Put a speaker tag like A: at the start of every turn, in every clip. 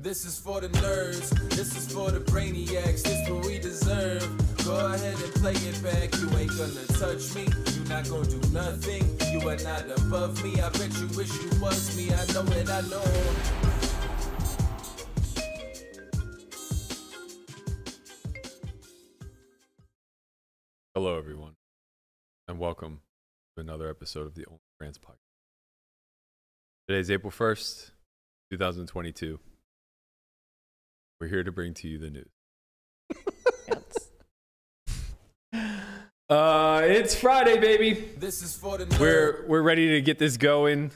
A: This is for the nerds, this is for the brainiacs, this what we deserve. Go ahead and play it back, you ain't gonna touch me, you not gonna do nothing, you are not above me. I bet you wish you was me, I know it, I know.
B: Hello, everyone, and welcome to another episode of the Only Brands Podcast. Today is April 1st, 2022. We're here to bring to you the news. Uh, it's Friday, baby.
A: This is for the
B: We're we're ready to get this going.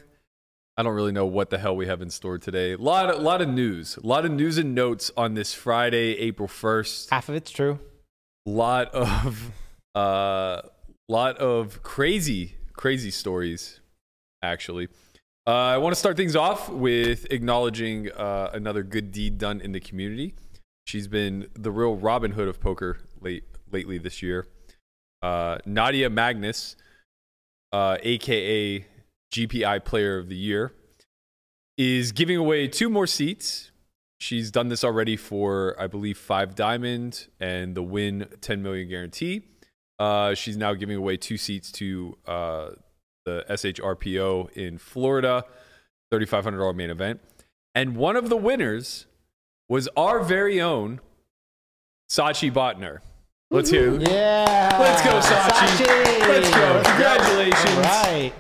B: I don't really know what the hell we have in store today. lot of, lot of news, a lot of news and notes on this Friday, April 1st.
C: Half of it's true.
B: lot of uh lot of crazy crazy stories actually uh, i want to start things off with acknowledging uh, another good deed done in the community she's been the real robin hood of poker late lately this year uh, nadia magnus uh, aka gpi player of the year is giving away two more seats She's done this already for, I believe, five diamond and the win 10 million guarantee. Uh, she's now giving away two seats to uh, the SHRPO in Florida, $3,500 main event. And one of the winners was our very own Sachi Botner. Let's hear.
C: Yeah.
B: Let's go, Sachi. Let's go. Congratulations.
C: All right.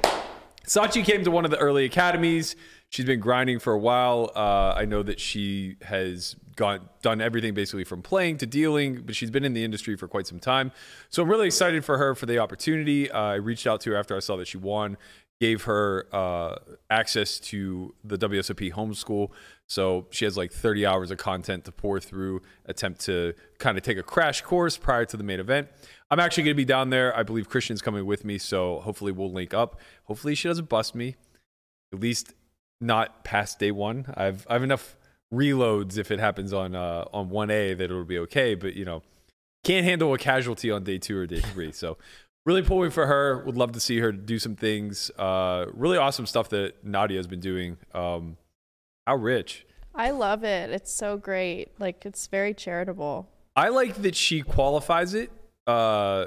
B: Sachi came to one of the early academies. She's been grinding for a while. Uh, I know that she has gone done everything basically from playing to dealing, but she's been in the industry for quite some time. So I'm really excited for her for the opportunity. Uh, I reached out to her after I saw that she won, gave her uh, access to the WSOP homeschool. So she has like 30 hours of content to pour through, attempt to kind of take a crash course prior to the main event. I'm actually going to be down there. I believe Christian's coming with me, so hopefully we'll link up. Hopefully she doesn't bust me. At least not past day one. I've I've enough reloads if it happens on uh, on one A that it'll be okay. But you know, can't handle a casualty on day two or day three. So really pulling for her. Would love to see her do some things. Uh, really awesome stuff that Nadia has been doing. Um, how rich.
D: I love it. It's so great. Like it's very charitable.
B: I like that she qualifies it uh,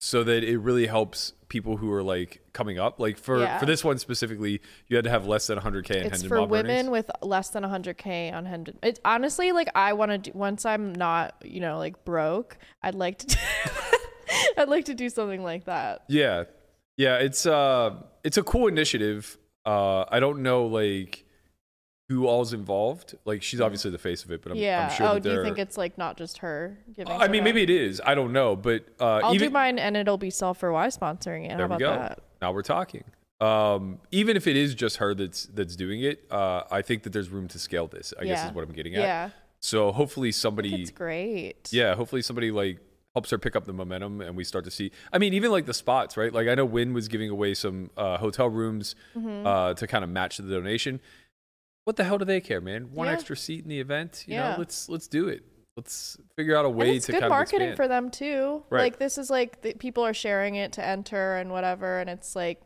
B: so that it really helps people who are like coming up. Like for
D: Yeah.
B: for this one specifically, you had to have less than 100k in
D: it's
B: Hendon
D: for
B: Mob
D: women
B: earnings.
D: with less than 100k on Hendon. It's honestly like I want to do once I'm not, you know, like broke, I'd like to I'd like to do something like that.
B: Yeah. Yeah, it's uh it's a cool initiative. Uh I don't know like who all's involved. Like she's obviously the face of it, but I'm, I'm
D: yeah.
B: sure
D: oh,
B: that
D: do you
B: there-
D: think it's like not just her giving?
B: I mean
D: to
B: maybe
D: them?
B: it is. I don't know, but uh
D: I'll
B: even
D: do mine and it'll be self for Y sponsoring it. How
B: there we
D: about
B: go.
D: that?
B: Now we're talking. Um even if it is just her that's that's doing it, uh I think that there's room to scale this. I guess
D: Yeah.
B: is what I'm getting at.
D: Yeah.
B: So hopefully somebody
D: It's great.
B: yeah, hopefully somebody like helps her pick up the momentum and we start to see. I mean, even like the spots, right? Like I know Win was giving away some uh, hotel rooms
D: Mm-hmm.
B: uh, to kind of match the donation. What the hell do they care, man? One
D: Yeah.
B: extra seat in the event, you know?
D: Yeah.
B: Let's let's do it. Let's figure out a way
D: and it's
B: to
D: good
B: kind
D: marketing
B: of
D: for them too
B: Right.
D: like this is like the, people are sharing it to enter and whatever and it's like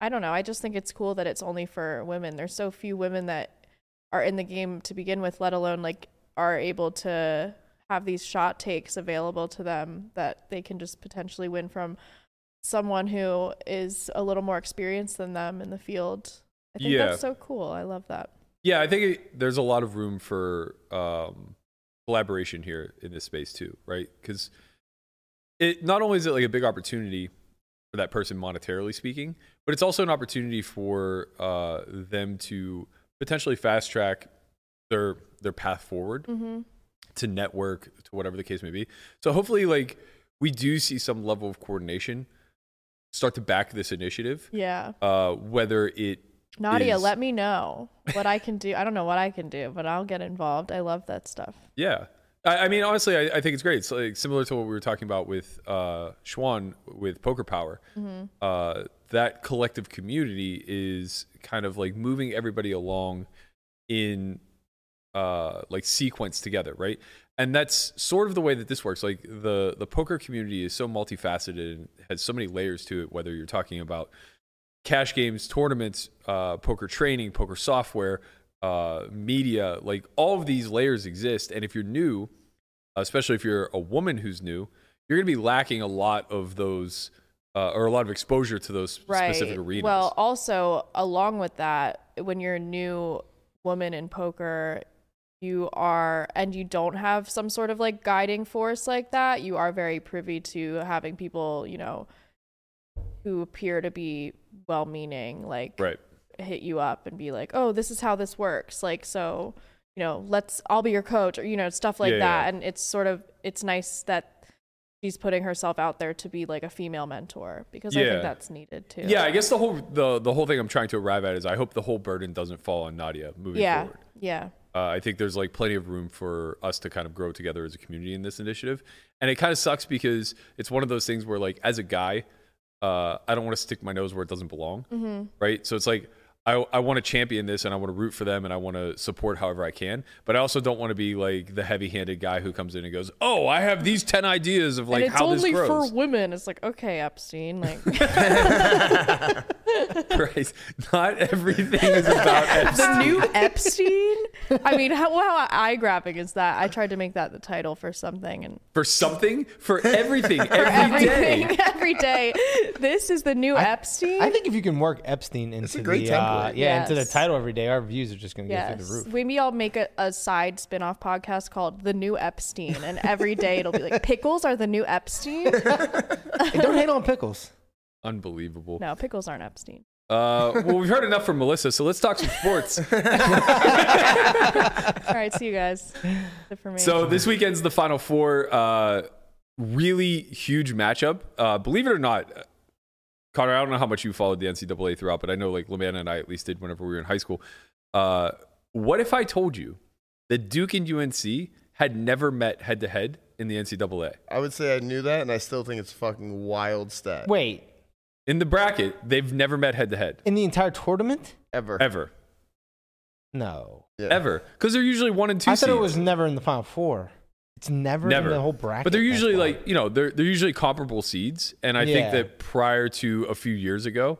D: i don't know i just think it's cool that it's only for women there's so few women that are in the game to begin with let alone like are able to have these shot takes available to them that they can just potentially win from someone who is a little more experienced than them in the field i think
B: Yeah.
D: that's so cool i love that
B: Yeah, I think it, there's a lot of room for um, collaboration here in this space too, right? Because it not only is it like a big opportunity for that person monetarily speaking, but it's also an opportunity for uh, them to potentially fast track their their path forward
D: mm-hmm.
B: to network to whatever the case may be. So hopefully, like we do see some level of coordination start to back this initiative,
D: yeah
B: uh, whether it
D: Nadia,
B: is-
D: let me know what I can do. I don't know what I can do, but I'll get involved. I love that stuff.
B: Yeah. I, I mean, honestly, I, I think it's great. It's like similar to what we were talking about with uh, Schwan with Poker Power. Uh, that collective community is kind of like moving everybody along in uh, like sequence together, right? And that's sort of the way that this works. Like the the poker community is so multifaceted and has so many layers to it. Whether you're talking about cash games, tournaments, uh, poker training, poker software, uh, media, like all of these layers exist. And if you're new, especially if you're a woman who's new, you're going to be lacking a lot of those uh, or a lot of exposure to those specific arenas.
D: Well, also along with that, when you're a new woman in poker, you are and you don't have some sort of like guiding force like that, you are very privy to having people, you know, who appear to be well meaning, like
B: right.
D: hit you up and be like, "Oh, this is how this works." Like, so, you know, let's I'll be your coach or you know, stuff like
B: Yeah,
D: that.
B: yeah.
D: And it's sort of it's nice that she's putting herself out there to be like a female mentor because I
B: Yeah.
D: think that's needed too.
B: Yeah, I guess the whole the the whole thing I'm trying to arrive at is I hope the whole burden doesn't fall on Nadia moving
D: Yeah.
B: forward.
D: Yeah.
B: Uh, I think there's like plenty of room for us to kind of grow together as a community in this initiative, and it kind of sucks because it's one of those things where like as a guy, uh, I don't want to stick my nose where it doesn't belong,
D: Mm-hmm.
B: right? So it's like I I want to champion this and I want to root for them and I want to support however I can, but I also don't want to be like the heavy-handed guy who comes in and goes, "Oh, I have these ten ideas of like
D: and it's
B: how this
D: only
B: grows."
D: for women. It's like, okay, Epstein, like
B: Right? Not everything is about Epstein.
D: the new Epstein. I mean, how, how eye grabbing is that? I tried to make that the title for something, and
B: for something, for everything,
D: for
B: every
D: everything,
B: day.
D: every day. This is the new Epstein.
C: I think if you can work Epstein into
E: a great
C: the uh,
E: template.
C: yeah into the
D: Yes.
C: title every day, our views are just going to go through the
D: Yes.
C: roof.
D: Maybe I'll make a, a side spin off podcast called The New Epstein. And every day it'll be like, pickles are the new Epstein?
C: And don't hate on pickles.
B: Unbelievable.
D: No, pickles aren't Epstein.
B: Uh, well, we've heard enough from Melissa, so let's talk some sports.
D: All right, see you guys. That's it for me.
B: so this weekend's the Final Four. Uh, really huge matchup. Uh, believe it or not, Connor, I don't know how much you followed the NCAA throughout, but I know like Lamanna and I at least did whenever we were in high school. Uh, what if I told you that Duke and UNC had never met head to head in the NCAA?
E: I would say I knew that, and I still think it's fucking wild stat.
C: Wait,
B: In the bracket, they've never met head to head
C: in the entire tournament?
E: ever,
B: ever.
C: No,
E: Yeah.
B: ever because they're usually one and two.
C: I thought it
B: seeds.
C: was never in the final four. It's never,
B: never
C: in the whole bracket.
B: But they're
C: That's
B: usually
C: why.
B: like you know they're they're usually comparable seeds, and I
C: Yeah.
B: think that prior to a few years ago,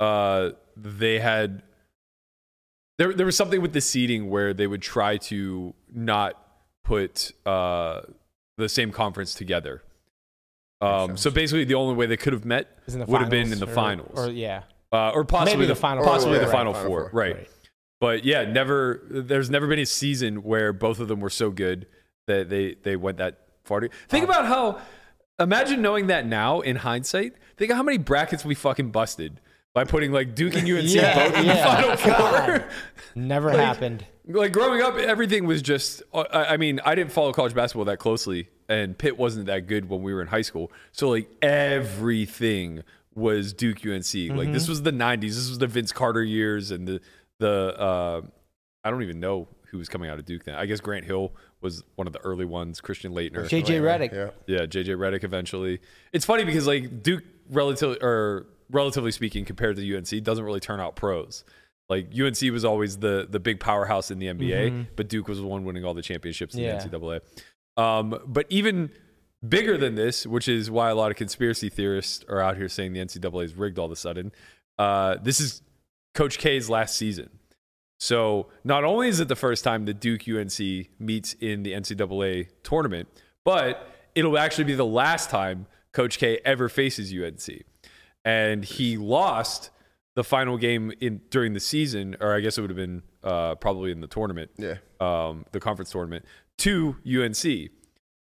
B: uh, they had there there was something with the seeding where they would try to not put uh, the same conference together. Um, so basically, the only way they could have met
C: Is in the
B: would have been in
C: finals
B: the
C: or-
B: finals,
C: Or yeah,
B: uh, or possibly
C: Maybe
B: the,
C: the final
B: possibly the
E: four. Right,
B: final,
E: final
B: four,
E: four.
B: right? But yeah, never. There's never been a season where both of them were so good that they they went that far. Think about how. Imagine knowing that now in hindsight. Think of how many brackets we fucking busted by putting like Duke and UNC
C: Yeah,
B: both in
C: yeah.
B: the final four.
C: God. Never happened.
B: like growing up, everything was just. uh, I I mean, I didn't follow college basketball that closely, and Pitt wasn't that good when we were in high school. So like everything was Duke UNC. Like this was the '90s. This was the Vince Carter years, and the the uh, I don't even know who was coming out of Duke then. I guess Grant Hill was one of the early ones. Christian Leitner.
C: JJ Reddick.
E: Yeah.
B: Yeah, JJ Redick eventually. It's funny because like Duke relatively or relatively speaking compared to UNC doesn't really turn out pros. Like UNC was always the the big powerhouse in the NBA, but Duke was the one winning all the championships in
C: Yeah.
B: the NCAA. Um, but even bigger than this, which is why a lot of conspiracy theorists are out here saying the NCAA is rigged all of a sudden. Uh, this is Coach K's last season. So not only is it the first time that Duke UNC meets in the NCAA tournament, but it'll actually be the last time Coach K ever faces UNC. And he lost the final game in during the season, or I guess it would have been uh, probably in the tournament,
E: Yeah.
B: um, the conference tournament, to UNC,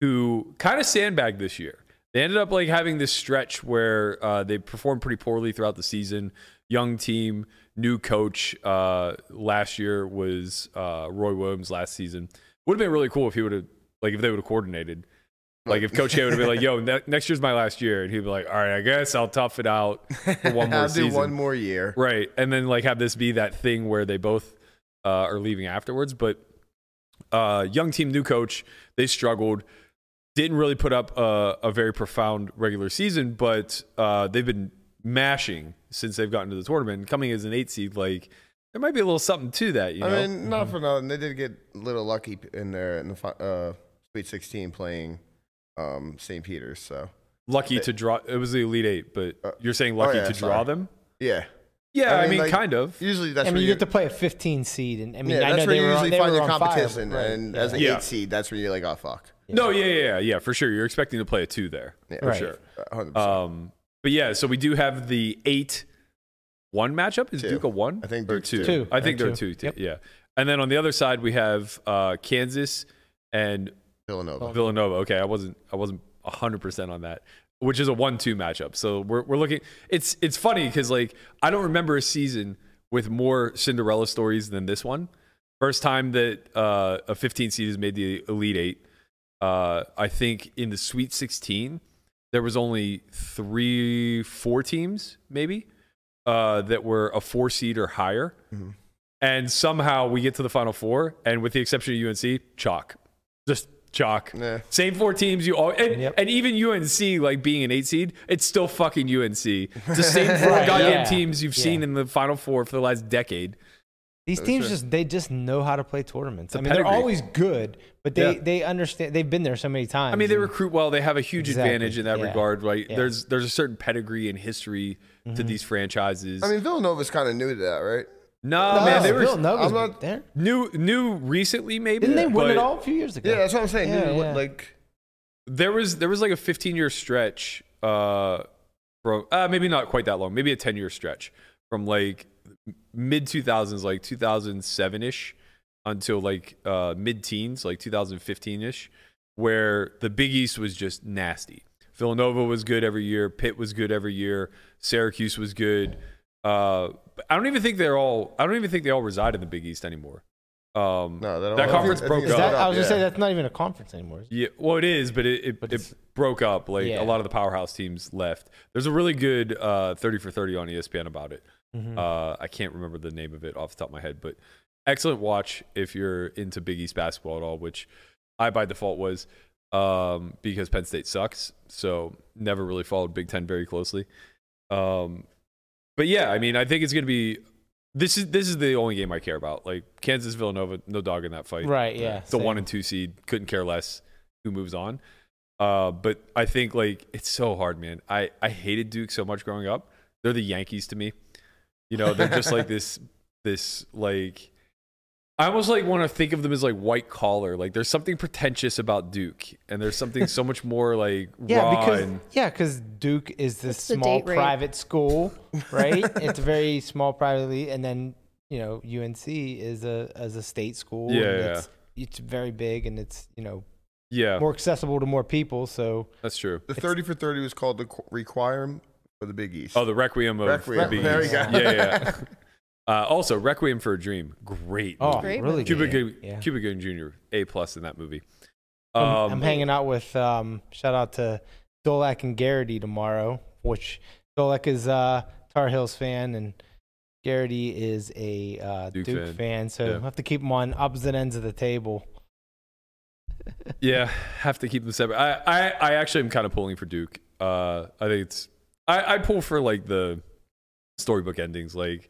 B: who kind of sandbagged this year. They ended up like having this stretch where uh, they performed pretty poorly throughout the season. Young team, new coach. Uh, last year was uh, Roy Williams. Last season would have been really cool if he would have like if they would have coordinated. Like if Coach K would have been like, "Yo, ne- next year's my last year," and he'd be like, "All right, I guess I'll tough it out for one more
E: I'll
B: season."
E: do one more year.
B: Right. And then like have this be that thing where they both uh, are leaving afterwards. But uh, young team, new coach, they struggled. Didn't really put up a, a very profound regular season, but uh, they've been mashing since they've gotten to the tournament. And coming as an eight seed, like there might be a little something to that, you know? Mm-hmm.
E: I mean, not for nothing. They did get a little lucky p- in there in the fi- uh, Sweet 16 playing um, St. Peter's. So
B: lucky to draw. It was the elite eight, but
E: Uh,
B: you're saying
E: oh,
B: lucky
E: yeah,
B: to draw
E: sorry.
B: them.
E: yeah,
B: Yeah, I mean,
E: mean, like,
B: kind of.
E: Usually that's
C: I
E: where
C: mean, you
E: you
C: get to play a 15 seed, and I mean,
E: yeah,
C: I know
E: that's
C: they
E: where you
C: were
E: usually
C: they
E: find
C: were
E: your
C: on fire,
E: competition.
C: right?
E: And as an
B: Yeah.
E: eight seed, that's where you're like, oh fuck,
B: No, yeah, yeah, yeah, yeah, for sure. You're expecting to play a two there,
E: Yeah.
B: for
C: Right.
B: sure.
E: 100. percent
B: Um, but yeah, so we do have the eight one matchup. Is
E: Two.
B: Duke a one?
E: I think
B: or
E: Duke's
B: two.
C: two.
B: I think
C: They're
B: they're two.
C: two.
B: t- Yeah. And then on the other side we have uh, Kansas and
E: Villanova.
B: Uh, Villanova. Okay, I wasn't I wasn't hundred percent on that, which is a one-two matchup. So we're we're looking. It's it's funny because like I don't remember a season with more Cinderella stories than this one. First time that uh, a 15 seed has made the Elite Eight. Uh, I think in the Sweet 16 there was only three, four teams maybe uh, that were a four seed or higher.
E: Mm-hmm.
B: And somehow we get to the final four, and with the exception of UNC, chalk, just chalk.
E: Yeah.
B: Same four teams you all, and,
C: Yep.
B: and even UNC like being an eight seed, it's still fucking UNC. It's the same four
C: Right,
B: goddamn
C: yeah.
B: teams you've seen
C: Yeah.
B: in the final four for the last decade.
C: These
E: That's
C: teams
E: right.
C: just they just know how to play tournaments.
B: It's a
C: I mean,
B: pedigree.
C: they're always good, but they
B: Yeah.
C: they understand. They've been there so many times.
B: I mean, they
C: and-
B: recruit well. They have a huge
C: Mm-hmm. Exactly,
B: advantage in that
C: yeah,
B: regard, right?
C: yeah. Mm-hmm.
B: There's there's a certain pedigree and history to these franchises.
E: I mean, Villanova's kind of new to that, right?
B: no,
C: Oh,
B: man, they were
C: Bill Nuggets
E: I'm not-
C: there.
B: new new recently maybe.
C: Didn't they win
B: but-
C: it all a few years ago?
E: Yeah, that's what I'm saying.
C: Yeah,
E: New-
C: yeah.
E: Like,
B: there was there was like a 15 year stretch uh from uh maybe not quite that long maybe a 10 year stretch from like mid 2000s like 2007 ish until like uh mid teens like 2015 ish where the big east was just nasty villanova was good every year pitt was good every year syracuse was good uh but i don't even think they're all i don't even think they all reside in the big east anymore um
E: no,
B: that,
E: that,
B: conference broke
C: Is
B: up
C: that, I was
E: yeah.
C: gonna say that's not even a conference anymore. is it?
B: yeah, well, it is, but it it,
C: But
B: it
C: it's-
B: broke up. Like
C: Yeah.
B: a lot of the powerhouse teams left. There's a really good uh, thirty for thirty on ESPN about it.
C: Mm-hmm.
B: Uh, I can't remember the name of it off the top of my head, but excellent watch if you're into Big East basketball at all, which I by default was um, because Penn State sucks. So never really followed Big Ten very closely. Um, but yeah, I mean, I think it's gonna be. This is this is the only game I care about. Like Kansas Villanova, no dog in that fight
C: Right. Yeah.
B: the
C: same.
B: one and two seed couldn't care less who moves on uh, but i think like it's so hard man I, I hated duke so much growing up they're the yankees to me you know they're just like this this like i almost like want to think of them as like white collar like there's something pretentious about duke and there's something so much more like
C: Yeah,
B: raw
C: because
B: and
C: yeah, because Duke is this
D: It's the
C: small
D: date rate.
C: private school, right? it's very small privately, and then you know UNC is a as a state school. and
B: Yeah, yeah.
C: It's, it's very big and it's you know
B: yeah
C: more accessible to more people. So
B: that's true
E: the 30 for 30 was called the qu- requirement for the Big East.
B: oh the requiem of
E: Requiem.
B: the Bee
E: There
B: Gees.
E: we go.
B: yeah yeah uh, also requiem for a dream great
C: oh,
B: movie.
D: Great
C: really
B: cuba
C: good.
B: gooding
C: yeah.
B: cuba gooding jr a plus in that movie
C: I'm,
B: um,
C: I'm hanging out with um, shout out to Dolak and Garrity tomorrow, which Dolak is a Tar Heels fan and Garrity is a uh,
B: Duke
C: Duke,
B: fan.
C: fan. so
B: Yeah.
C: I have to keep them on opposite ends of the table.
B: Yeah, have to keep them separate. I, I, I actually am kind of pulling for Duke. Uh, I think it's I, I pull for like the storybook endings, like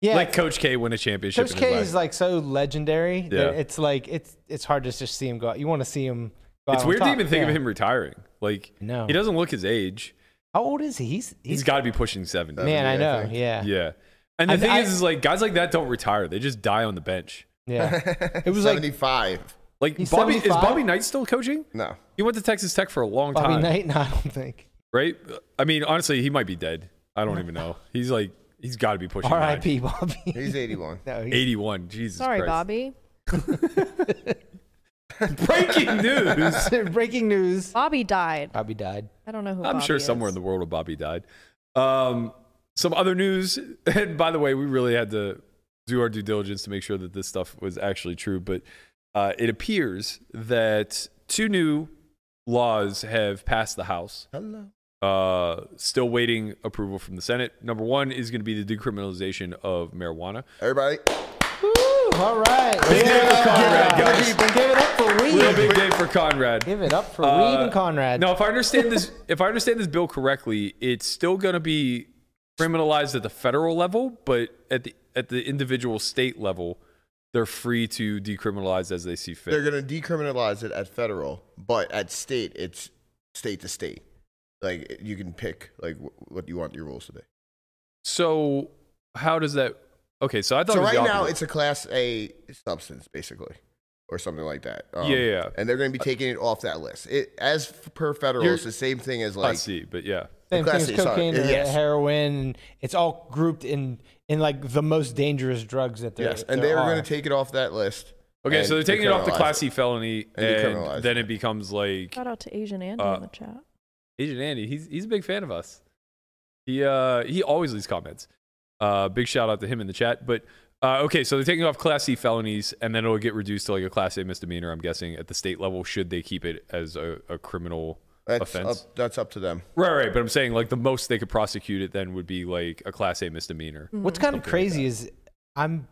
C: Yeah,
B: like Coach K win a championship.
C: Coach
B: in his
C: K
B: last-
C: is like so legendary. that
B: Yeah.
C: it's like it's it's hard to just see him go. out. You want to see him. Go out
B: it's
C: on
B: weird to
C: uh, top.
B: even think
C: Yeah.
B: of him retiring. Like
C: No,
B: he doesn't look his age.
C: How old is he? He's he's,
B: He's got to be pushing seventy.
E: Yeah.
C: man. I
E: 70, I
C: know.
E: think.
C: yeah, yeah.
B: Yeah, and the
C: I-
B: thing
C: I-
B: is, is like guys like that don't retire. They just die on the bench.
C: It was like
E: 75.
B: Like
C: He's
B: Bobby is
C: 75?
B: Bobby Knight still coaching?
E: No.
B: He went to Texas Tech for a long
C: Bobby
B: time,
C: Knight. No, I don't think.
B: right? I mean, honestly, he might be dead. I don't even know. He's like he's got to be pushing. ninety.
C: R.I.P. Bobby.
E: He's 81.
C: no, he's,
B: Eighty-one. Jesus.
D: Sorry,
B: Christ.
D: Bobby.
B: Breaking news.
C: breaking news.
D: Bobby died.
C: Bobby died.
D: I don't know who.
B: I'm
D: Bobby
B: sure
D: is.
B: somewhere in the world where Bobby died. Um, some other news, and by the way, we really had to do our due diligence to make sure that this stuff was actually true. But uh, it appears that two new laws have passed the House.
E: Hello.
B: Uh, still waiting approval from the Senate. Number one is going to be the decriminalization of marijuana.
E: Everybody.
C: Woo, all right.
B: Big
C: Yeah.
B: day for Conrad, guys.
C: Give it up for
B: Real
C: weed.
B: big day for Conrad.
C: Give it up for
B: Uh,
C: Reed and Conrad.
B: Now, if I understand this, if I understand this bill correctly, it's still going to be criminalized at the federal level, but at the at the individual state level, they're free to decriminalize as they see fit.
E: They're going to decriminalize it at federal, but at state, it's state to state. Like, you can pick, like, wh- what you want your rules to be.
B: so, how does that? Okay, so I thought
E: So
B: it was
E: right
B: the
E: now
B: opposite.
E: it's a class A substance, basically, or something like that. Um,
B: Yeah, yeah, yeah. Uh,
E: And they're going to be taking it off that list. It as f- per federal,
B: You're-
E: it's the same thing as
B: I
E: like
B: see, but yeah,
C: Same thing as
E: Classy, sorry.
C: cocaine or
E: Yes.
C: heroin. It's all grouped in in like the most dangerous drugs that there.
E: yes, and
C: there
E: they were
C: are.
E: going to take it off that list.
B: okay,
E: and
B: so they're taking it off the
E: decriminalize
B: class E C felony,
E: And
B: and,
E: decriminalize
B: then
E: it.
B: it becomes like
D: Shout out to Asian Andy
B: Uh,
D: in the chat.
B: Agent Andy. He's he's a big fan of us. He uh he always leaves comments. Uh, big shout out to him in the chat. But uh, okay, so they're taking off Class C felonies, and then it'll get reduced to like a Class A misdemeanor. I'm guessing at the state level, should they keep it as a, a criminal
E: That's
B: offense?
E: up, that's up to them.
B: Right, right. But I'm saying like the most they could prosecute it then would be like a Class A misdemeanor.
C: What's kind of
B: Something like
C: crazy is I'm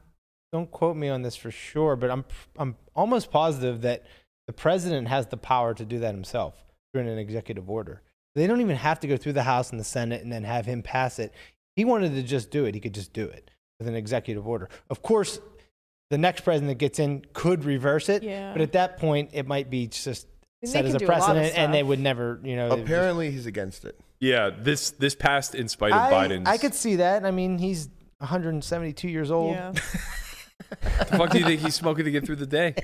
C: don't quote me on this for sure, but I'm I'm almost positive that the president has the power to do that himself through an executive order. They don't even have to go through the House and the Senate and then have him pass it. He wanted to just do it. He could just do it with an executive order. Of course, the next president that gets in could reverse it,
D: Yeah.
C: but at that point, it might be just
D: I mean, they
C: set
D: can
C: as a
D: do a lot of
C: precedent, and they
D: stuff.
C: would never, you know. they would just-
E: Apparently, he's against it.
B: Yeah, this this passed in spite of
C: I,
B: Biden's.
C: I could see that. I mean, he's 172 years old.
B: The
D: Yeah.
B: fuck do you think he's smoking to get through the day?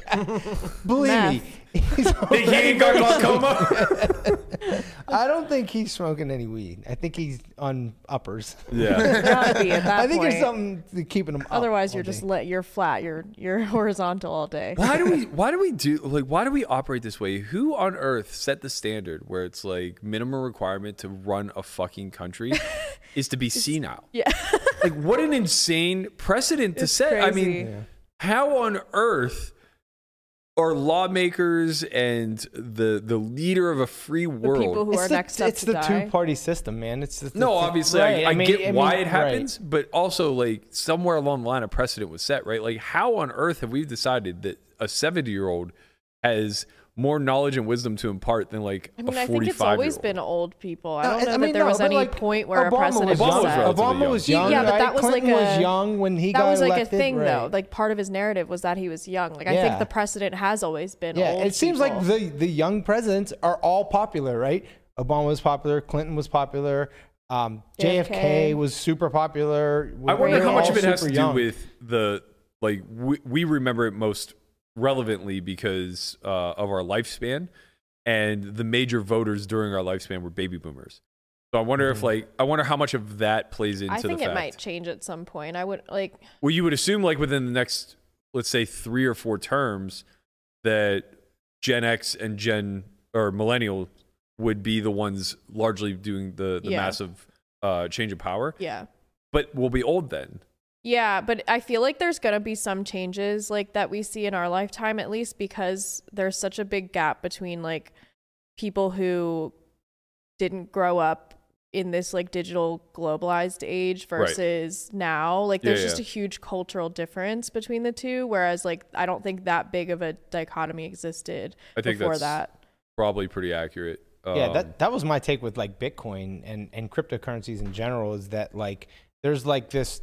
C: Believe
D: Meth.
C: me, he's
B: Think he ain't got glaucoma.
C: I don't think he's smoking any weed. I think he's on uppers.
B: yeah,
D: Gotta be at that
C: I think
D: point.
C: there's something to keeping him. up
D: Otherwise,
C: all
D: you're just
C: day.
D: let you're flat. You're you're horizontal all day.
B: why do we why do we do like why do we operate this way who on earth set the standard where it's like minimum requirement to run a fucking country is to be senile
D: Yeah.
B: like what an insane precedent to
D: It's
B: set i
D: crazy.
B: mean
D: Yeah.
B: how on earth are lawmakers and the the leader of a free
D: the
B: world
D: people who
C: It's
D: are
C: the,
D: next up
C: it's
D: to
C: the
D: die.
C: two-party system, man. It's just,
B: no,
C: it's-
B: obviously,
C: right,
B: I, I,
C: mean-
B: get
C: mean,
B: why
C: right.
B: it happens, but also, like, somewhere along the line, a precedent was set, right? Like, how on earth have we decided that a 70 year old has more knowledge and wisdom to impart than, like,
D: I mean,
B: a
D: I
B: 45
D: think it's always
B: year
D: been
B: old?
D: old people.
C: No,
D: I don't know
C: I
D: that
C: mean,
D: there
C: no,
D: was
C: but,
D: any
C: like,
D: point where
C: Obama
D: a precedent
C: was
D: was
B: Obama was
D: set.
B: relatively
C: Obama
B: young.
C: was
B: He-
C: young.
D: yeah, but
C: right?
D: that was
C: Clinton
D: like
C: was
D: a-
C: young when he
D: that
C: got
D: was like
C: elected,
D: a thing though.
C: right.
D: Like part of his narrative was that he was young. Like I
C: Yeah.
D: think the precedent has always been
C: yeah,
D: old.
C: it seems like
D: people.
C: the the young presidents are all popular, right? Obama was popular, Clinton was popular, um, JFK,
D: JFK.
C: was super popular.
B: I wonder
C: They
B: how
C: were
B: much
C: all
B: of it has to
C: super
B: do
C: young.
B: with the, like, we, we remember it most relevantly because uh, of our lifespan, and the major voters during our lifespan were baby boomers. So I wonder
C: Mm-hmm.
B: if, like, I wonder how much of that plays into
D: I think
B: the fact.
D: it might change at some point. I would like
B: Well, you would assume like within the next, let's say, three or four terms, that Gen X and Gen or Millennial would be the ones largely doing the, the
D: Yeah.
B: massive uh, change of power,
D: yeah.
B: but we'll be old then.
D: Yeah, but I feel like there's going to be some changes like that we see in our lifetime at least because there's such a big gap between like people who didn't grow up in this like digital globalized age
B: Right.
D: versus now. Like
B: Yeah,
D: there's just
B: yeah.
D: a huge cultural difference between the two whereas like I don't think that big of a dichotomy existed
B: I think
D: before
B: that's
D: that.
B: probably pretty accurate.
C: yeah
B: Um,
C: that that was my take with like bitcoin and and cryptocurrencies in general is that like there's like this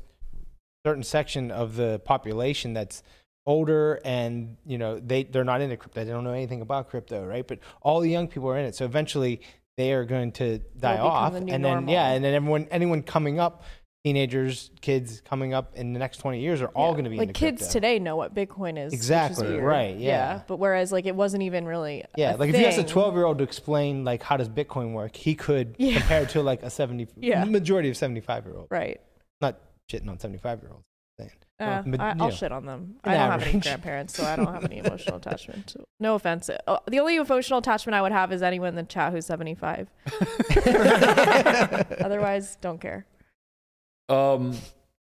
C: certain section of the population that's older and you know they they're not into crypto they don't know anything about crypto right but all the young people are in it so eventually they are going to die
D: become
C: off
D: the
C: and
D: new
C: then
D: normal.
C: yeah and then everyone anyone coming up teenagers kids coming up in the next 20 years are all
D: Yeah.
C: going to be
D: like
C: into
D: kids
C: crypto.
D: today know what Bitcoin is. which is
C: Exactly,
D: weird.
C: right, yeah.
D: But whereas like it wasn't even really
C: Yeah,
D: a
C: like if you asked a
D: thing.
C: 12 year old to explain like how does Bitcoin work, he could
D: Yeah.
C: compare it to like a 70
D: Yeah.
C: majority of 75 year olds.
D: right.
C: Not shitting on 75 year olds. Saying.
D: Uh,
C: Well, but,
D: I,
C: you
D: I'll
C: know,
D: shit on them.
C: an
D: I don't have any
C: average.
D: grandparents, so I don't have any emotional attachment. to- No offense. Uh, The only emotional attachment I would have is anyone in the chat who's 75. Otherwise, don't care.
B: Um,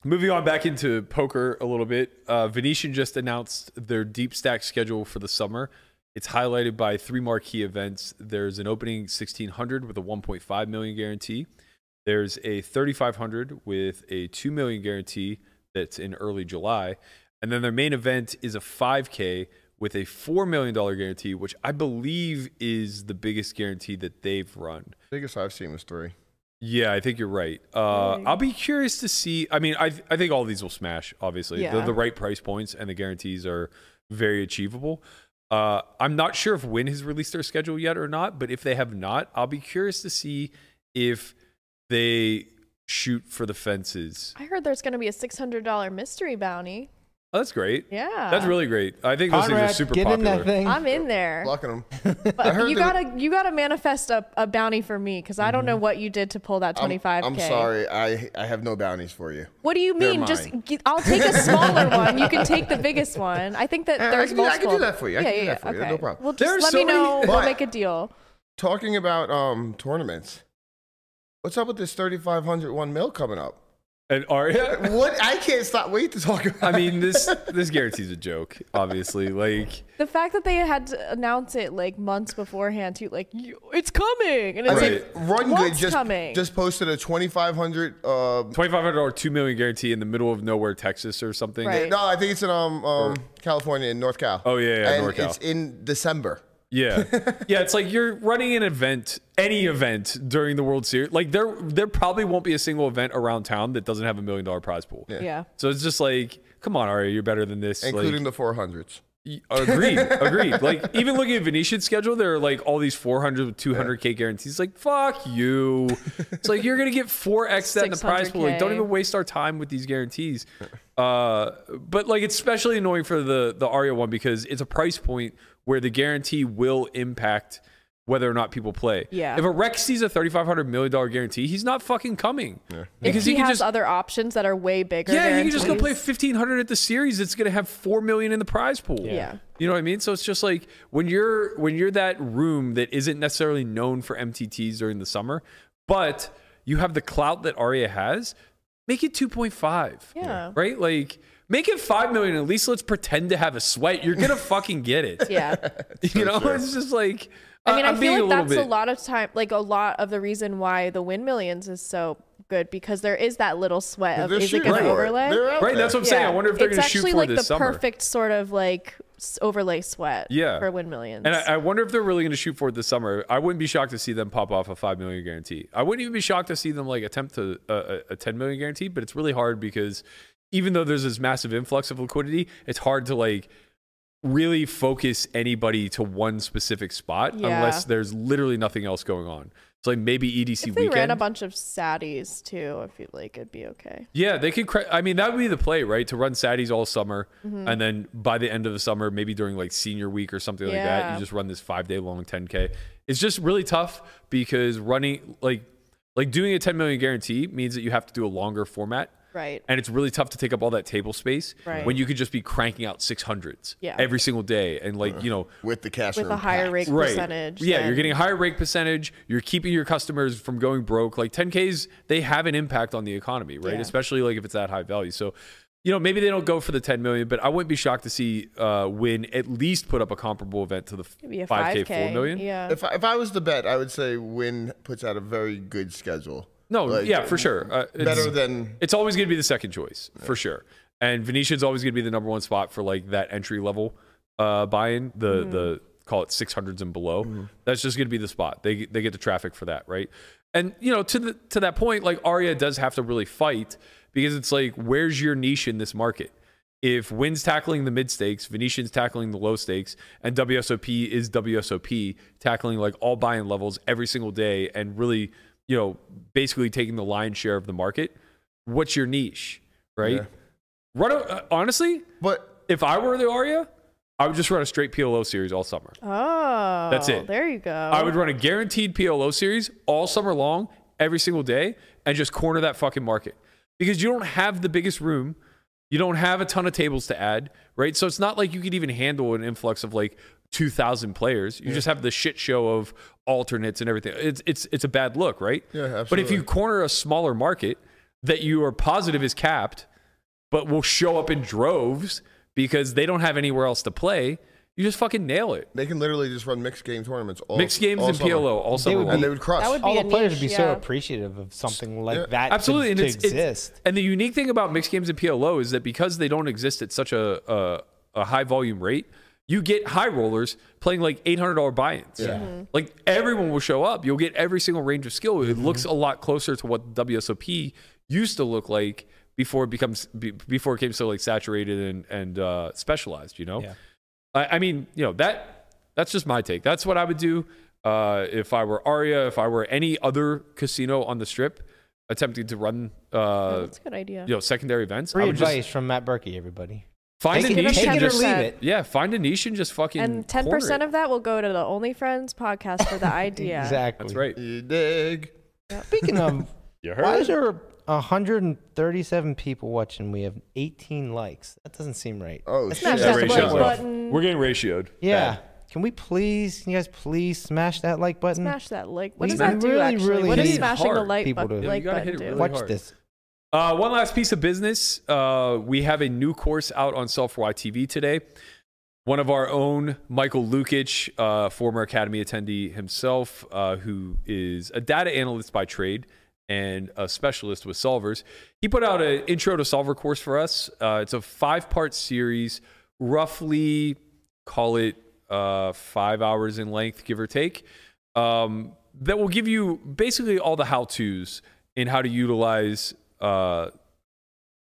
B: moving on back into poker a little bit, uh, Venetian just announced their deep stack schedule for the summer. It's highlighted by three marquee events. There's an opening 1600 with a 1.5 million guarantee. There's a 3500 with a 2 million guarantee that's in early July. And then their main event is a 5K with a $4 million guarantee, which I believe is the biggest guarantee that they've run.
E: Biggest I've seen was three.
B: Yeah, I think you're right. Uh,
D: Really?
B: I'll be curious to see. I mean, I I think all these will smash. Obviously,
D: Yeah.
B: they're the right price points, and the guarantees are very achievable. Uh, I'm not sure if Win has released their schedule yet or not, but if they have not, I'll be curious to see if they shoot for the fences.
D: I heard there's going to be a $600 mystery bounty.
B: Oh, that's great.
D: Yeah.
B: That's really great. I think those things are
C: Conrad,
B: super
C: get in
B: popular.
C: that thing.
D: I'm in there.
E: Blocking them. I
D: But
E: heard
D: you
E: there- Mm-hmm.
D: gotta you gotta manifest a, a bounty for me because I don't know what you did to pull that
E: I'm,
D: twenty five
E: I'm
D: k.
E: sorry. I I have no bounties for you.
D: What do you
E: They're
D: mean? Just
E: mine.
D: gi- I'll take a smaller one. You can take the biggest one. I think that
E: Uh, I
D: there's
E: can do- I can do
D: multiple-
E: that for you. I
D: yeah,
E: can do
D: yeah,
E: that for you.
D: yeah,
E: No
D: okay.
E: problem.
D: Well, just
B: There are
D: let
B: so
D: me know.
B: many-
D: We'll
E: But-
D: make a deal.
E: Talking about um tournaments. What's up with this 3,500 one mil coming up?
B: And are
E: What I can't stop wait to talk about.
B: I mean this this guarantees a joke, obviously. Like
D: The fact that they had to announce it like months beforehand, too, like "You- it's coming, and it's
B: Right.
D: like
E: Run Good
D: what's
E: just
D: coming?
E: just posted a 2,500. Uh,
B: twenty five hundred dollar two million guarantee in the middle of nowhere, Texas or something.
D: Right.
E: no, I think it's in um, um California in North Cal.
B: Oh, yeah, yeah,
E: and
B: North Cal.
E: it's in December.
B: Yeah. Yeah, it's like you're running an event, any event during the World Series. Like there there probably won't be a single event around town that doesn't have a million dollar prize pool.
D: yeah.
B: So it's just like, come on, Ari, you're better than this.
E: including
B: like,
E: the 400s.
B: y- agreed, agreed. Like even looking at Venetian's schedule, there are like all these 400, 200 k guarantees. Like fuck you. It's like you're gonna get four x that in the prize pool. Like, don't
D: 600K.
B: even waste our time with these guarantees. Uh, but like it's especially annoying for the the Aria one because it's a price point where the guarantee will impact whether or not people play.
D: Yeah.
B: If a Rex sees a thirty five hundred million dollar guarantee, he's not fucking coming.
D: Because he,
B: can
D: has other options that are way bigger.
B: yeah, you can just go play
D: guarantees.
B: fifteen hundred at the series. It's gonna have four million in the prize pool.
D: Yeah.
B: you know what I mean. So it's just like when you're when you're that room that isn't necessarily known for MTTs during the summer, but you have the clout that Aria has. Make it two point five.
D: Yeah.
B: right. Like make it five million. At least let's pretend to have a sweat. You're gonna fucking get it.
D: Yeah.
B: You know, it's just like
D: I mean, I
B: I'm being
D: feel like
B: little
D: that's a
B: bit-
D: lot of time, like a lot of the reason why the win millions is so good because there is that little sweat of
E: They're
D: is it
E: shooting
D: going to
E: for it.
D: overlay?
E: They're out
B: Right,
E: there.
B: that's what I'm saying. I
D: Yeah.
B: wonder if they're
D: it's
B: gonna shoot
D: actually
B: for
D: like
B: this
D: the
B: summer.
D: perfect sort of like s- overlay sweat.
B: Yeah.
D: for win millions.
B: And I, I wonder if they're really going to shoot for it this summer. I wouldn't be shocked to see them pop off a five million guarantee. I wouldn't even be shocked to see them like attempt to uh, a ten million guarantee. But it's really hard because even though there's this massive influx of liquidity, it's hard to like really focus anybody to one specific spot
D: Yeah.
B: unless there's literally nothing else going on. It's like maybe EDC
D: if they
B: weekend.
D: ran a bunch of saddies too, I feel like it'd be okay.
B: Yeah, they could. Cra- I mean, that would be the play, right? To run Saddies all summer,
D: Mm-hmm.
B: and then by the end of the summer, maybe during like senior week or something like that,
D: Yeah.
B: you just run this five day long 10k. It's just really tough because running like like doing a 10 million guarantee means that you have to do a longer format,
D: Right.
B: and it's really tough to take up all that table space
D: Right.
B: when you could just be cranking out 600s
D: Yeah.
B: every single day and like you know
E: with the cash
D: With
E: room
D: a higher
E: packed.
D: rate
B: right.
D: percentage.
B: Yeah, you're
D: than-
B: getting a higher rake percentage. You're keeping your customers from going broke. Like 10Ks, they have an impact on the economy, right?
D: Yeah.
B: Especially like if it's that high value. So, you know, maybe they don't go for the 10 million, but I wouldn't be shocked to see uh, Win at least put up a comparable event to the
D: maybe a
B: 5K, 4 million.
D: Yeah.
E: If I, if I was to bet, I would say Win puts out a very good schedule.
B: No,
E: Like,
B: yeah, for sure. Uh, it's-
E: Better than
B: it's always going to be the second choice for sure. And Venetian's always going to be the number one spot for like that entry level uh, buy-in. The the call it six hundreds and below. That's just going to be the spot. They they get the traffic for that, right? And you know to the to that point, like Aria does have to really fight because it's like where's your niche in this market? If Wynn's tackling the mid stakes, Venetian's tackling the low stakes, and WSOP is WSOP tackling like all buy-in levels every single day and really, you know, basically taking the lion's share of the market what's your niche, right? Run a, uh, honestly,
E: but
B: if I were the Aria, I would just run a straight PLO series all summer.
D: oh,
B: That's it.
D: There you go.
E: Uh-huh.
B: I would run a guaranteed PLO series all summer long, every single day, and just corner that fucking market because you don't have the biggest room. You don't have a ton of tables to add, right? So it's not like you could even handle an influx of like 2,000 players. You just have the shit show of alternates and everything. It's, it's, it's a bad look, right?
E: Yeah,
B: But if you
E: absolutely.
B: corner a smaller market that you are positive is capped, but will show up in droves because they don't have anywhere else to play, you just fucking nail it.
E: they can literally just run mixed game tournaments. All,
B: Mixed games
E: all
B: and
E: summer.
B: PLO all summer
C: would
B: long.
E: and they would crush.
D: That would be
C: All
D: a
C: the players would be
D: niche,
C: so
D: yeah.
C: appreciative of something like that. to-
B: absolutely and
C: to
B: it's, it's-
C: exist.
B: and the unique thing about mixed games and PLO is that because they don't exist at such a a, a high volume rate, you get high rollers playing like eight hundred dollar buy-ins.
E: Yeah.
C: Mm-hmm.
B: Like everyone will show up. You'll get every single range of skill. It looks a lot closer to what WSOP used to look like before it becomes be, before it became so like saturated and and uh, specialized. You know.
C: Yeah.
B: I, I mean, you know that that's just my take. That's what I would do uh, if I were Aria, if I were any other casino on the strip. attempting to run
D: Oh,
B: uh,
D: that's a good idea.
B: you know secondary events.
C: Free
B: I would just
C: advice from Matt Berkey, everybody.
B: find
D: Take
B: a
D: it-
B: niche
D: take
B: and
D: it or
B: just
D: leave
C: it.
B: yeah, find a niche and just fucking
D: And ten
B: corner
D: percent
B: it.
D: of that will go to the OnlyFriends podcast for the idea.
C: Exactly.
B: that's right.
E: You dig?
C: Speaking of,
B: You
C: why is there 137 people watching? We have 18 likes. That doesn't seem right.
E: Oh,
C: That's
E: shit.
C: not
D: Smash
B: Yeah,
D: that
C: just
B: ratio's off.
D: like
C: one word.
D: button.
B: We're getting ratioed.
C: Yeah. Can we please, can you guys please smash that like button?
D: Smash that like. What
C: We-
D: does that
C: we
D: do
C: really,
D: actually?
C: really
D: what
B: need
D: does smashing the
B: hard
D: like,
C: people
D: bu-
C: to-
B: Yeah,
D: like
B: you gotta
D: button
B: hit it
D: do?
B: really
C: Watch
B: hard.
C: this.
B: Uh, one last piece of business. Uh, we have a new course out on Self YTV today. One of our own, Michael Lukic, uh, former Academy attendee himself, uh, who is a data analyst by trade and a specialist with solvers. He put out an intro to solver course for us. Uh, it's a five part series, roughly call it uh, five hours in length, give or take, um, that will give you basically all the how to's in how to utilize uh,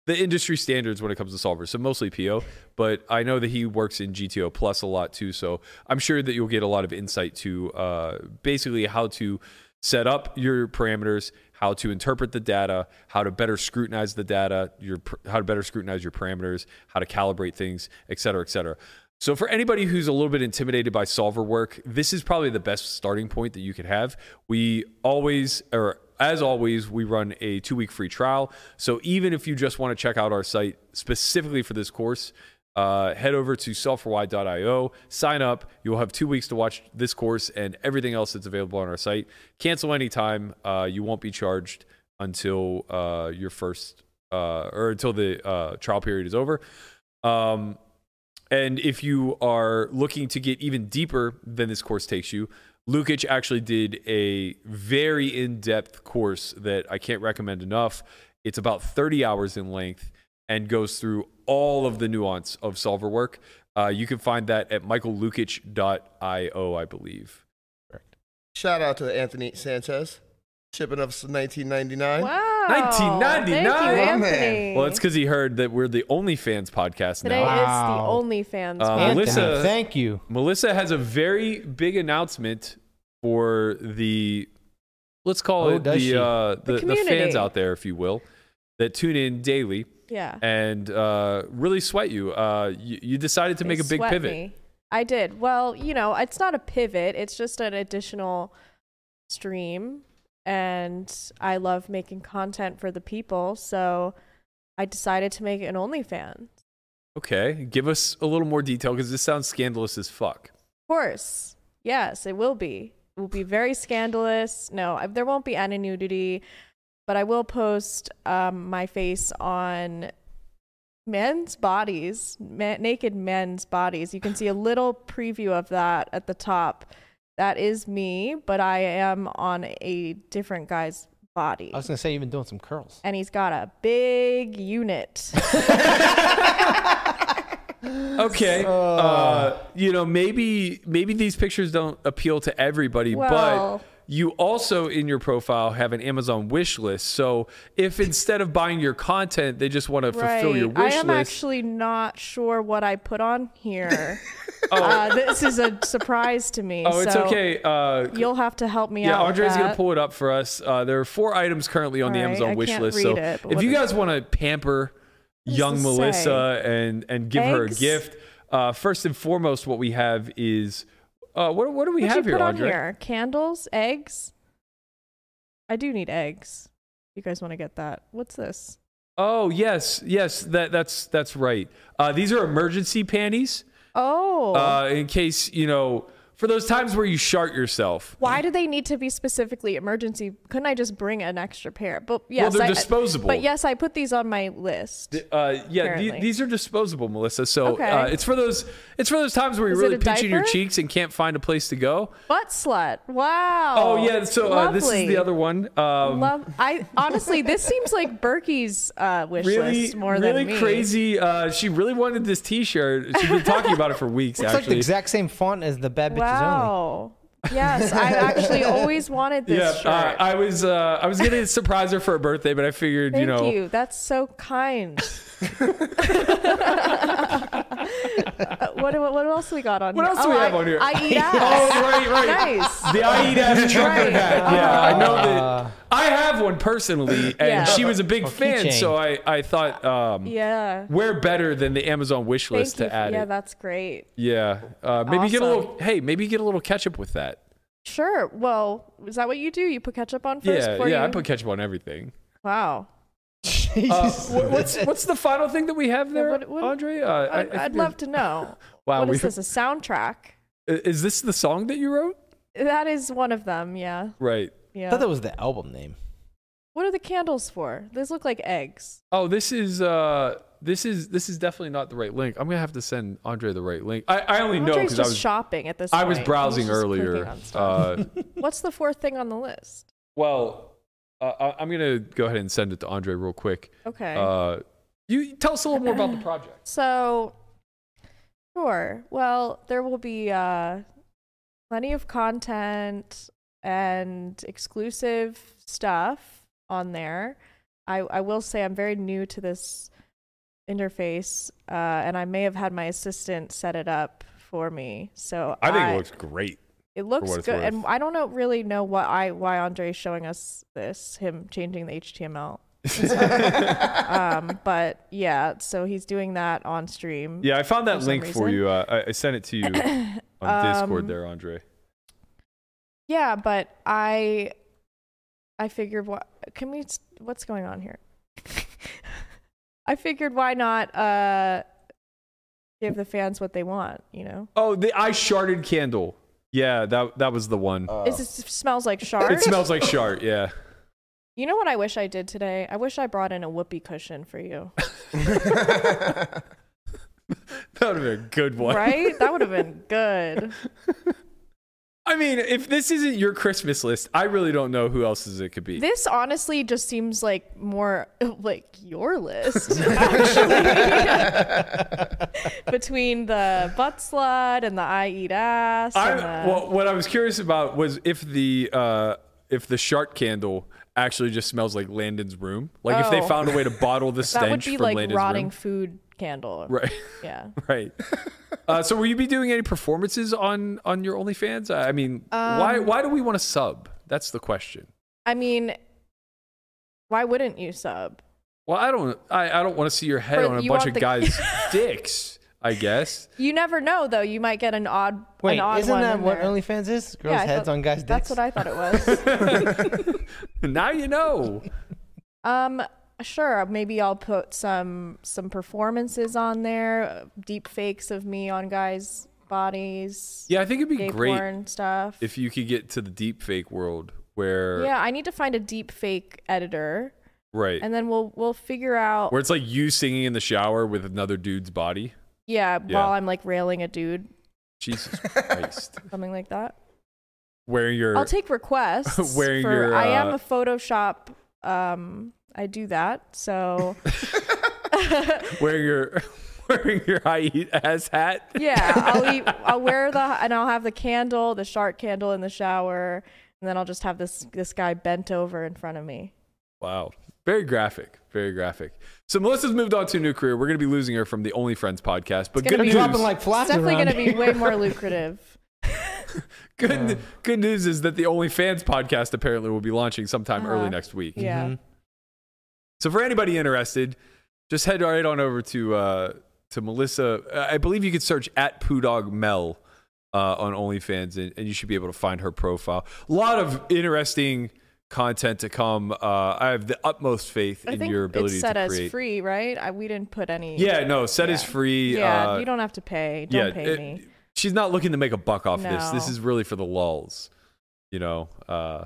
B: the industry standards when it comes to solvers. So mostly PO, but I know that he works in GTO Plus a lot too. So I'm sure that you'll get a lot of insight to uh, basically how to set up your parameters, how to interpret the data, how to better scrutinize the data, your pr- how to better scrutinize your parameters, how to calibrate things, et cetera, et cetera. So for anybody who's a little bit intimidated by solver work, this is probably the best starting point that you could have. We always or as always, we run a two week free trial. So even if you just want to check out our site specifically for this course, uh, head over to selfrewide.io, sign up. You'll have two weeks to watch this course and everything else that's available on our site. Cancel anytime. Uh, you won't be charged until uh, your first uh, or until the uh, trial period is over. Um, and if you are looking to get even deeper than this course takes you, Lukic actually did a very in depth course that I can't recommend enough. It's about 30 hours in length and goes through all of the nuance of solver work. Uh, you can find that at michaellukic.io, I believe.
E: Shout out to Anthony Sanchez, shipping us 1999.
D: Wow.
B: 1999.
D: Thank you,
E: My man.
D: Anthony.
B: Well, it's because he heard that we're the OnlyFans podcast
D: Today
B: now.
C: Wow.
D: is the OnlyFans.
B: Uh,
D: podcast.
C: Anthony,
B: Melissa-
C: thank you.
B: Melissa has a very big announcement for the let's call
C: Oh,
B: it
C: does she?
B: the, uh, the the fans
D: community.
B: out there, if you will, that tune in daily
D: yeah.
B: and uh, really sweat you. Uh, you. You decided to
D: They
B: make a big
D: sweat
B: pivot.
D: me. I did. Well, you know, it's not a pivot, it's just an additional stream. And I love making content for the people. So I decided to make an OnlyFans. Of
B: Okay, give us a little more detail because this sounds scandalous as fuck.
D: course. Yes, it will be. It will be very scandalous. No, I, there won't be any nudity, but I will post um, my face on men's bodies, ma naked men's bodies. You can see a little preview of that at the top. That is me, but I am on a different guy's body.
C: I was gonna say you've been doing some curls.
D: And he's got a big unit.
B: Okay, uh, you know maybe maybe these pictures don't appeal to everybody,
D: Well-
B: but. You also in your profile have an Amazon wish list. So if instead of buying your content, they just want to fulfill your wish
D: I am
B: list,
D: actually not sure what I put on here. uh, this is a surprise to me.
B: Oh, it's
D: so
B: okay. Uh,
D: You'll have to help me
B: yeah,
D: out. with
B: Andre's gonna
D: that.
B: pull it up for us. Uh, there are four items currently on the
D: All right,
B: Amazon
D: I
B: wish
D: can't
B: list.
D: read
B: So
D: it, but
B: if
D: what
B: you
D: does
B: guys want to pamper
D: does
B: young
D: this
B: Melissa and and give her a
D: Eggs?
B: gift, uh, first and foremost, what we have is uh, what what do we
D: What'd
B: have
D: you
B: here,
D: put
B: Andre?
D: on here? Candles, eggs. I do need eggs. You guys want to get that? What's this?
B: Oh yes, yes, that that's that's right. Uh, these are emergency panties
D: Oh.
B: uh, in case you know for those times where you shart yourself.
D: why do they need to be specifically emergency? Couldn't I just bring an extra pair? But yes,
B: they're
D: I- I-
B: disposable.
D: But yes, I put these on my list.
B: Uh, yeah, the,
D: Apparently.
B: these are disposable, Melissa. So uh,
D: Okay.
B: it's for those it's for those times where you're
D: Is it
B: really
D: a
B: pinching your
D: diaper?
B: cheeks and can't find a place to go.
D: Butt slut. Wow.
B: Oh, yeah, so uh, this is
D: Lovely.
B: the other one. Um,
D: Love. I honestly, this seems like Berkey's uh, wish
B: really,
D: list more
B: really
D: than me.
B: crazy. Uh, she really wanted this T-shirt. She's been talking about it for weeks.
C: It's like the
B: actually,
C: exact same font as the Bad Bitches Only.
D: Wow. Yes, I actually always wanted this
B: yeah.
D: shirt.
B: Uh, I was uh, I was gonna surprise her for her birthday, but I figured
D: Thank
B: you know
D: That's so kind. Uh, what, what what else we got on
B: What
D: here?
B: else do we
D: I,
B: have on here?
D: I eat
B: Oh,
D: ass.
B: right, right.
D: nice.
B: The Uh, I eat ass trucker
D: Right.
C: Uh,
B: hat. Yeah, I know that. Uh, I have one personally, and
D: Yeah.
B: she was a big
C: Oh,
B: fan,
C: keychain.
B: so I, I thought um,
D: Yeah.
B: we're better than the Amazon wish
D: Thank
B: list
D: you.
B: to add
D: yeah,
B: it.
D: that's great.
B: yeah, uh, maybe get a
D: Awesome.
B: little. Hey, maybe get a little ketchup with that.
D: Sure. Well, is that what you do? You put ketchup on first
B: yeah,
D: before
B: yeah.
D: you.
B: I put ketchup on everything.
D: wow.
B: Uh,
C: Jesus.
B: wh- what's what's the final thing that we have there,
D: what- what-
B: Andre? Uh, I- I
D: I'd,
B: think
D: I'd
B: we have-
D: love to know.
B: Wow,
D: what
B: we-
D: is this? A soundtrack?
B: Is this the song that you wrote?
D: That is one of them. Yeah.
B: Right.
C: I
D: Yeah.
C: thought that was the album name.
D: what are the candles for? These look like eggs.
B: Oh, this is uh, this is this is definitely not the right link. I'm gonna have to send Andre the right link. I, I only know
D: Andre's
B: because I
D: just
B: was
D: shopping at this.
B: I was
D: point. He's
B: browsing
D: just clicking
B: earlier.
D: on stuff.
B: Uh,
D: What's the fourth thing on the list?
B: well, uh, I- I'm gonna go ahead and send it to Andre real quick.
D: Okay.
B: Uh, you tell us a little more about the project.
D: So, sure. Well, there will be uh, plenty of content and exclusive stuff on there. I, I will say I'm very new to this interface, uh, and I may have had my assistant set it up for me. So
B: great.
D: it looks
B: what it's
D: good, and
B: worth.
D: I don't know really know why I why Andre's showing us this him changing the HTML.
E: Uh,
D: um, but yeah, so he's doing that on stream.
B: Yeah, I found that
D: For some
B: link for
D: reason. Um,
B: you. Uh, I, I sent it to you on Discord there, Andre.
D: Yeah, but I I figured what can we s- what's going on here? I figured why not uh give the fans what they want, you know?
B: Oh, the I sharded candle. Yeah, that that was the one.
E: Uh,
D: Is this smells like shard?
B: it smells like shart. Yeah.
D: you know what I wish I did today? I wish I brought in a whoopee cushion for you.
B: That would have been a good one.
D: Right? That would have been good.
B: I mean, if this isn't your Christmas list, I really don't know who else's it could be.
D: This honestly just seems like more like your list, actually. Between the butt slut and the I eat ass.
B: I,
D: and the-
B: well, what I was curious about was if the uh, if the shart candle actually just smells like Landon's room. Like if they
D: Oh.
B: found a way to bottle the stench
D: that would be
B: from
D: like
B: Landon's
D: rotting
B: room.
D: food candle.
B: Right.
D: Yeah.
B: Right. Uh, so, will you be doing any performances on on your OnlyFans? I I mean, why
D: Um,
B: why do we want to sub? That's the question.
D: I mean, why wouldn't you sub?
B: Well, I don't I, I don't want to see your head
D: For-
B: on a
D: you
B: bunch of
D: want the-
B: guys' dicks. I guess.
D: You never know though. You might get an odd
C: Wait,
D: an odd
C: isn't
D: one
C: that
D: in
C: what
D: there.
C: OnlyFans is? Girls'
D: Yeah, I
C: heads
D: thought-
C: on guys'
D: That's
C: dicks.
D: what I thought it was.
B: now you know.
D: Um, sure. Maybe I'll put some some performances on there, uh, deep fakes of me on guys' bodies,
B: Yeah, I think it'd be
D: gay
B: great
D: porn stuff.
B: if you could get to the deep fake world where
D: yeah, I need to find a deep fake editor,
B: right
D: and then we'll we'll figure out.
B: where it's like you singing in the shower with another dude's body.
D: yeah,
B: Yeah.
D: while I'm like railing a dude,
B: Jesus Christ.
D: something like that.
B: Where you're
D: I'll take requests.
B: Wearing
D: for,
B: your,
D: I am
B: uh,
D: a Photoshop. Um, I do that. So
B: wearing your wearing your high ass hat.
D: yeah, I'll eat, I'll wear the and I'll have the candle, the shark candle in the shower, and then I'll just have this this guy bent over in front of me.
B: Wow. Very graphic. Very graphic. So Melissa's moved on to a new career. We're going to be losing her from the Only Friends podcast. But
D: It's gonna
B: good
D: be
B: news,
C: Dropping like
D: It's
C: flies
D: definitely
C: around
D: going to be
C: here.
D: way more lucrative.
B: good, good news is that the Only Fans podcast apparently will be launching sometime early
D: Uh-huh.
B: next week.
D: Yeah.
C: Mhm.
B: So for anybody interested, just head right on over to uh, to Melissa. I I believe you could search at Poodog Mel uh, on OnlyFans, and, and you should be able to find her profile. A lot of interesting content to come. Uh, I have the utmost faith
D: I
B: in
D: think
B: your ability
D: it's set
B: to
D: as
B: create.
D: free, right? I, we didn't put any.
B: Yeah, no, set is
D: Yeah.
B: free.
D: Yeah,
B: uh,
D: you don't have to pay. Don't
B: yeah,
D: pay
B: it-
D: me.
B: She's not looking to make a buck off this. This
D: No.
B: is really for the lulls. You know, uh,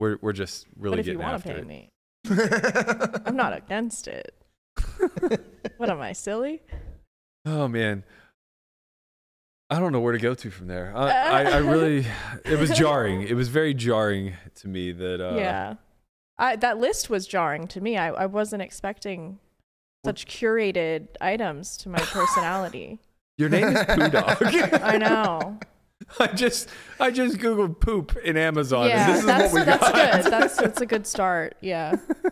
B: we're we're just really
D: But if you
B: getting
D: want to
B: after
D: pay
B: it.
D: me, I'm not against it. what am I silly?
B: Oh man. I don't know where to go to from there. I, I, I really, it was jarring. It was very jarring to me that. Uh,
D: yeah I, that list was jarring to me I, I wasn't expecting such curated items to my personality
B: Your name is Poo Dog.
D: i know
B: I just, I just googled poop in Amazon, and
D: yeah
B: this is
D: that's,
B: what we
D: that's
B: got.
D: good that's, that's a good start yeah i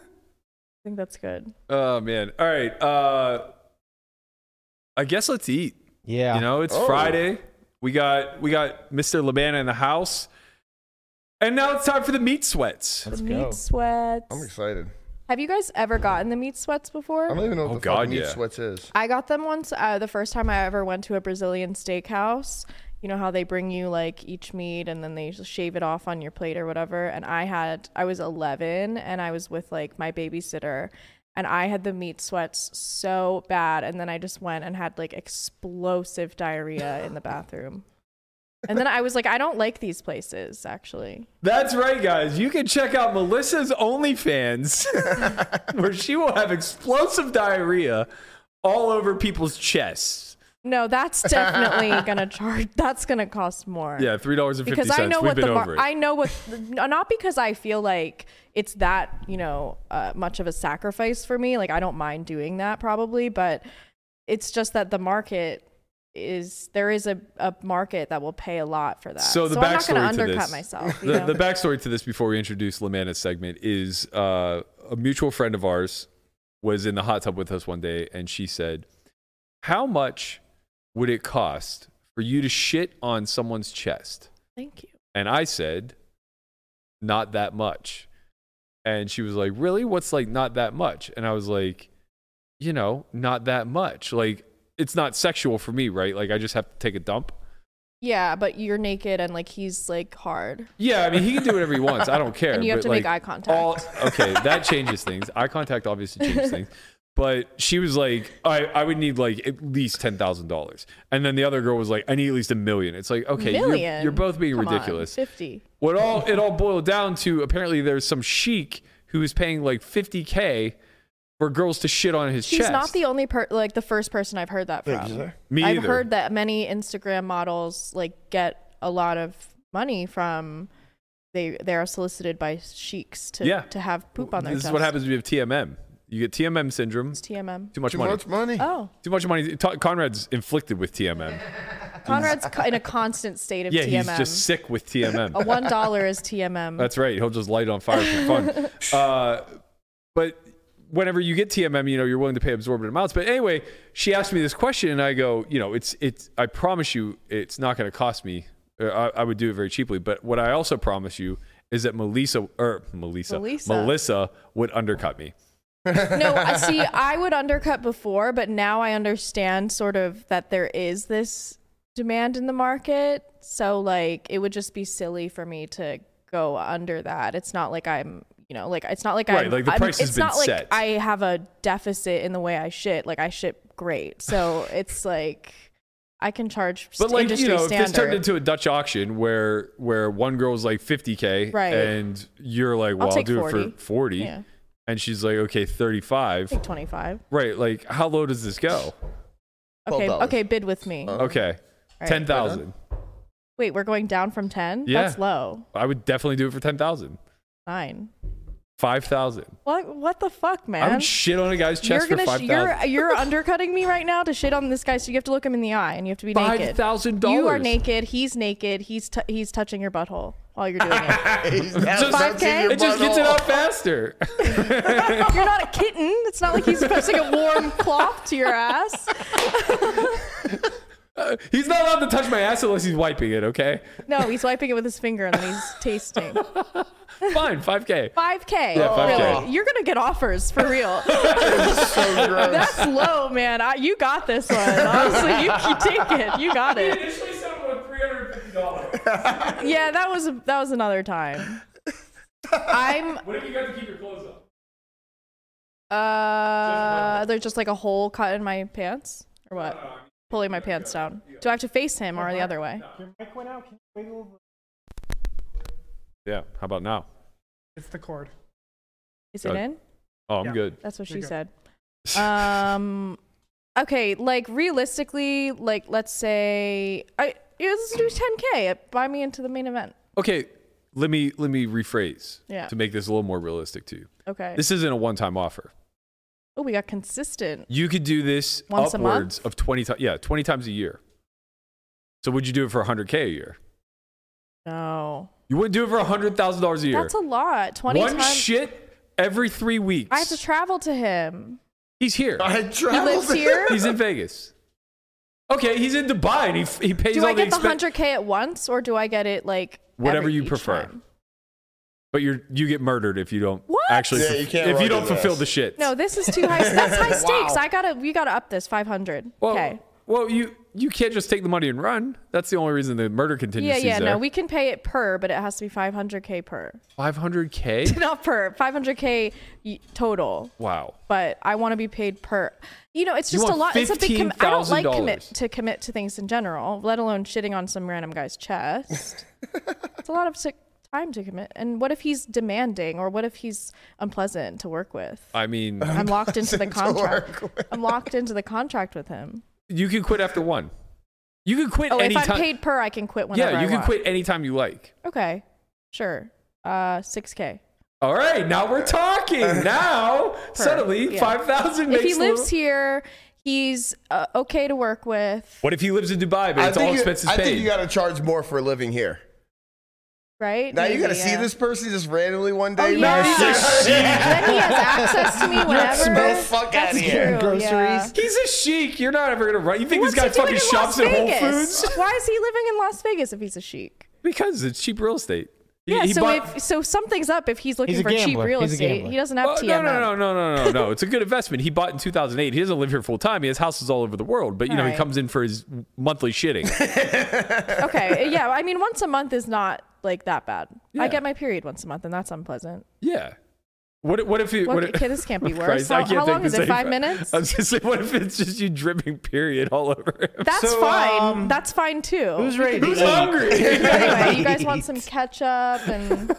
D: think that's good
B: Oh man. All right. Uh, I guess let's eat.
C: Yeah.
B: You know, it's
E: Oh.
B: Friday. We got we got Mr. Labana in the house. And now it's time for the meat sweats.
C: Let's
D: the
C: go.
D: meat sweats.
E: I'm excited.
D: Have you guys ever gotten the meat sweats
E: I
D: before?
E: don't even know what
B: Oh,
E: the
B: God,
E: fuck meat
B: yeah.
E: sweats is.
D: I got them once uh, the first time I ever went to a Brazilian steakhouse. You know how they bring you like each meat and then they just shave it off on your plate or whatever. And I had, I was 11 and I was with like my babysitter and I had the meat sweats so bad. And then I just went and had like explosive diarrhea in the bathroom. And then I was like, I don't like these places actually.
B: That's right, guys. You can check out Melissa's OnlyFans, where she will have explosive diarrhea all over people's chests.
D: No, that's definitely gonna charge, that's gonna cost more.
B: Yeah, three dollars and fifty
D: because
B: cents.
D: I know
B: We've
D: what
B: been
D: the mar-
B: over it.
D: I know what not because I feel like it's that you know uh, much of a sacrifice for me. Like I don't mind doing that probably, but it's just that the market is there is a, a market that will pay a lot for that.
B: So the
D: I'm not
B: backstory
D: going to
B: to
D: undercut
B: this-
D: myself. You
B: the,
D: know?
B: the backstory to this before we introduce Lamanna's segment is uh, a mutual friend of ours was in the hot tub with us one day and she said, How much would it cost for you to shit on someone's chest?
D: Thank you.
B: And I said, Not that much. And she was like, Really? What's like not that much? And I was like, You know, not that much. Like, it's not sexual for me, right? Like, I just have to take a dump.
D: Yeah, but you're naked and like he's like hard.
B: Yeah, I mean, he can do whatever he wants. I don't care.
D: And you have
B: but,
D: to make
B: like,
D: eye contact.
B: all- okay, that changes things. Eye contact obviously changes things. But she was like, I, I would need like at least ten thousand dollars, and then the other girl was like, I need at least a million. It's like, okay, you're,
D: 1000000
B: you're both being
D: Come on,
B: ridiculous.
D: Fifty.
B: What all it all boiled down to? Apparently, there's some sheik who is paying like fifty k for girls to shit on his
D: She's
B: chest.
D: not the only per like the first person I've heard that from.
B: Me
D: I've
B: either.
D: heard that many Instagram models like get a lot of money from they they are solicited by sheiks to
B: Yeah.
D: to have poop on their
B: This is
D: chest.
B: what happens if you have TMM. You get TMM syndrome.
D: It's TMM.
B: Too much
E: Too
B: money.
E: much money.
D: Oh,
B: Too much money. Ta- Conrad's inflicted with TMM.
D: Conrad's co- in a constant state of
B: Yeah,
D: TMM.
B: he's just sick with
D: a
B: TMM.
D: one dollar is TMM.
B: That's right. He'll just light on fire for fun. Uh, but whenever you get TMM, you know you're willing to pay absorbent amounts. But anyway, she asked me this question, and I go, you know, it's it's. I promise you, it's not going to cost me. Uh, I, I would do it very cheaply. But what I also promise you is that Melissa or Melissa
D: Melissa.
B: Melissa would undercut me.
D: no, I see. I would undercut before, but now I understand sort of that there is this demand in the market. So like, it would just be silly for me to go under that. It's not like I'm, you know, like it's not like
B: Right,
D: I'm.
B: like, the
D: I'm-
B: price has
D: it's
B: been
D: not
B: set.
D: like I have a deficit in the way I shit. Like I shit great, so it's like I can charge.
B: But like
D: industry
B: you know,
D: standard.
B: if this turned into a Dutch auction where where one girl's like 50k,
D: Right.
B: and you're like, well, I'll,
D: take
B: do
D: 40.
B: it for 40,
D: yeah,
B: and she's like, okay, 35.
D: like twenty five.
B: Right, like how low does this go?
D: Okay,
E: $12.
D: okay, bid with me.
E: Uh,
B: Okay,
D: All right.
B: ten thousand.
D: Wait, we're going down from ten.
B: Yeah.
D: That's low.
B: I would definitely do it for ten thousand.
D: Nine.
B: Five thousand.
D: What? What the fuck, man?
B: I would shit on a guy's chest
D: you're
B: for
D: gonna
B: five
D: sh- you're
B: thousand.
D: you're undercutting me right now to shit on this guy. So you have to look him in the eye and you have to be
B: Five
D: naked.
B: thousand dollars.
D: You are naked. He's naked. He's t- he's touching your butthole while you're doing it.
B: Just-
D: 5K?
B: It just gets it out faster.
D: you're not a kitten. It's not like he's pressing a warm cloth to your ass.
B: he's not allowed to touch my ass unless he's wiping it. Okay,
D: No, he's wiping it with his finger and then he's tasting.
B: fine, five k.
D: 5K.
B: Yeah, 5K.
D: Really? You're gonna get offers for real.
E: so gross.
D: That's low, man. I, you got this one. Honestly, you, you take it. You got it.
B: Initially, someone with three hundred fifty dollars.
D: Yeah, that was that was another time. I'm
B: What if you got to keep your clothes on?
D: Uh, there's just like a hole cut in my pants, or
B: Uh,
D: what? Pulling my pants down. Do I have to face him or the other way?
F: Your mic went out. Can you wiggle? the-
B: Yeah. How about now?
F: It's the cord.
D: Is it
B: Uh,
D: in?
B: Oh, I'm
F: Yeah.
B: good.
D: That's what
F: There
D: she
F: you
D: said. Um, okay, like realistically, like let's say I yeah, let's do 10k. Buy me into the main event.
B: Okay, let me let me rephrase
D: Yeah.
B: to make this a little more realistic to you.
D: Okay.
B: This isn't a one-time offer.
D: Oh, we got consistent.
B: You could do this
D: Once a month?
B: upwards of 20 times. Yeah, 20 times a year. So would you do it for 100K a year?
D: No,
B: You wouldn't do it for $100,000 a year.
D: that's a lot. 20
B: One
D: times.
B: shit every three weeks.
D: I have to travel to him.
B: he's here.
E: I
D: He
E: traveled.
D: lives here.
B: He's in Vegas. Okay, he's in Dubai and he, f- he pays
D: Do
B: all
D: I get
B: the
D: the
B: expenses.
D: 100k at once, or do I get it like
B: Whatever
D: every-
B: you
D: each
B: prefer.
D: time?
B: But you're you get murdered if you don't
D: What?
B: actually
E: Yeah,
B: fulf-
E: you can't
B: if
E: run
B: you don't
E: his
B: fulfill
E: ass.
B: the shit.
D: No, this is too high. That's high stakes. I gotta, we gotta up this 500.
B: Well,
D: okay.
B: well, you you can't just take the money and run. That's the only reason the murder
D: Yeah,
B: contingency is
D: yeah.
B: there.
D: No, we can pay it per, but it has to be 500k per,
B: 500k.
D: not per 500k y- total.
B: Wow.
D: But I want to be paid per. You know, it's
B: You
D: just a
B: want
D: lot. It's a big. Com- I don't like commit
B: $15,000.
D: to commit to things in general, let alone shitting on some random guy's chest. it's a lot of sick time to commit. And what if he's demanding, or what if he's unpleasant to work with?
B: I mean,
D: I'm locked into the
E: to work
D: contract. I'm locked into the contract with him.
B: you can quit after one. You can quit
D: Oh,
B: any
D: if I'm
B: time.
D: paid per, I can quit whenever.
B: yeah, you
D: I
B: can
D: want.
B: quit anytime you like.
D: Okay, sure. Uh, six k.
B: All right, now we're talking. Now suddenly
D: yeah.
B: five thousand makes.
D: If he
B: a
D: lives
B: little-
D: here, he's uh, okay to work with,
B: What if he lives in Dubai, but
E: I
B: it's all
E: think you,
B: expenses
E: I
B: paid?
E: think you got to charge more for living here.
D: right?
E: Now you
D: Maybe,
E: got to see
D: yeah.
E: this person just randomly one
D: Oh
E: day.
D: yeah.
B: sheik.
D: then he has access to me whenever.
E: smell fuck
D: That's
E: outta here.
D: true, yeah.
C: Groceries.
B: He's a chic. You're not ever gonna run. You think
D: What's
B: this guy
D: he doing
B: fucking
D: in
B: shops
D: Las
B: at Whole
D: Vegas?
B: Foods?
D: Why is he living in Las Vegas if he's a chic?
B: Because it's cheap real estate. He-
D: Yeah,
B: he
D: so
B: bought-
D: if so something's up if he's looking
C: He's a
D: for cheap
C: gambler.
D: real
C: He's a
D: estate.
C: gambler.
D: He doesn't have
B: Well,
D: TMM.
B: Oh, no, no, no, no, no, no, no. It's a good investment. He bought in 2008. He doesn't live here full time. He has houses all over the world, but you know he
D: Right.
B: comes in for his monthly shitting.
D: Okay, yeah, I mean once a month is not like that bad.
B: Yeah.
D: I get my period once a month and that's unpleasant.
B: yeah. What? What if he?
D: What-
B: What, if-
D: okay, this can't be worse.
B: Christ, I
D: How-
B: can't
D: how
B: think
D: long
B: the
D: is it?
B: same-
D: Five minutes?
B: I was just saying, what if it's just you dripping period all over him?
D: That's
C: So,
D: fine.
C: um,
D: that's fine too.
C: Who's ready? to
B: Who's
C: eat?
B: hungry?
D: Oh. anyway, you guys want some ketchup and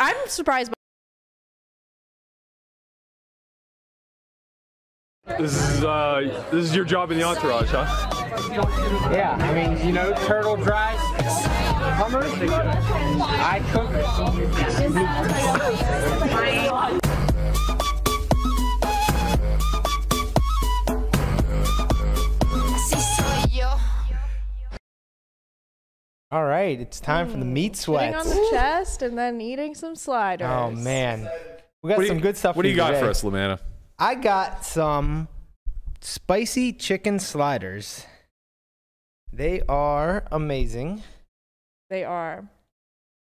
D: I'm surprised.
B: this is uh, this is your job in the entourage, huh?
G: Yeah, I mean, you know, turtle dry hummers. I cook
C: All right, it's time for the meat
D: Sitting on
C: sweats.
D: the chest and then eating some sliders.
C: Oh man, we
B: What
C: got
B: do you-
C: some good stuff.
B: What
C: for
B: do you got
C: today.
B: for us, Lamanna?
C: I got some spicy chicken sliders. They are amazing.
D: They are.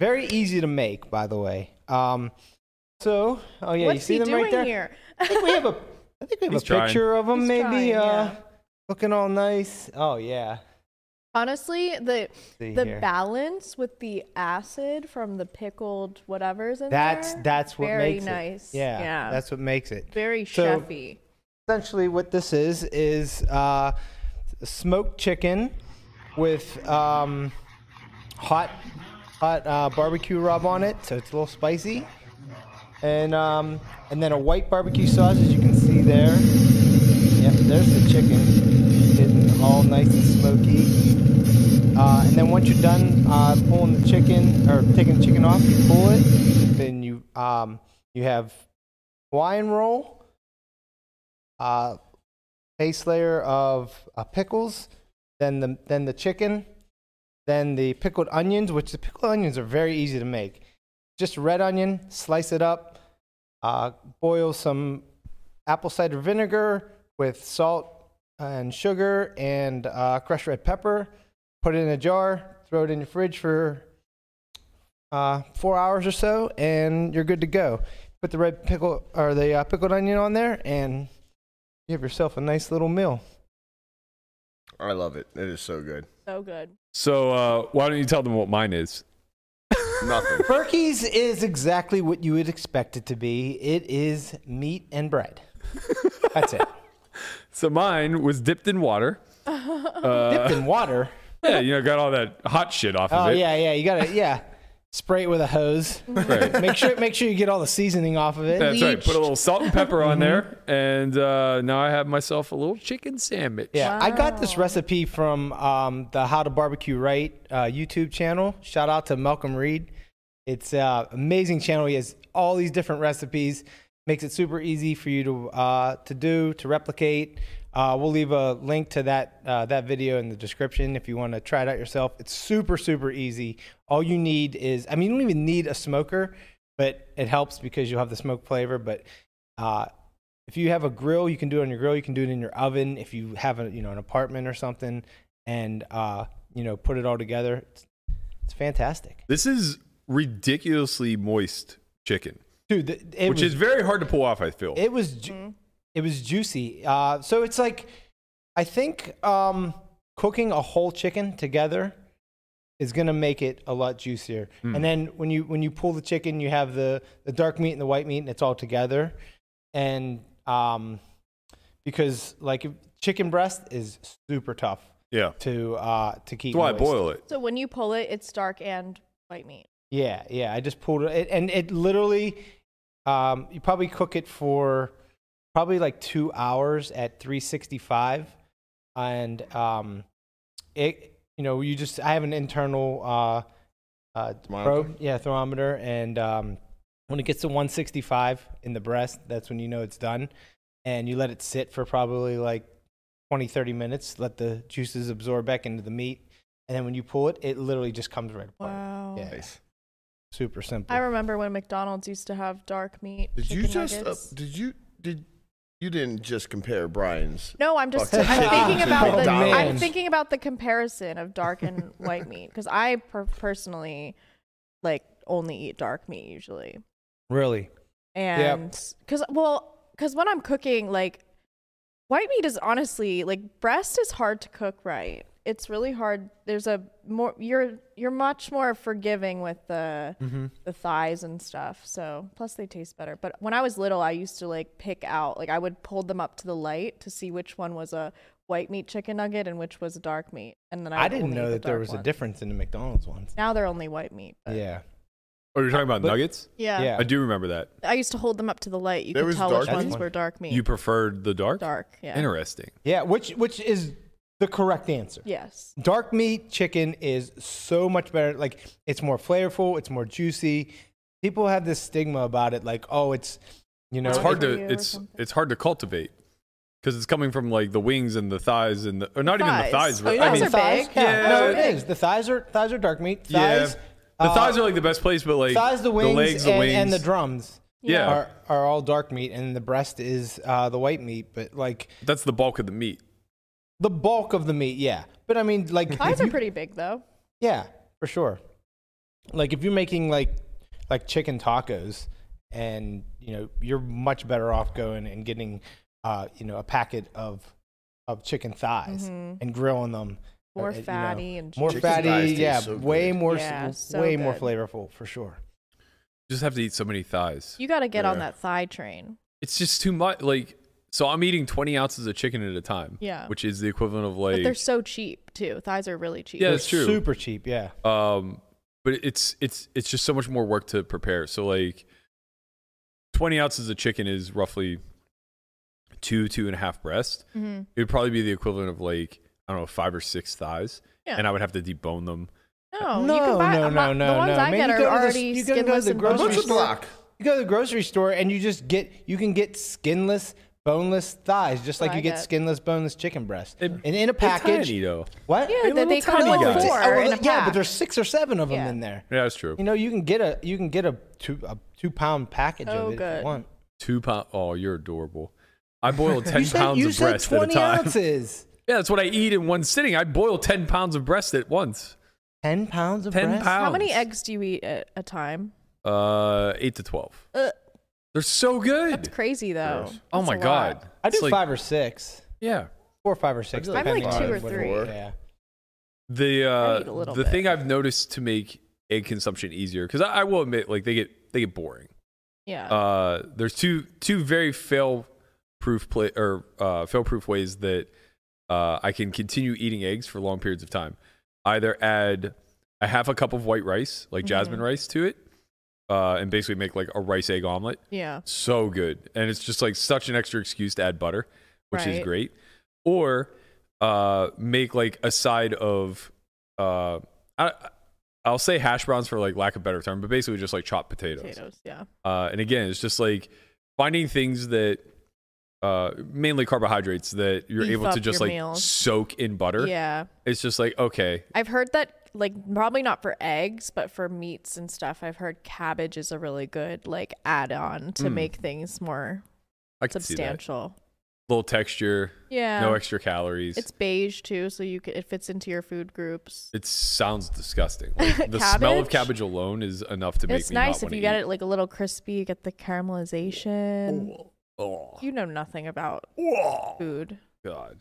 C: Very easy to make, by the way. Um, so, oh yeah, you
D: What's
C: see
D: he
C: them
D: doing
C: right there.
D: here?
C: I think we have a, I think we have
B: He's
C: a
B: trying.
C: picture of them,
D: He's
C: maybe
D: trying,
C: uh,
D: yeah.
C: looking all nice. Oh yeah,
D: Honestly, the
C: See
D: the
C: here.
D: balance with the acid from the pickled whatever's in
C: that's
D: there.
C: that's what
D: very
C: makes
D: nice.
C: it. Yeah,
D: yeah.
C: that's what makes it.
D: very
C: So-
D: chefy.
C: essentially what this is is uh, smoked chicken with um, hot hot uh, barbecue rub on it, so it's a little spicy, and um, and then a white barbecue sauce, as you can see there. Yep, there's the chicken, getting all nice and smoky. Uh, and then once you're done uh, pulling the chicken or taking the chicken off, you pull it. Then you um, you have Hawaiian roll, uh, base layer of uh, pickles, then the then the chicken, then the pickled onions, which the pickled onions are very easy to make. Just red onion, slice it up, uh, boil some apple cider vinegar with salt and sugar and uh, crushed red pepper. Put it in a jar, throw it in your fridge for uh, four hours or so, and you're good to go. Put the red pickle or the uh, pickled onion on there, and you have yourself a nice little meal.
E: I love it. It is so good.
D: So good.
B: So uh, why don't you tell them what mine is?
E: Nothing.
C: Berkey's is exactly what you would expect it to be. It is meat and bread. That's it.
B: So mine was dipped in water. Uh,
C: Dipped in water.
B: Yeah, you know, got all that hot shit off
C: Oh
B: of it.
C: yeah, yeah. You gotta yeah. Spray it with a hose.
B: Right.
C: Make sure make sure you get all the seasoning off of it.
B: That's right. Put a
C: Leach.
B: little salt and pepper on there,
C: Mm-hmm.
B: and uh, now I have myself a little chicken sandwich.
C: Yeah, I got this recipe from um, the How to Barbecue Right uh, YouTube channel. Shout out to Malcolm Reed. It's uh, amazing channel. He has all these different recipes. Makes it super easy for you to uh, to do to replicate. Uh, we'll leave a link to that uh, that video in the description if you want to try it out yourself. It's super super easy. All you need is I mean you don't even need a smoker, but it helps because you'll have the smoke flavor. But uh, if you have a grill, you can do it on your grill. You can do it in your oven. If you have a you know an apartment or something, and uh, you know put it all together, it's, it's fantastic.
B: This is ridiculously moist chicken,
C: dude. th- it
B: which
C: was,
B: is very hard to pull off. I feel.
C: it was ju- it was juicy. Uh, so it's like I think um, cooking a whole chicken together is gonna make it a lot juicier.
B: Hmm.
C: And then when you when you pull the chicken, you have the the dark meat and the white meat, and it's all together. And um, because like if- chicken breast is super tough
B: yeah.
C: to uh, to keep.
B: That's why I
C: moist.
B: boil it.
D: So when you pull it, it's dark and white meat.
C: Yeah, yeah. I just pulled it, it and it literally, um, you probably cook it for probably like two hours at 365, and um, it, you know, you just I have an internal uh, uh,
E: Thermometer?
C: probe, yeah, thermometer, and um, when it gets to 165 in the breast, that's when you know it's done, and you let it sit for probably like 20, 30 minutes, let the juices absorb back into the meat, and then when you pull it, it literally just comes right apart.
D: Wow.
C: Yeah.
E: Nice.
C: Super simple.
D: I remember when McDonald's used to have dark meat.
E: Did you
D: chicken
E: just? Uh,
D: nuggets.
E: did you? Did you didn't just compare Brian's?
D: No, I'm just
E: Fuck
D: I'm
E: that shit.
D: thinking about the
E: Oh, McDonald's.
D: I'm thinking about the comparison of dark and white meat because I per- personally like only eat dark meat usually,
C: really?
D: and because well because when I'm cooking like white meat is honestly like breast is hard to cook right. It's really hard. There's a more you're you're much more forgiving with the
C: Mm-hmm.
D: the thighs and stuff. So plus they taste better. But when I was little, I used to like pick out like I would hold them up to the light to see which one was a white meat chicken nugget and which was a dark meat. And then I,
C: I,
D: would
C: didn't
D: only eat
C: know
D: the
C: that there
D: dark
C: was a
D: ones.
C: difference in the McDonald's ones.
D: Now they're only white meat. But yeah.
C: Yeah.
B: Oh, you're talking about
C: But-
B: nuggets?
D: yeah,
C: Yeah.
B: I do remember that.
D: I used to hold them up to the light. You
E: There
D: could
E: was
D: tell
E: dark
D: which
C: meat?
D: ones were dark meat.
B: You preferred the dark?
D: dark. Yeah.
B: Interesting.
C: Yeah, which which is the correct answer.
D: Yes.
C: Dark meat chicken is so much better. Like it's more flavorful, it's more juicy. People have this stigma about it like, "Oh, it's you know,
B: It's
D: Oh,
B: hard
D: for you
B: to
D: or
B: it's
D: something.
B: it's hard to cultivate because it's coming from like the wings and the thighs and the or not even the
D: Thighs.
B: thighs.
D: Oh,
B: But,
D: yeah.
B: I
D: Thighs
B: mean,
D: are big.
C: Yeah,
B: Yeah.
C: no, it is. The thighs are thighs are dark meat. Thighs,
B: yeah, the thighs
C: uh,
B: are like the best place, but like
C: thighs, the wings,
B: legs, the
C: and,
B: wings,
C: and the drums
B: Yeah,
C: are, are all dark meat, and the breast is uh, the white meat. But like
B: that's the bulk of the meat.
C: the bulk of the meat, yeah. But I mean, like if
D: Thighs
C: you-
D: are pretty big though.
C: Yeah, for sure. Like if you're making like like chicken tacos and you know, you're much better off going and getting uh, you know, a packet of of chicken thighs and grilling them.
D: Mm-hmm. More
C: uh, you know,
D: fatty and
C: more
E: Chicken thighs
C: fatty,
E: taste
C: yeah,
E: so
C: way
E: good.
C: more s-
D: Yeah, so
C: way more
D: good.
C: flavorful for sure.
B: You just have to eat so many thighs.
D: You got to get on
E: Yeah.
D: that thigh train.
B: it's just too much. Like so, I'm eating 20 ounces of chicken at a time.
D: Yeah.
B: which is the equivalent of
D: But they're
B: like
D: so cheap too. Thighs are really cheap.
B: Yeah,
C: They're
B: it's true.
C: Super cheap, yeah.
B: um. But it's it's it's just so much more work to prepare. So like, 20 ounces of chicken is roughly two two and a half breasts.
D: Mhm.
B: It would probably be the equivalent of like I don't know five or six thighs,
D: Yeah.
B: and I would have to debone them.
D: No,
C: No,
D: you can buy,
C: no,
D: I'm
C: no,
D: not-
C: no,
D: The ones
C: no.
D: I
C: Man,
D: get
C: you go
D: are
C: to the-
D: already
C: you go to the
D: skinless and
C: grocery
D: boneless.
E: What's a
C: store.
E: block?
C: You go to the grocery store and you just get you can get skinless boneless thighs just
D: That's
C: like
D: what
C: you
D: I
C: get
D: get.
C: skinless boneless chicken breast.
B: It-
C: and in a
B: They're
C: package
B: tiny, though.
C: What?
D: Yeah, that they come
B: tiny
D: with
B: guys.
D: four
C: Oh, well,
D: in a
C: yeah,
D: pack.
C: but there's six or seven of them
D: Yeah.
C: in there.
B: Yeah, that's true.
C: You know, you can get a you can get a two a two pound package
D: Oh,
C: of it if
D: good.
C: you want.
B: Two pound. Oh, you're adorable. I boil ten
C: you said,
B: pounds
C: you
B: of
C: said
B: breast at a
C: twenty
B: time.
C: ounces.
B: Yeah, that's what I eat in one sitting. I boil ten pounds of breast at once.
C: Ten pounds of
B: Ten
C: breast.
B: pounds.
D: How many eggs do you eat at a time?
B: Uh, eight to twelve.
D: Uh,
B: They're so good.
D: that's crazy though.
E: Gross.
B: oh
D: That's
B: my
D: a
B: god.
D: lot.
C: I
B: It's
C: do
B: like-
C: five or six,
B: Yeah.
C: four, or five or six.
E: I do like
C: depending
D: five
C: on
D: or
C: what-
D: four.
C: Yeah.
B: The
D: eat a
B: uh,
D: little
B: the
D: bit.
B: thing I've noticed to make egg consumption easier because I, I will admit, like they get they get boring.
D: Yeah.
B: uh, there's two two very fail proof play or uh, fail proof ways that uh, I can continue eating eggs for long periods of time. Either add a half a cup of white rice, like
D: Mm-hmm.
B: jasmine rice, to it, uh, and basically make like a rice egg omelet.
D: yeah.
B: So good, and it's just like such an extra excuse to add butter, which is
D: Right.
B: great. Or uh, make like a side of uh, I, I'll say hash browns for like lack of better term, but basically just like chopped
D: Potatoes. Yeah.
B: uh, and again, it's just like finding things that uh, mainly carbohydrates that you're
D: Beef
B: able to
D: up
B: just
D: your
B: like
D: meals.
B: soak in butter.
D: Yeah.
B: It's just like okay,
D: I've heard that like probably not for eggs, but for meats and stuff. I've heard cabbage is a really good like add-on to make things more
B: Hmm. I can see that.
D: substantial.
B: little texture,
D: Yeah.
B: no extra calories.
D: It's beige too, so you c it fits into your food groups.
B: it sounds disgusting. Like, the smell of
D: Cabbage?
B: cabbage alone is enough to make
D: It's
B: me not
D: nice if
B: wanna
D: you get
B: eat.
D: it like a little crispy. You get the caramelization.
B: Oh,
D: You know nothing about food.
B: God.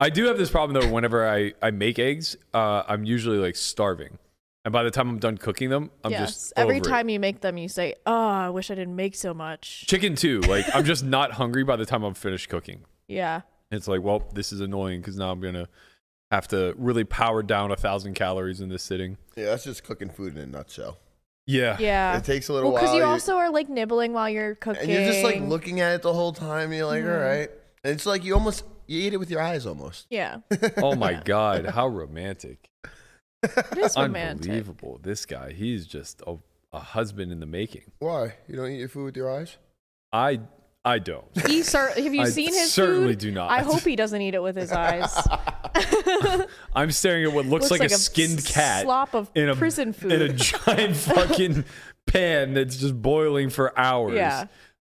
B: I do have this problem though. Whenever I, I make eggs, uh, I'm usually like starving, and by the time I'm done cooking them, I'm
D: yes.
B: just
D: Every
B: over it.
D: time you make them, you say, "Oh, I wish I didn't make so much."
B: chicken too. Like I'm just not hungry by the time I'm finished cooking.
D: Yeah.
B: It's like, well, this is annoying because now I'm gonna have to really power down a thousand calories in this sitting.
E: Yeah, that's just cooking food in a nutshell.
B: Yeah.
D: Yeah.
E: It takes a little
D: Well, because
E: while.
D: you
E: you-
D: also are like nibbling while you're cooking.
E: and you're just like looking at it the whole time. And you're
D: Mm-hmm.
E: like, all right. And it's like you almost you eat it with your eyes almost.
D: Yeah.
B: Oh my god, how romantic.
D: It is romantic.
B: Unbelievable. This guy, he's just a, a husband in the making.
E: Why? You don't eat your food with your eyes?
B: I I don't.
D: He cer- have you
B: I
D: seen his
B: certainly
D: food?
B: do not.
D: I hope he doesn't eat it with his eyes.
B: I'm staring at what looks,
D: Looks
B: like,
D: like
B: a
D: a
B: skinned
D: s-
B: cat
D: slop of
B: in a
D: prison
B: in a
D: food.
B: giant fucking pan that's just boiling for hours.
D: Yeah.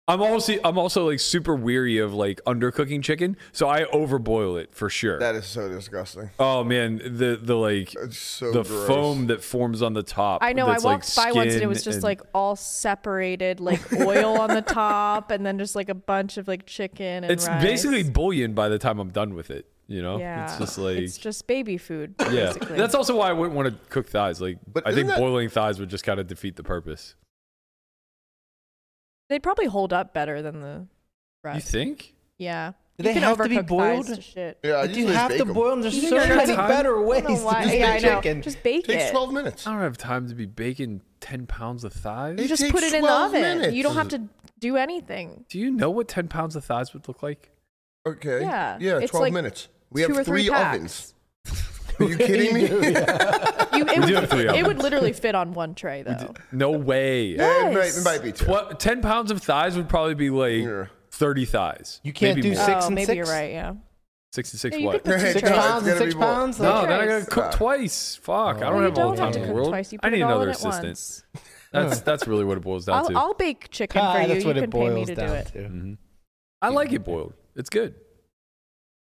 B: I'm also I'm also like super weary of like undercooking chicken, so I overboil it for sure.
E: That is so disgusting.
B: oh man, the the like
E: It's so
B: the
E: gross.
B: foam that forms on the top.
D: I know. I
B: that's,
D: walked
B: like,
D: by once and it
B: skin
D: was just
B: and-
D: like all separated, like oil on the top, and then just like a bunch of like chicken and
B: it's
D: rice.
B: basically bullion by the time I'm done with it. You know,
D: yeah.
B: it's just like
D: it's just baby food.
B: yeah.
D: Basically.
B: That's also why I wouldn't want to cook thighs. Like,
E: But
B: I think
E: isn't that-
B: boiling thighs would just kind of defeat the purpose.
D: They probably hold up better than the
B: You
D: breast.
B: think?
D: Yeah.
C: Do
D: you
C: they
D: can
C: have
D: overcook
C: to be boiled?
D: thighs to shit.
E: Yeah, I
C: But
E: usually
C: you have
E: bake
C: to
E: 'em.
C: boil them. There's
D: You
C: so
D: don't have
C: many
B: time.
C: better
D: I
C: ways
D: don't know
C: to
D: why.
C: do
D: Yeah, I know.
C: chicken.
D: Just bake
E: Takes
D: it.
E: 12 minutes.
C: Oh,
B: I don't have time to be baking ten pounds of thighs.
D: You
E: It
D: just
E: takes
D: put it in the
E: 12
D: oven.
E: minutes.
D: You don't have to do anything.
B: Do you know what ten pounds of thighs would look like?
E: Okay.
D: Yeah,
E: Yeah,
D: it's
E: 12
D: like
E: minutes. We
D: two
E: have
D: or three packs.
E: ovens. Are you kidding me?
D: You, it,
B: We do
D: would,
B: have three
D: it would
B: ovens.
D: literally fit on one tray though.
B: No way.
E: Yeah, it, might,
D: Yes.
E: it might be two.
B: Tw- ten pounds of thighs would probably be like
E: Yeah.
B: thirty thighs.
C: You can't
B: Maybe
C: do
B: more.
C: six
D: oh,
C: and
D: maybe
C: six?
D: you're right. Yeah.
B: six to six.
D: Yeah, you
B: what?
D: could put two
E: Hey,
D: trays.
C: Six
E: No, it's
C: pounds and
E: gonna
C: six
E: be more.
C: pounds.
B: No,
C: like-
B: then I gotta
D: Christ.
B: cook
E: Nah.
B: twice. Fuck, I
D: Well,
B: don't
D: you
B: have all
D: don't
B: the time
D: have to
B: in the
D: cook
B: world.
D: twice. You
B: I
D: put
B: need
D: it all
B: another
D: in at
B: assistant.
D: once.
B: That's that's really what it boils down
D: I'll,
B: to.
D: I'll bake chicken
C: Ah,
D: for you.
C: That's
D: You
C: what
D: can
C: it boils
D: pay me to do
C: down
D: it.
C: to.
B: Mhm. I like it boiled. It's good.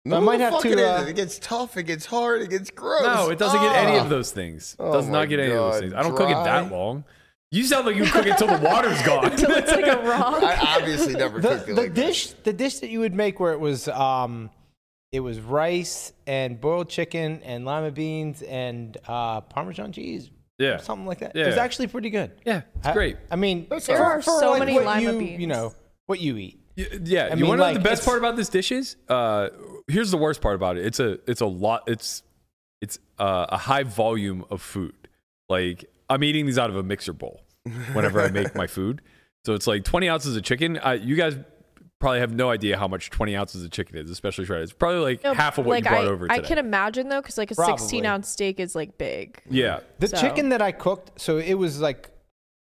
E: No,
C: I might
E: it
C: have to,
E: fucking is.
C: uh,
E: It gets tough. It gets hard. It gets gross.
B: No, it doesn't get any
E: Ah.
B: of those things. It
E: Oh
B: does
E: my
B: not get any of those
E: God,
B: things. I don't cook it that
E: dry.
B: long. You sound like you cook it till the water's gone.
D: Until it's like a rock.
E: I obviously never
C: the,
E: cooked
C: the
E: it like
C: dish the dish that you would make where it was um it was rice and boiled chicken and lima beans and uh parmesan cheese
B: yeah.
C: or something like that it was
B: Yeah.
C: actually pretty good
B: Yeah, it's
C: I-
B: great.
C: i mean
E: That's
C: for-
E: all right.
D: There are so
C: like,
D: many
C: what
D: lima
C: you,
D: beans.
C: you know what you eat
B: Y- Yeah,
C: I
B: you want
C: mean,
B: to know what
C: like,
B: the best
C: it's-
B: part about this dish is? Uh, here's the worst part about it. It's a it's a lot. It's it's uh, a high volume of food. Like I'm eating these out of a mixer bowl whenever I make my food. So it's like 20 ounces of chicken. Uh, you guys probably have no idea how much 20 ounces of chicken is, especially shredded. It's probably like
D: No,
B: half of what
D: like,
B: you brought
D: I,
B: over
D: I
B: today.
D: can imagine though, because like a
C: Probably.
D: 16 ounce steak is like big.
B: yeah,
C: the
D: So-
C: chicken that i cooked so it was like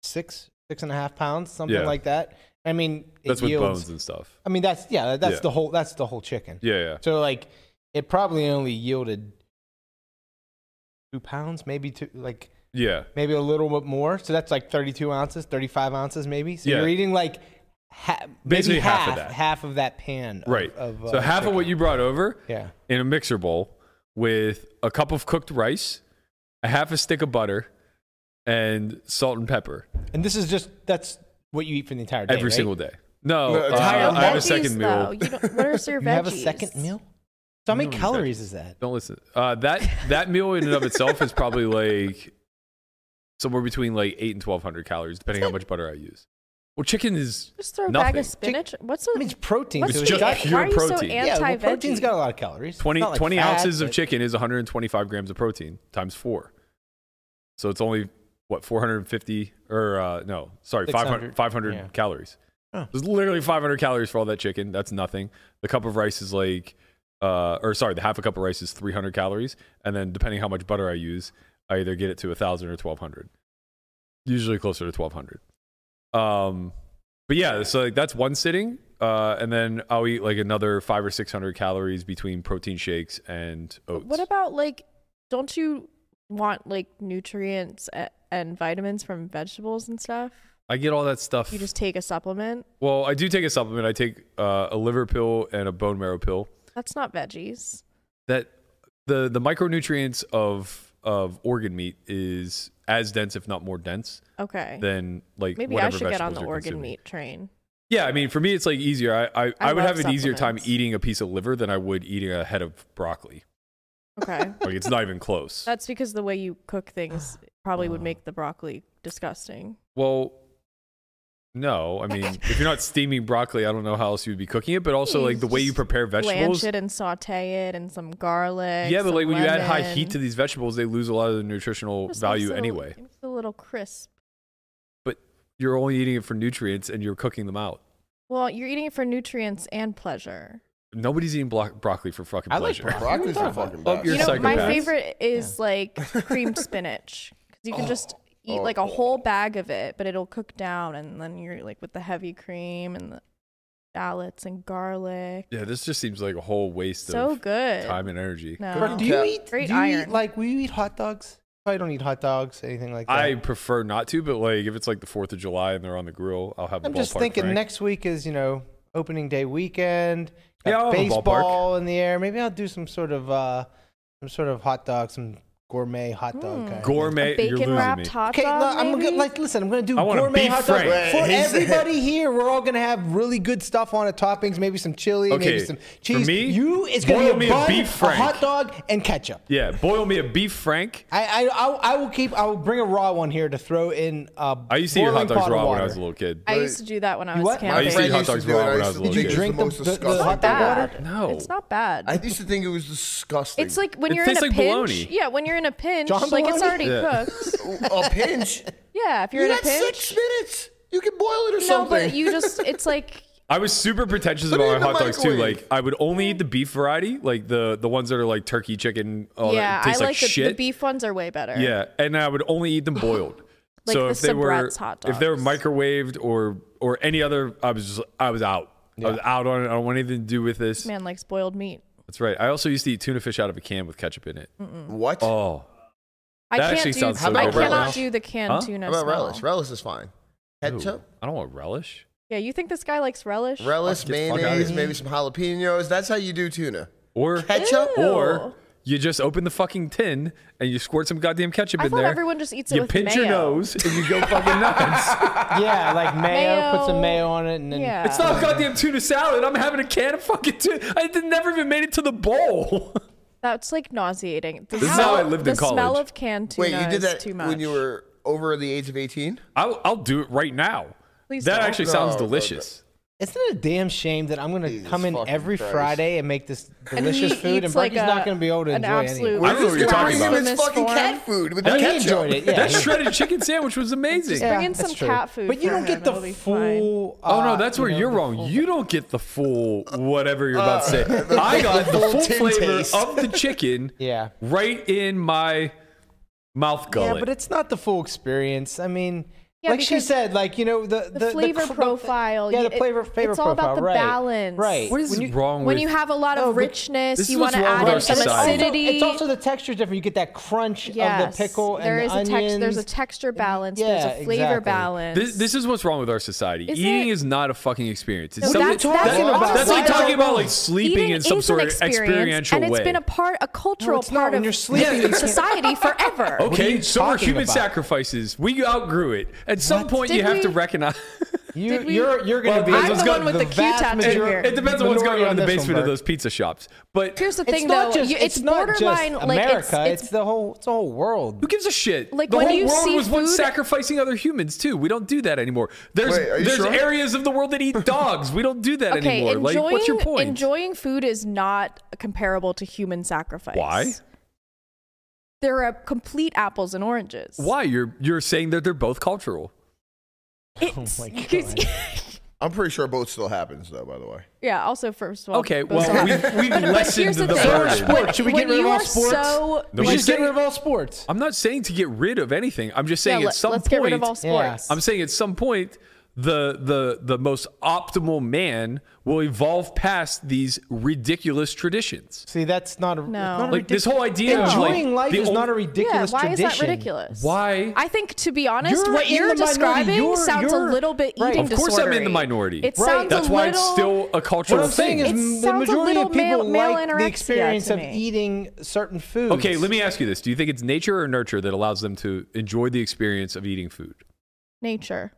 C: six six and a half pounds something
B: Yeah.
C: like that i mean it
B: that's with
C: yields
B: bones and stuff.
C: i mean that's yeah that's
B: Yeah.
C: the whole that's the whole chicken
B: Yeah, yeah.
C: So like it probably only yielded two pounds, maybe two like
B: Yeah.
C: maybe a little bit more. So that's like thirty two ounces, thirty five ounces maybe. So
B: Yeah.
C: you're eating like ha-
B: Basically
C: maybe
B: half of that.
C: half of that pan. of-
B: Right.
C: Of,
B: so
C: uh,
B: half of what
C: chicken.
B: you brought over
C: Yeah.
B: in a mixer bowl with a cup of cooked rice, a half a stick of butter, and salt and pepper
C: And this is just that's what you eat for the entire day.
B: every
C: right?
B: single day. No,
E: No,
B: uh,
E: it's higher
B: I have a
D: Veggies,
B: second
D: though,
B: meal.
D: You don't, what are your
C: You
D: veggies?
C: have a second meal? So how many
B: No, no
C: calories is that?
B: Don't listen. Uh, that that meal in and of itself is probably like somewhere between like eight and twelve hundred calories, depending how much butter I use. Well, chicken is
D: Just throw a bag
B: nothing.
D: of spinach. What's a,
C: I mean, it's protein.
D: What's
C: so
B: It's just
C: got-
B: pure
D: Why are you so
B: protein.
C: yeah, well,
D: anti-veggie?
C: protein's got a lot of calories. It's
B: 20,
C: not like
B: 20
C: fat,
B: ounces of
C: but-
B: chicken is 125 grams of protein times four. So it's only, what, 450 or uh, no, sorry, 500,
C: 600,
B: 500
C: yeah.
B: calories.
C: Huh.
B: There's literally 500 calories for all that chicken. That's nothing. The cup of rice is like, uh, or sorry, the half a cup of rice is 300 calories. And then depending how much butter I use, I either get it to 1,000 or 1,200, usually closer to 1,200. Um, but yeah, so like that's one sitting, uh, and then I'll eat like another five or six hundred calories between protein shakes and oats.
D: What about like? Don't you want like nutrients a- and vitamins from vegetables and stuff?
B: I get all that stuff.
D: You just take a supplement.
B: well, I do take a supplement. I take uh, a liver pill and a bone marrow pill.
D: That's not veggies.
B: That the the micronutrients of of organ meat is as dense, if not more dense,
D: Okay.
B: than like
D: Maybe I
B: whatever
D: should get on
B: vegetables
D: the
B: you're
D: organ
B: consuming.
D: meat train.
B: Yeah, I mean, for me, it's like easier. I I, I,
D: I
B: would
D: love
B: have an easier time
D: supplements.
B: eating a piece of liver than I would eating a head of broccoli.
D: Okay.
B: Like it's not even close.
D: That's because the way you cook things probably
B: Uh.
D: would make the broccoli disgusting.
B: Well, no. I mean, if you're not steaming broccoli, I don't know how else you would be cooking it. But also, like the way you prepare vegetables.
D: Blanch it and saute it and some garlic.
B: Yeah, but
D: some
B: like when you add high
D: lemon.
B: heat to these vegetables, they lose a lot of the nutritional
D: Just
B: value
D: makes it a-
B: anyway.
D: makes it a little crisp.
B: But you're only eating it for nutrients, and you're cooking them out.
D: Well, you're eating it for nutrients and pleasure.
B: Nobody's eating blo- broccoli for fucking
C: I like
B: pleasure.
C: broccoli.
E: Broccoli's
C: What
E: are
C: the fuck?
E: fucking
B: Oh,
E: bad.
B: you're
D: you know, my
B: psychopaths.
D: favorite is like creamed spinach. 'Cause You
B: Oh.
D: can just eat like a whole bag of it, but it'll cook down, and then you're like with the heavy cream and the shallots and garlic.
B: yeah, this just seems like a whole waste
D: so
B: of
D: good.
B: time and energy.
D: No.
C: Brooke, do you
E: Cap-
C: eat?
D: Great
C: do you
D: iron.
C: Eat, like, will you eat hot dogs? Probably don't eat hot dogs, anything like that.
B: I prefer not to, but like if it's like the Fourth of July and they're on the grill, I'll have. a
C: I'm just
B: ballpark
C: thinking
B: Frank.
C: next week is, you know, opening day weekend. got
B: Yeah, I'll have a ballpark.
C: baseball in the air. Maybe I'll do some sort of uh some sort of hot dog, some gourmet hot dog. kind of thing.
B: gourmet. You're
D: Bacon
B: losing
D: wrapped
B: me.
D: Hmm. hot
C: Okay,
D: dog.
C: no, I'm gonna
D: maybe?
C: like listen. I'm gonna do
B: I want a
C: gourmet
B: beef
C: hot dog
B: Frank.
C: for
E: Wait, he said-
C: everybody here. We're all gonna have really good stuff on it, toppings, maybe some chili,
B: Okay,
C: maybe some
B: for
C: cheese.
B: me,
C: you, it's gonna
B: boil
C: be
B: me
C: a
B: a
C: bun,
B: beef Frank.
C: hot dog, and ketchup.
B: Yeah, boil me a beef Frank.
C: I, I, I, I will keep. I will bring a raw one here to throw in. Uh,
B: I used to eat hot
C: boiling
B: dogs
C: pot of
B: raw when I
C: water.
B: was a little kid.
D: I used to do that when I
C: You
D: was
C: what?
D: camping.
B: I used to eat hot
E: Friend
B: dogs
E: do it.
B: raw
E: I
B: when I
E: used
B: was
E: to
B: a little
E: think it was
B: kid.
C: Drink
E: the most
C: the- the- the
E: disgusting
C: hot dog
E: thing.
C: water?
D: Bad.
B: No.
D: it's not bad.
E: I used to think it was disgusting.
D: it's like when
B: It
D: you're in a
B: tastes like
D: pinch.
B: bologna.
D: Yeah, when you're in a pinch,
C: John
D: like it's
C: bologna?
D: already
B: Yeah.
D: cooked.
E: a pinch.
D: Yeah, if you're
E: You
D: in a
E: got
D: pinch.
E: six minutes. You can boil it or
D: no,
E: something.
D: but you just—it's like
B: I was super pretentious
E: Put it
B: about
E: in
B: my
E: the
B: hot dogs too.
E: microwave.
B: Like I would only eat the beef variety, like the the ones that are like turkey, chicken, all Oh, that
D: yeah, I
B: tastes
D: like,
B: like,
D: the,
B: shit.
D: the beef ones are way better.
B: Yeah, and I would only eat them boiled.
D: Like
B: so
D: the
B: if they were
D: Sabrette's hot
B: if they were
D: dogs.
B: microwaved or or any other, I was just I was out. I was out on it. I don't want anything to do with this.
D: This man likes boiled meat.
B: That's right. I also used to eat tuna fish out of a can with ketchup in it.
D: Mm.
E: what?
B: Oh,
D: I
B: That
D: can't
B: actually
D: do.
B: sounds so
D: I
E: good.
D: cannot
E: Relish?
D: do the canned
B: Huh?
D: tuna
E: How about
D: smell.
E: relish? Relish is fine. Ketchup,
B: Ooh, I don't want relish.
D: Yeah, you think this guy likes relish?
E: relish,
B: Fuck, get the fuck outta
E: mayonnaise,
B: here.
E: maybe some jalapenos. That's how you do tuna.
B: Or
E: Ketchup
D: Ew.
B: or you just open the fucking tin and you squirt some goddamn ketchup
D: I
B: in
D: thought
B: there.
D: everyone just eats it
B: you
D: with
B: pinch your
D: mayo.
B: nose and you go fucking nuts.
C: Yeah, like mayo, Put some mayo
D: Mayo.
C: on it, and then
D: Yeah.
B: It's not goddamn tuna salad. I'm having a can of fucking tuna. I did, never even made it to the bowl.
D: That's like nauseating. The
B: This is
D: smell-
B: how I lived
D: the
B: in
D: smell
B: college.
D: of canned tuna
E: Wait, you did
D: is
E: that
D: too much.
E: when you were over the age of 18?
B: I'll, I'll do it right now.
D: Please
B: that
D: don't.
B: actually
E: No,
B: sounds
E: no, no.
B: delicious.
C: Isn't it a damn shame that I'm gonna
E: Jesus
C: come in
E: fucking
C: every
E: Christ.
C: Friday and make this
D: And he
C: delicious food, and
D: eats
C: Berkey's
D: like
C: not
D: a-
C: gonna be able to
D: an
C: enjoy
D: absolute-
B: I don't know what you're talking about.
E: It's fucking
D: Form.
E: cat food with
C: any. of it.
E: ketchup.
C: He enjoyed it. Yeah,
B: That
C: he-
B: shredded chicken sandwich was amazing.
D: Bring in
C: that's
D: some
C: true.
D: cat food
C: But you
D: for
C: don't
D: him,
C: get the
D: it'll be fine.
C: full.
B: Oh no,
C: uh,
B: that's where
C: you know,
B: you're
C: the
B: wrong.
C: full-
B: You don't get the full whatever you're about to say. I got the
E: full
B: full
E: tin
B: flavor
E: taste.
B: of the chicken
C: Yeah.
B: right in my mouth
C: Yeah,
B: gullet.
C: but it's not the full experience. I mean,
D: Yeah,
C: like she
D: because
C: said, like you know the
D: the
C: the,
D: flavor
C: cr-
D: profile,
C: Yeah,
D: you-
C: the flavor
D: it-
C: flavor
D: it's all
C: profile,
D: about the
C: right.
D: balance.
C: Right.
B: what is
C: When you-
B: wrong
D: when
B: with
D: you have a lot
C: No,
D: of
C: but
B: this
D: richness,
B: is
D: you
B: what's
D: want to
B: wrong
D: add
B: with our
D: in some
B: society.
C: Also,
D: acidity.
C: It's also the textures different. You get that crunch of
D: Yes.
C: the pickle and
D: There
C: the
D: is a
C: onions.
D: text- there's a texture balance. there's a
C: yeah,
D: flavor
C: exactly.
D: balance.
B: this, this is what's wrong with our society.
D: Is
B: Eating
D: it-
B: is not a fucking experience. It's
D: No,
B: something-
D: that's- that's
B: that's,
D: wrong.
B: that's like
D: Why is
B: talking
D: that
B: about
C: wrong?
B: like sleeping
D: Eating
B: in some
D: is
B: sort
D: an
B: of experiential
D: and
B: way.
D: it's been a part, a cultural
C: it's not.
D: part
C: When
D: of
C: you're sleeping, you can't-
D: society forever.
C: are
B: okay,
C: you
B: so are
C: talking
B: human
C: about?
B: sacrifices. We outgrew it. At some point,
D: Did
B: you have to
D: we?
B: recognize.
C: You,
D: Did we-
C: you're you're going
B: Well,
C: to be.
B: I'm the one
D: with the Q
C: vast
D: tattoo
B: it,
C: majority-
D: here.
B: it depends on what's going
C: minority
B: on in the
C: this one,
B: basement of
C: Bert.
B: those pizza shops. But
D: Here's the
C: It's
D: thing,
C: not
D: though.
C: just.
D: you,
C: it's,
D: it's,
C: not
D: borderline
C: just
D: like
C: America.
D: it's, it's,
C: the whole. It's the whole world.
B: Who gives a shit?
D: Like,
B: the
D: when
B: whole
D: you
B: world
D: see
B: was once
D: food-
B: sacrificing other humans too. We don't do that anymore. There's
E: Wait, are you
B: there's
E: sure?
B: areas of the world that eat dogs. We don't do that
D: okay.
B: anymore.
D: Enjoying
B: like what's your point?
D: enjoying food is not comparable to human sacrifice.
B: Why?
D: There are complete apples and oranges.
B: Why you're you're saying that they're both cultural?
D: It's,
C: Oh my God.
D: it's-
E: I'm pretty sure both still happens, though, by the way.
D: yeah. Also, first of all,
B: Okay,
D: both
B: well
D: sides.
B: we've, we've
D: But
B: lessened
D: here's
B: the,
D: the thing.
B: burden.
C: Sports. Should we get
D: when
C: rid of
D: you
C: all
D: are
C: sports?
D: so-
B: No,
C: we
B: but
C: should
B: you're
C: get rid of all sports.
B: I'm not saying to get rid of anything. I'm just saying at
D: Yeah, let-
B: some
D: let's
B: point
D: get rid of all
C: Yeah.
D: sports.
B: I'm saying at some point the the the most optimal man will evolve past these ridiculous traditions.
C: See, that's not a, it's
D: No.
C: not a
B: Like this
C: ridic-
B: whole idea of like
C: enjoying life
B: the
C: is
B: ol-
C: not a
D: Yeah,
C: ridiculous
D: why
C: tradition.
D: is that ridiculous?
B: Why?
D: I think to be honest,
C: You're
D: what
C: in
D: you're
C: the minority.
D: describing
C: You're-
D: sounds
C: you're-
D: a little bit
C: Right.
D: eating
B: Of course, I'm in the
D: disordery.
B: minority.
D: It
C: Right.
D: sounds
B: That's
D: a
B: why
D: little,
B: it's still a
C: What
B: cultural
C: I'm saying
B: thing.
C: is,
D: It
C: m- the
D: sounds a
C: majority
D: little
C: of people
D: male-
C: like
D: male
C: the
D: anorexia
C: experience
D: to
C: of
D: me.
C: eating certain foods.
B: Okay, let me ask you this: Do you think it's nature or nurture that allows them to enjoy the experience of eating food?
D: nature.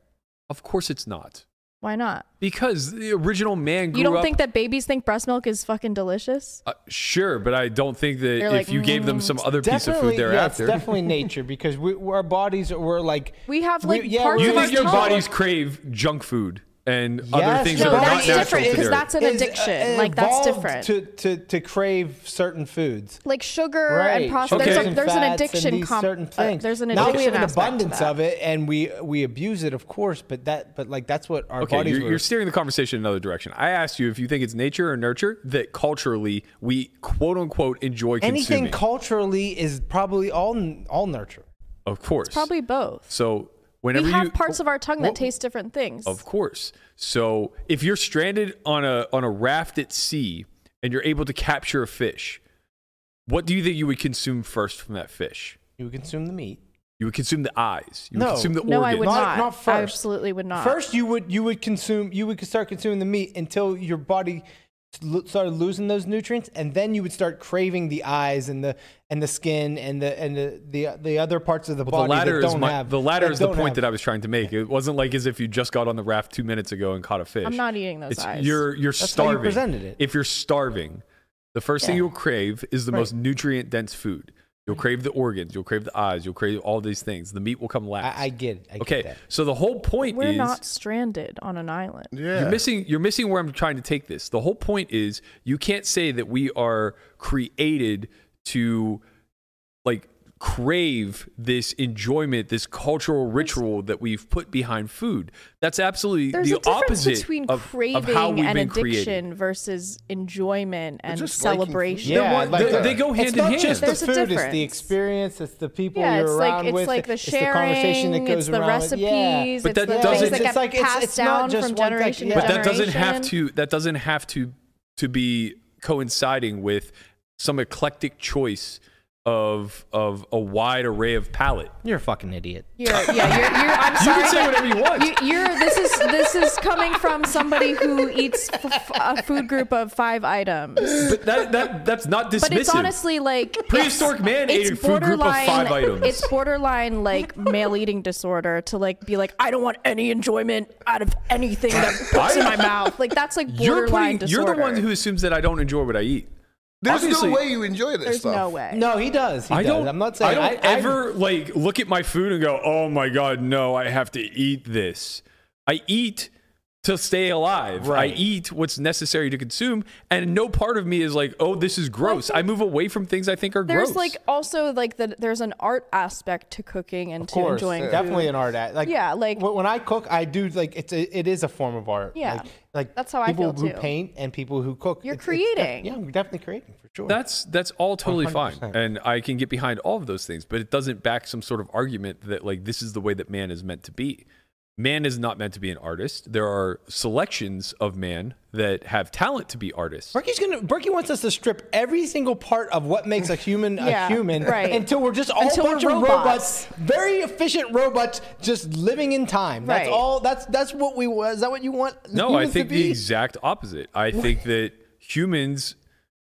B: Of course, it's not.
D: Why not?
B: Because the original man grew
D: You don't
B: up.
D: think that babies think breast milk is fucking delicious?
B: Uh, sure, but I don't think that
D: They're
B: if
D: like,
B: you gave them
D: "Mm,
B: some other piece of
C: Definitely,
B: food
C: yeah, it's
B: thereafter,
C: definitely nature because we, our bodies were like
D: We have,
C: we-
D: like,
C: yeah,
D: parts
C: we're
B: you
D: of
B: think
D: our
B: your
D: tongue.
B: bodies crave junk food and other
C: Yes,
B: things
C: no,
B: that are not
D: that's
B: natural
D: different,
B: to
D: 'cause
B: their-
D: that's an
C: is, uh,
D: addiction. Like, that's
C: evolved
D: different.
C: To, to, to crave certain foods.
D: Like sugar
C: Right.
D: and pasta.
B: Okay.
D: There's, a,
B: And
D: there's an
C: fats and
D: addiction.
C: these
D: comp-
C: certain
D: uh,
C: things.
D: there's an
C: now
D: addiction.
C: we have an
D: aspect to
C: abundance
D: that.
C: of it, and we we abuse it, of course. But that, but like that's what our
B: Okay,
C: bodies
B: you're,
C: were.
B: you're steering the conversation in another direction. I asked you if you think it's nature or nurture that culturally we quote unquote enjoy
C: Anything
B: consuming.
C: culturally is probably all n- all nurture.
B: of course,
D: Probably both.
B: So
D: We
B: whenever
D: have
B: you,
D: parts of our tongue that
B: Well,
D: taste different things.
B: Of course. So if you're stranded on a on a raft at sea and you're able to capture a fish, what do you think you would consume first from that fish?
C: You consume the meat.
B: You would consume the eyes. You would
C: No.
B: consume the
D: no,
B: organs.
D: I would
C: Not-
D: not.
C: not
D: I
C: first.
D: absolutely would not.
C: First, you would you would consume you would start consuming the meat until your body lo- started losing those nutrients, and then you would start craving the eyes and the and the skin and the and the the, the other parts of the
B: Well, the
C: body
B: latter
C: that
B: is
C: don't
B: my,
C: have.
B: the latter
C: is
B: is the point that I was trying to make. It wasn't like as if you just got on the raft two minutes ago and caught a fish.
D: I'm not eating those
B: It's-
D: eyes.
B: You're you're
C: how you
B: starving.
C: presented it.
B: If you're starving, the first thing
D: Yeah.
B: you'll crave is the most nutrient dense food. You'll crave the organs. You'll crave the eyes. You'll crave all these things. The meat will come last.
C: I, I get. It. I
B: okay,
C: Get that.
B: so the whole point
D: We're
B: is
D: not stranded on an island.
E: Yeah.
B: you're missing you're missing where I'm trying to take this. The whole point is you can't say that we are created to like crave this enjoyment, this cultural ritual that we've put behind food. That's absolutely
D: There's
B: the
D: a difference
B: opposite
D: between
B: of,
D: craving
B: of how we've
D: and
B: been
D: addiction
B: created.
D: versus enjoyment and
E: just liking food.
D: celebration.
E: Yeah,
B: one-
C: like
B: they-
C: the-
B: they go hand
C: it's
B: in
C: not
B: hand.
C: Just
D: There's
C: the
D: a
C: food, it's the
D: difference.
C: experience, it's the people
D: Yeah,
C: you're
D: it's
C: around
D: like it's
C: with,
D: like the
C: it's
D: sharing,
C: the conversation that goes
D: it's the
C: around.
D: recipes,
C: It.
B: But
D: it's
B: that
D: the
B: doesn't-
D: things that
B: It's
D: get
C: like- it's-
D: passed
C: it's not
D: down
C: just
D: from
C: one thing,
D: generation
C: yeah.
D: to
B: But that
D: generation.
B: doesn't have to that doesn't have to to be coinciding with some eclectic choice of of a wide array of palate.
C: Yeah. You're a fucking idiot.
D: You're, yeah, you're, you're, I'm sorry.
B: can say
D: but
B: whatever you want.
D: You, are this is this is coming from somebody who eats f- f- a food group of five items.
B: But that, that that's not dismissive.
D: But it's honestly like it's-
B: Prehistoric man ate a food group of
D: borderline-
B: five items.
D: It's borderline like male eating disorder to like be like I don't want any enjoyment out of anything that puts in my mouth. Like that's like
B: you're
D: borderline
B: putting, you're
D: disorder.
B: the one who assumes that I don't enjoy what I eat.
E: There's
B: Obviously-
E: no way you enjoy this
D: There's
E: stuff.
D: no way.
C: No, he does. He
B: I
C: does.
B: don't.
C: I'm not saying.
B: I don't
C: I-
B: ever like look at my food and go, "Oh my god, no! I have to eat this." I eat to stay alive.
C: Right.
B: I eat what's necessary to consume, and no part of me is like, "Oh, this is gross." I, move away from things I think are
D: There's
B: gross.
D: like also like the, there's an art aspect to cooking and
C: Of
D: to
C: course,
D: enjoying. food.
C: definitely an art act. Like
D: Yeah, like-
C: wh- when I cook, I do like it's a, it is a form of art.
D: Yeah.
C: like, like
D: That's how I
C: people
D: feel,
C: who
D: too.
C: paint and people who cook.
D: You're
C: it's- it's def-
D: creating.
C: yeah, we're definitely creating for sure.
B: That's that's all totally fine,
C: 100%.
B: and I can get behind all of those things, but it doesn't back some sort of argument that like this is the way that man is meant to be. Man is not meant to be an artist. There are selections of man that have talent to be artists.
C: Berkey's gonna. Berkey wants us to strip every single part of what makes a human a
D: Yeah,
C: human
D: right.
C: until we're just all
D: Until
C: bunch
D: we're
C: of robots.
D: robots.
C: very efficient robots, just living in time. That's
D: Right.
C: all. That's that's what we was. Is that what you want?
B: No, I
C: humans to
B: think the
C: be?
B: exact opposite. I think that humans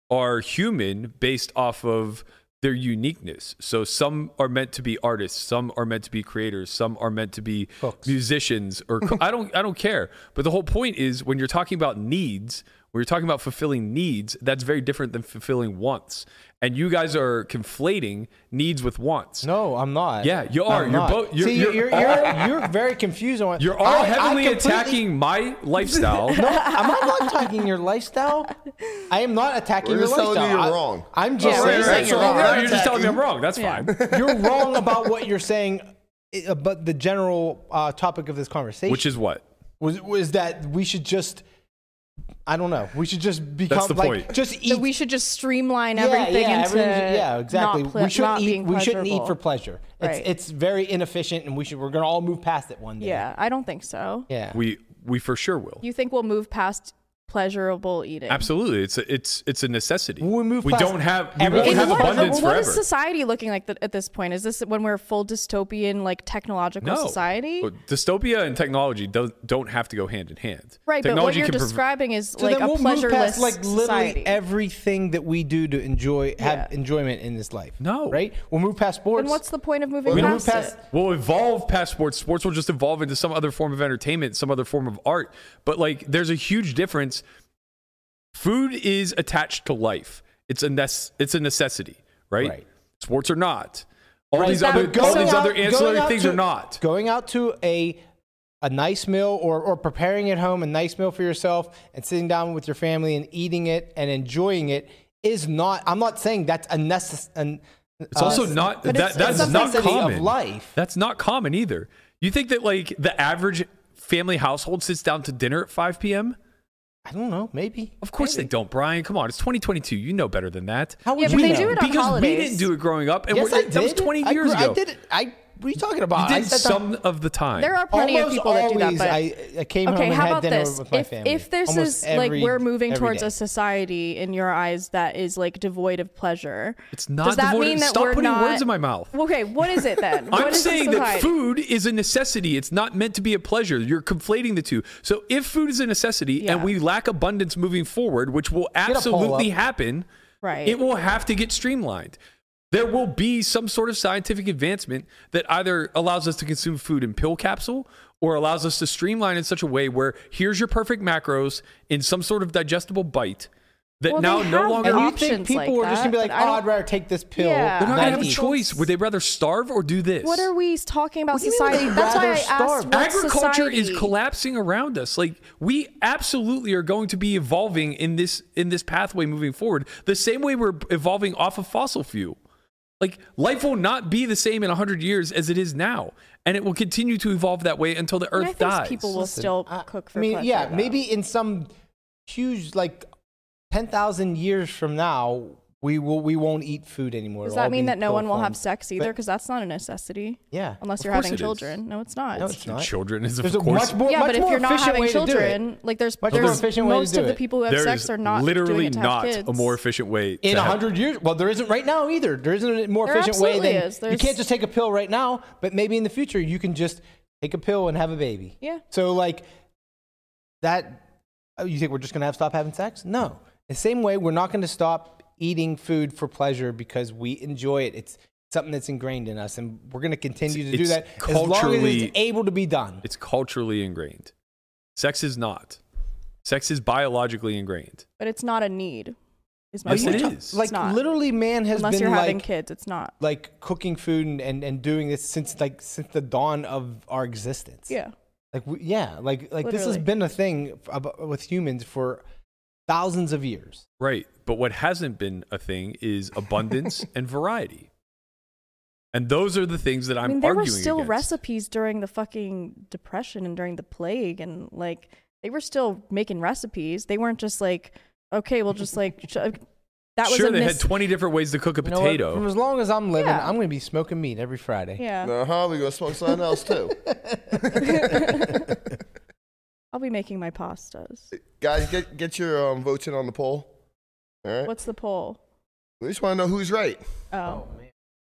B: are human based off of their uniqueness. So some are meant to be artists, some are meant to be creators, some are meant to be musicians or co- I don't I don't care. But the whole point is when you're talking about needs, when you're talking about fulfilling needs, that's very different than fulfilling wants. And you guys are conflating needs with wants.
C: No, I'm not.
B: Yeah, you are.
C: I'm
B: You're
C: not.
B: both- you're-
C: See,
B: you're
C: you're, you're,
B: all-
C: you're very confused on.
B: You're all
C: I- I
B: heavily
C: completely-
B: attacking my lifestyle.
C: No, I'm not attacking your lifestyle. I am not attacking
E: We're
C: your
E: just telling you
C: lifestyle. I-
E: you're wrong.
C: I'm just
E: Oh, right,
C: saying
E: right,
C: that
E: right.
C: you're
E: So
C: wrong.
E: we're
B: You're just telling me I'm wrong. That's
D: Yeah.
B: fine.
C: You're wrong about what you're saying i- about the general uh, topic of this conversation,
B: Which is what?
C: was was that we should just I don't know. We should just become
B: the
C: like
B: point.
C: just eat.
D: So we should just streamline
C: yeah,
D: everything
C: yeah,
D: into
C: everything should- yeah, exactly.
D: Not pla-
C: we shouldn't
D: not
C: eat.
D: being
C: We shouldn't eat for pleasure.
D: pleasurable. Right.
C: It's it's very inefficient, and we should we're gonna all move past it one day.
D: Yeah, I don't think so.
C: yeah.
B: We we for sure will.
D: You think we'll move past pleasurable eating?
B: Absolutely, it's a, it's it's a necessity.
C: When we move
B: we
C: past
B: don't have we
C: everything-
B: won't
D: And
B: have
D: what-
B: abundance
D: what
B: forever.
D: is society looking like th- at this point? Is this when we're full dystopian, like technological
B: no
D: society?
B: But dystopia and technology don't don't have to go hand in hand.
D: right, but what
B: Technology
D: you're
B: can prov-
D: describing is
C: So
D: like
C: then
D: a
C: we'll move
D: pleasureless
C: past like literally
D: society.
C: everything that we do to enjoy
D: Yeah.
C: have enjoyment in this life.
B: No.
C: right? We'll move past sports.
D: then what's the point of moving
C: We'll move
D: past,
C: past-
D: it?
B: will evolve past sports. Sports will just evolve into some other form of entertainment, some other form of art. But like, there's a huge difference. Food is attached to life. It's a nece- It's a necessity, right?
C: Right.
B: Sports are not. All
C: Right,
B: these
C: but
B: other all
C: going
B: these
C: out-
B: other
C: going
B: ancillary
C: out
B: things
C: to-
B: are not.
C: Going out to a a nice meal or or preparing at home a nice meal for yourself and sitting down with your family and eating it and enjoying it is not. I'm not saying that's a necess- an, uh,
B: It's also not
D: But
B: that,
D: it's-
B: that's
D: it's a
B: not
C: necessity of
B: common.
C: life.
B: That's not common either. You think that like the average family household sits down to dinner at 5 p.m.?
C: I don't know. Maybe.
B: Of course
C: Maybe.
B: they don't, Brian. Come on, it's 2022. You know better than that.
C: How would
D: Yeah,
C: you
D: but they
C: know?
D: do it
B: because
D: on
B: we
D: holidays.
B: didn't do it growing up, and
C: Yes,
B: we're,
C: I did.
B: that was 20
C: I
B: years
C: grew-
B: ago.
C: I did it. I. What are you talking
B: You
C: about? I
B: did
C: sat down-
B: some of the time.
D: There are plenty
C: Almost
D: of people that do that,
C: always
D: but
C: I, I came
D: okay,
C: home and
D: how
C: had
D: about
C: dinner
D: this?
C: with my
D: If,
C: family.
D: if this
C: Almost
D: is
C: every-
D: like we're moving
C: every
D: towards
C: day.
D: a society in your eyes that is like devoid of pleasure,
B: It's not
D: Does that
B: devoid-
D: mean that
B: stop
D: we're
B: putting
D: not-
B: words in my mouth.
D: Okay, what is it then? What
B: I'm
D: is the
B: saying that
D: society?
B: food is a necessity. It's not meant to be a pleasure. You're conflating the two. So if food is a necessity and
D: Yeah.
B: we lack abundance moving forward, which will
C: poll
B: absolutely
C: up.
B: happen,
D: Right.
B: it will have to get streamlined. There will be some sort of scientific advancement that either allows us to consume food in pill capsule or allows us to streamline in such a way where here's your perfect macros in some sort of digestible bite that
D: Well,
B: now
D: they
B: no
D: have
B: longer
C: And you
D: options
C: think people
D: like
C: were just gonna be
D: that,
C: like,
D: but
C: "Oh,
D: I don't-
C: I'd rather take this pill."
D: Yeah.
B: They're not gonna
C: than
B: have a
C: eat."
B: choice. Would they rather starve or do this?
D: What are we talking about?
C: What do you mean
D: Society.
C: they'd
D: That's why
C: rather
D: I
C: starve?
D: asked. what
B: Agriculture is
D: society-
B: collapsing around us. Like we absolutely are going to be evolving in this in this pathway moving forward. The same way we're evolving off of fossil fuel. Like life will not be the same in 100 years as it is now, and it will continue to evolve that way until the
D: I mean, I
B: earth
D: think
B: dies.
D: people will still
C: I-
D: cook for
C: I mean,
D: pleasure,
C: yeah,
D: though.
C: maybe in some huge like ten thousand years from now, we will we won't eat food anymore.
D: Does
C: It'll all
D: that mean
C: be
D: that no one will have
C: pill-formed.
D: sex either?
C: But-
D: Because that's not a necessity.
C: yeah,
D: Unless
B: Of
D: you're
B: course
D: having
B: it is.
D: children. No, it's not.
C: no, it's not.
B: Children is of
C: There's a
B: course-
C: much more,
D: yeah,
C: much
D: but if
C: more
D: you're not
C: efficient
D: having
C: way to do it.
D: children, like there's,
C: Much
D: there's
C: more efficient way to
D: most
C: do
D: of the
C: it.
D: people who have
B: There
D: sex
B: is
D: are not doing
B: literally
D: it to
B: not
D: have kids.
B: a more efficient way
C: in
B: to
C: a
B: have-
C: hundred years. Well, there isn't right now either. There isn't a more
D: There
C: efficient way
D: absolutely
C: than
D: is.
C: you
D: There's-
C: can't just take a pill right now. But maybe in the future you can just take a pill and have a baby.
D: Yeah.
C: So like that, oh, you think we're just gonna have stop having sex? No. The same way we're not gonna stop eating food for pleasure because we enjoy it. It's something that's ingrained in us, and we're gonna continue
B: It's-
C: to do
B: it's
C: that as long as
B: culturally-
C: it's able to be done.
B: It's culturally ingrained. Sex is not. Sex is biologically ingrained.
D: But it's not a need. Is my
B: Yes,
D: point.
B: it is.
C: Like
D: not.
C: literally, man has
D: Unless
C: been
D: you're
C: like
D: having kids, it's not.
C: like cooking food and, and, and doing this since like since the dawn of our existence.
D: Yeah.
C: Like we, yeah, like like this has
D: Literally.
C: been a thing f- ab- with humans for thousands of years.
B: Right. But what hasn't been a thing is abundance and variety. And those are the things that I'm
D: I mean, there were
B: arguing
D: still
B: against.
D: recipes during the fucking depression and during the plague, and like they were still making recipes. They weren't just like, okay, we'll just like ch- that was
B: sure,
D: a
B: they had
D: mis-
B: 20 different ways to cook a
C: You know what?
B: potato.
C: For as long as I'm living,
D: Yeah.
C: I'm going to be smoking meat every Friday.
D: Yeah,
E: Uh huh. We go smoke something else too.
D: I'll be making my pastas.
E: Guys, get get your um, votes in on the poll. All right.
D: What's the poll?
E: We just want to know who's right.
D: Oh,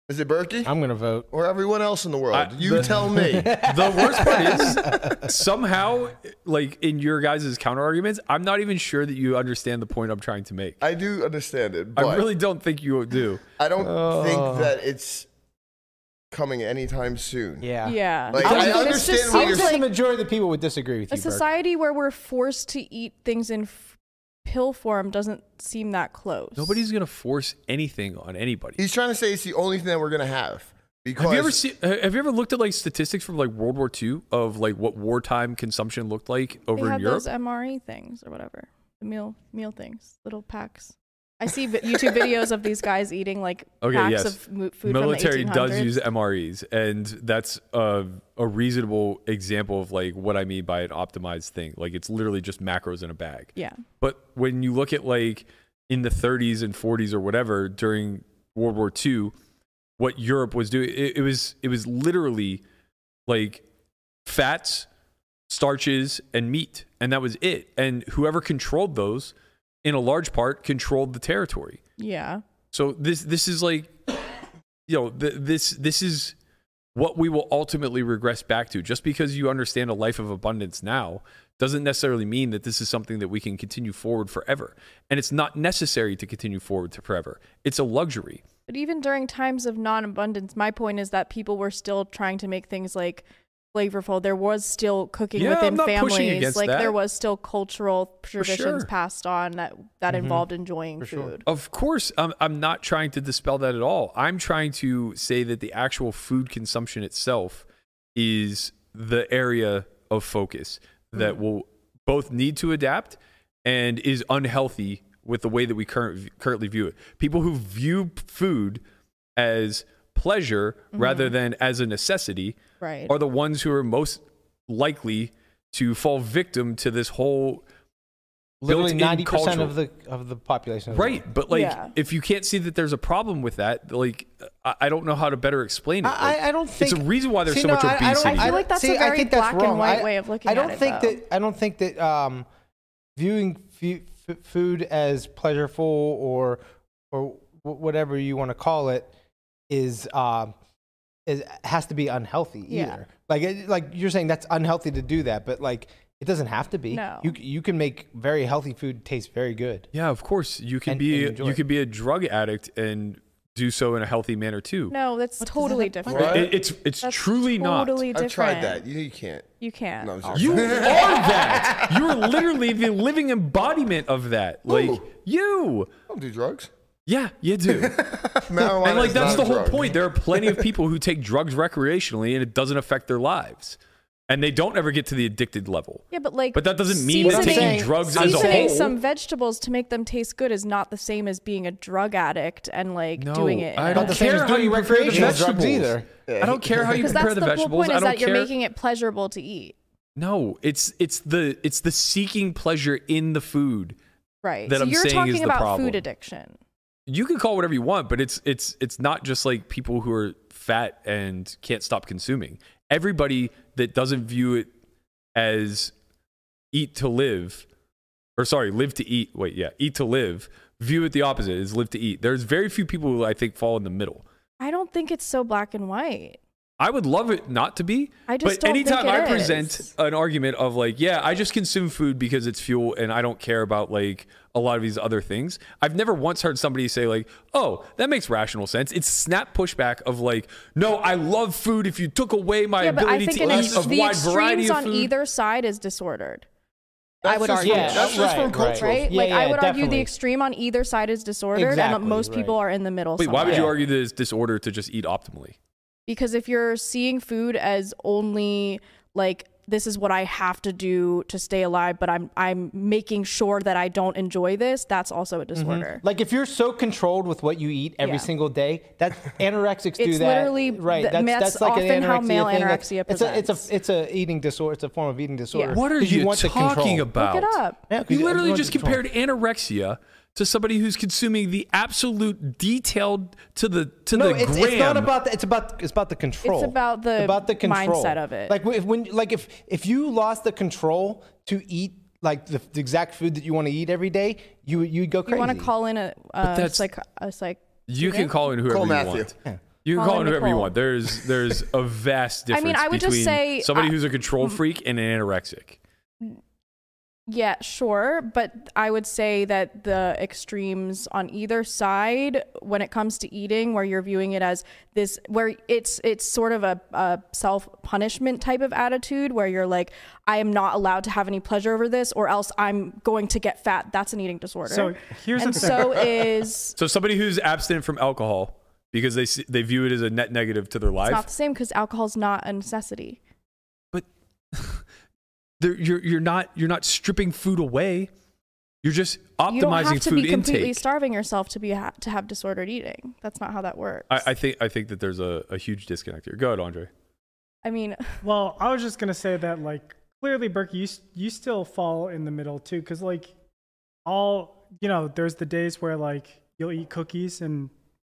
E: Is it Berkey
C: I'm going to vote.
E: or everyone else in the world?
B: I-
E: you
B: the-
E: tell me.
B: the worst part is somehow, like in your guys' counter arguments, I'm not even sure that you understand the point I'm trying to make. I,
E: I do understand it, but I,
B: really don't think you do.
E: don't
C: Oh.
E: think that it's coming anytime soon.
C: Yeah.
D: yeah.
E: Like,
C: I
E: I,
C: think
D: it's
E: understand
C: I
D: just seems
E: what you're
C: would say
E: saying.
C: the majority of the people would disagree with
D: a
C: you. Burke.
D: society where we're forced to eat things in f- pill form doesn't seem that close.
B: Nobody's gonna force anything on anybody.
E: He's trying to say it's the only thing that we're gonna have. Because
B: Have you ever seen? Have you ever looked at like statistics from like World War II of like what wartime consumption looked like
D: they
B: over in
D: had
B: Europe?
D: those MRE things or whatever, the meal meal things, little packs. I see vi- YouTube videos of these guys eating like
B: Okay,
D: packs
B: yes.
D: of mo- food
B: military
D: from the 1800s.
B: does use MREs, and that's a, a reasonable example of like what I mean by an optimized thing. Like it's literally just macros in a bag.
D: Yeah.
B: But when you look at like in the 30s and 40s or whatever during World War II, what Europe was doing, it, it was it was literally like fats, starches, and meat, and that was it. And whoever controlled those, in a large part, controlled the territory.
D: Yeah.
B: So this this is like, you know, th- this this is what we will ultimately regress back to. Just because you understand a life of abundance now doesn't necessarily mean that this is something that we can continue forward forever. And it's not necessary to continue forward to forever. It's a luxury.
D: But even during times of non abundance, my point is that people were still trying to make things like flavorful. There was still cooking
B: Yeah, I'm
D: within
B: not pushing
D: families.
B: against
D: Like
B: that.
D: there was still cultural traditions
B: sure. Mm-hmm.
D: passed on that that involved enjoying
C: For sure.
D: food.
B: Of course, I'm, I'm not trying to dispel that at all. I'm trying to say that the actual food consumption itself is the area of focus that will both need to adapt and is unhealthy with the way that we current, currently view it. People who view food as pleasure rather than as a necessity
D: Right.
B: are the ones who are most likely to fall victim to this whole
C: Literally
B: built-in
C: ninety percent
B: cultural-
C: of the of the population. of the world.
B: Right, but like,
D: Yeah.
B: if you can't see that there's a problem with that, like, I, I don't know how to better explain it.
C: I,
B: Like,
C: I- I don't think
B: it's a reason why there's
C: See,
B: so
C: no,
B: much
C: I- I,
B: obesity.
C: don't,
D: I feel like
C: don't-
D: that's a
C: see, I
D: very
C: think that's
D: black and
C: wrong.
D: white
C: I,
D: way of looking
C: I don't
D: at it,
C: think
D: though.
C: that I don't think that um, viewing fu- f- food as pleasureful or or wh- whatever you want to call it is um, is has to be unhealthy
D: Yeah.
C: either. Like it, like you're saying that's unhealthy to do that, but like it doesn't have to be.
D: No.
C: You c- you can make very healthy food taste very good.
B: yeah, of course, you can
C: And-
B: be
C: and enjoy
B: you
C: it.
B: can be a drug addict and do so in a healthy manner too.
D: No, that's
C: What does that
D: totally
C: have-
D: different.
E: What?
B: It- it's it's
D: That's
B: truly
D: totally
B: not.
E: I've
D: different.
E: tried that. You, you can't.
D: You can't.
E: No, I'm
B: You are
E: serious.
B: that. You're literally the living embodiment of that. Like
E: Ooh.
B: you.
E: I don't do drugs.
B: Yeah, you do.
E: Marijuana
B: and like
E: is
B: that's
E: not
B: the
E: a
B: whole
E: drug.
B: point. There are plenty of people who take drugs recreationally and it doesn't affect their lives. And they don't ever get to the addicted level.
D: Yeah, but like,
B: But that doesn't mean that
D: seasoning-
B: taking drugs as a
D: seasoning
B: whole.
D: some vegetables to make them taste good is not the same as being a drug addict and like doing it. in
B: I
D: a-
B: don't
C: Not the same
B: care
C: as
B: how
C: doing
B: you prepare the
C: recreational drugs
B: vegetables
C: either.
B: I don't care how you
D: Because
B: prepare
D: that's
B: the,
D: the, whole
B: vegetables.
D: point
B: I
D: is
B: don't
D: that
B: care.
D: you're making it pleasurable to eat.
B: no, it's it's the it's the seeking pleasure in the food.
D: Right.
B: That
D: so
B: I'm
D: you're
B: saying is
D: talking
B: the
D: about
B: problem.
D: food addiction.
B: You can call it whatever you want, but it's it's it's not just like people who are fat and can't stop consuming. Everybody that doesn't view it as eat to live, or sorry, live to eat. Wait, yeah, eat to live. View it the opposite is live to eat. There's very few people who I think fall in the middle.
D: I don't think it's so black and white.
B: I would love it not to be.
D: I just
B: but
D: don't think
B: anytime
D: it
B: I
D: is.
B: present an argument of like, yeah, I just consume food because it's fuel and I don't care about like a lot of these other things. I've never once heard somebody say like, "Oh, that makes rational sense." It's snap pushback of like, "No, I love food. If you took away my
D: yeah, but I
B: ability
D: think
B: to
D: it
B: eat
D: is
B: a
D: the
B: wide variety
D: extremes
B: of
D: on
B: food,
D: either side is disordered. I
E: That's
D: would
E: just-
D: argue.
C: Yeah,
E: that's just
C: right,
E: from cultural.
D: Right?
C: Yeah,
D: like I
C: yeah,
D: would argue
C: definitely.
D: the extreme on either side is disordered, and
C: Exactly,
D: most people
C: right.
D: are in the middle.
B: Wait, why would you
C: Yeah.
D: somewhere.
B: argue that it's disorder to just eat optimally?
D: Because if you're seeing food as only like this is what I have to do to stay alive, but I'm I'm making sure that I don't enjoy this, that's also a disorder.
C: Mm-hmm. Like if you're so controlled with what you eat every
D: Yeah.
C: single day, that anorexics do
D: It's
C: that.
D: literally-
C: right.
D: th-
C: That's,
D: that's
C: that's like
D: often
C: an anorexia
D: how male
C: thing. That's-
D: anorexia
C: it's a, it's
D: presents.
C: a it's a eating disorder. It's a form of eating disorder.
D: Yeah.
B: What are
C: 'Cause
B: you,
C: want the
B: talking
C: control.
B: about?
D: Look it up.
C: Yeah, 'cause
B: You
C: you-
B: literally
C: everyone's
B: just
C: control.
B: compared anorexia to somebody who's consuming the absolute detailed to the to
C: No,
B: the
C: it's,
B: gram.
C: it's not about that. It's about it's about the control.
D: about the mindset of it.
C: Like w- if when like if if you lost the control to eat like the, the exact food that you want to eat every day, you would- you'd go crazy.
D: You want to call in a, uh,
B: that's-
D: psych, a psych.
B: You can call in whoever
E: Call
B: you
E: Matthew.
B: want. You can
D: Call
B: call in
D: in
B: whoever you
D: Nicole.
B: want. There's there's a vast
D: I
B: difference
D: mean, I would just
B: between
D: say, uh,
B: somebody
D: I-
B: who's a control freak and an anorexic.
D: Yeah, sure, but I would say that the extremes on either side, when it comes to eating, where you're viewing it as this, where it's it's sort of a, a self punishment type of attitude, where you're like, I am not allowed to have any pleasure over this, or else I'm going to get fat. That's an eating disorder.
F: So here's
D: and
F: the thing.
D: so is
B: So somebody who's abstinent from alcohol because they see- they view it as a net negative to their
D: it's
B: life.
D: not the same because alcohol's not a necessity.
B: but they're- you're you're not you're not stripping food away. You're just
D: you don't
B: optimizing
D: have to
B: food
D: be completely
B: intake.
D: starving yourself to be ha- to have disordered eating. That's not how that works.
B: I, I think I think that there's a, a huge disconnect here. Go ahead, Andre.
D: I mean,
F: Well, I was just gonna say that like clearly, Burke, you s- you still fall in the middle too, because like all you know, there's the days where like you'll eat cookies and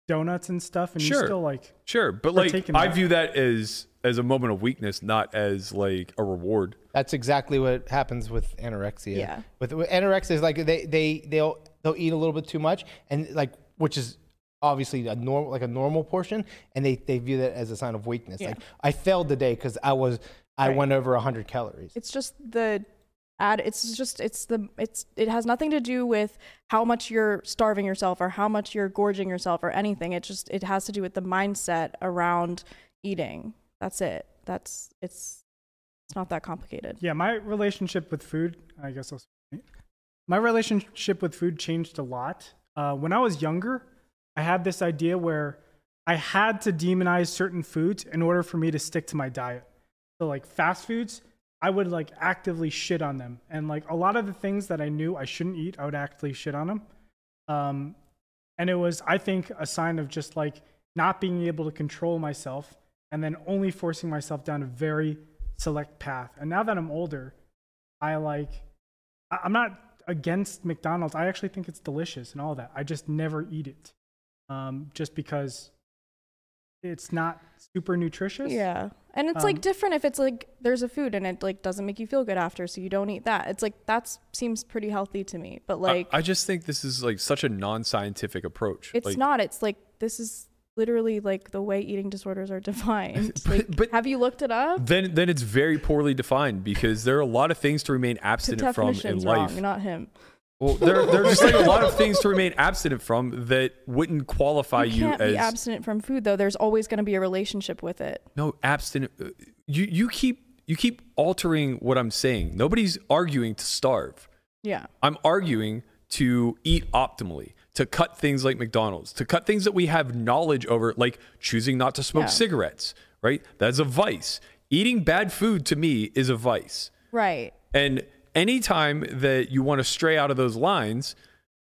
F: donuts and stuff, and
B: Sure.
F: you still like
B: Sure, but
F: We're
B: like
F: taking
B: I
F: that.
B: view that as as a moment of weakness, not as like a reward.
C: That's exactly what happens with anorexia.
D: Yeah.
C: With, with anorexia is like they they they'll they'll eat a little bit too much and like which is obviously a normal like a normal portion and they they view that as a sign of weakness.
D: Yeah.
C: Like I failed today because I was I
D: Right.
C: went over 100 calories.
D: it's just the ad. It's just it's the it's it has nothing to do with how much you're starving yourself or how much you're gorging yourself or anything. It just it has to do with the mindset around eating. That's it. That's it's it's not that complicated.
F: yeah. My relationship with food, I guess I'll. speak. My relationship with food changed a lot. Uh, when I was younger, I had this idea where I had to demonize certain foods in order for me to stick to my diet. So like fast foods, I would like actively shit on them, and like a lot of the things that I knew I shouldn't eat, I would actively shit on them. Um, and it was, I think, a sign of just like not being able to control myself, and then only forcing myself down a very select path. And now that I'm older, I like, I- I'm not against McDonald's. I actually think it's delicious and all that. I just never eat it, um, just because it's not super nutritious.
D: Yeah. And it's
F: Um,
D: like different if it's like there's a food and it like doesn't make you feel good after, so you don't eat that. It's like that seems pretty healthy to me. But
B: I-
D: like
B: I, just think this is like such a non-scientific approach.
D: it's
B: Like,
D: not. It's like this is literally like the way eating disorders are defined.
B: But-
D: Like,
B: but-
D: have you looked it up?
B: Then then it's very poorly defined because there are a lot of things to remain
D: The
B: abstinent from in
D: definition's
B: life.
D: wrong, not him.
B: Well, there, there are just like a lot of things to remain abstinent from that wouldn't qualify
D: You
B: you,
D: can't
B: as
D: be abstinent from food though. There's always going to be a relationship with it.
B: no abstinent. uh, You you keep you keep altering what I'm saying. Nobody's arguing to starve.
D: Yeah.
B: I'm arguing to eat optimally, to cut things like McDonald's, to cut things that we have knowledge over, like choosing not to smoke
D: Yeah.
B: cigarettes. Right? That's a vice. Eating bad food to me is a vice.
D: Right.
B: And anytime that you want to stray out of those lines,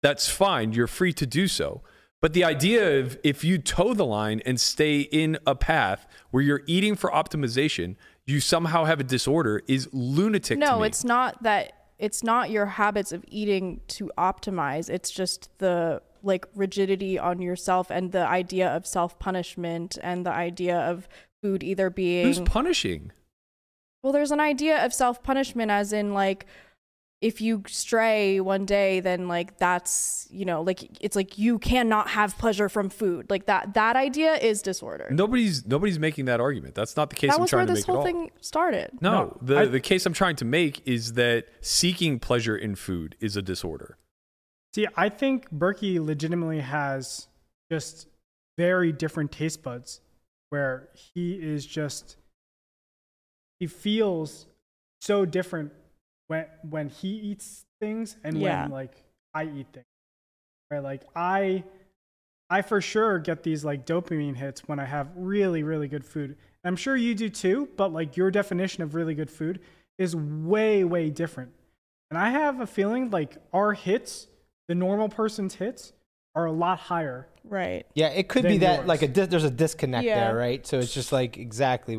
B: that's fine. You're free to do so. But the idea of if you toe the line and stay in a path where you're eating for optimization, you somehow have a disorder is lunatic. to
D: No,
B: me.
D: it's not that it's not your habits of eating to optimize. It's just the like rigidity on yourself and the idea of self-punishment and the idea of food either being
B: who's punishing?
D: Well, there's an idea of self punishment, as in, like, if you stray one day, then, like, that's, you know, like, it's like you cannot have pleasure from food. Like, that that idea is disorder.
B: Nobody's nobody's making that argument. That's not the case
D: that
B: I'm
D: was
B: trying
D: where
B: to
D: this
B: make at
D: whole
B: all.
D: thing started.
B: no,
F: No,
B: the,
F: I-
B: the case I'm trying to make is that seeking pleasure in food is a disorder.
F: See, I think Berkey legitimately has just very different taste buds where he is just he feels so different when when he eats things and
D: Yeah.
F: when like I eat things. Where like I I for sure get these like dopamine hits when I have really, really good food. And I'm sure you do too, but like your definition of really good food is way, way different. And I have a feeling like our hits, the normal person's hits, are a lot higher.
D: Right.
C: Yeah, it could
F: than
C: be that
F: yours.
C: like a dis- there's a disconnect
D: Yeah.
C: there, right? So it's just like exactly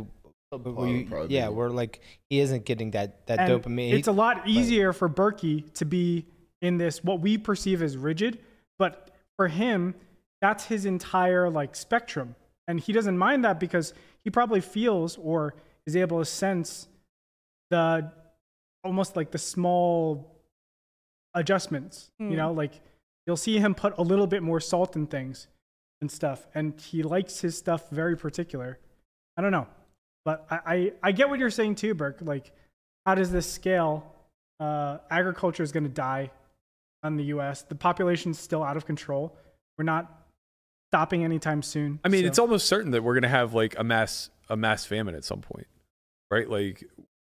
E: Paul would
C: we,
E: probably be-
C: yeah, we're like he isn't getting that that
F: And
C: dopamine.
F: It's a lot easier for Berkey to be in this what we perceive as rigid, but for him, that's his entire like spectrum. And he doesn't mind that because he probably feels or is able to sense the almost like the small adjustments. You
D: Mm.
F: know, like you'll see him put a little bit more salt in things and stuff. And he likes his stuff very particular. I don't know. But I, I, I get what you're saying too, Burke. Like, how does this scale? Uh, agriculture is going to die on the U.S. The population's still out of control. We're not stopping anytime soon.
B: I mean,
F: so-
B: it's almost certain that we're going to have like a mass a mass famine at some point, right? Like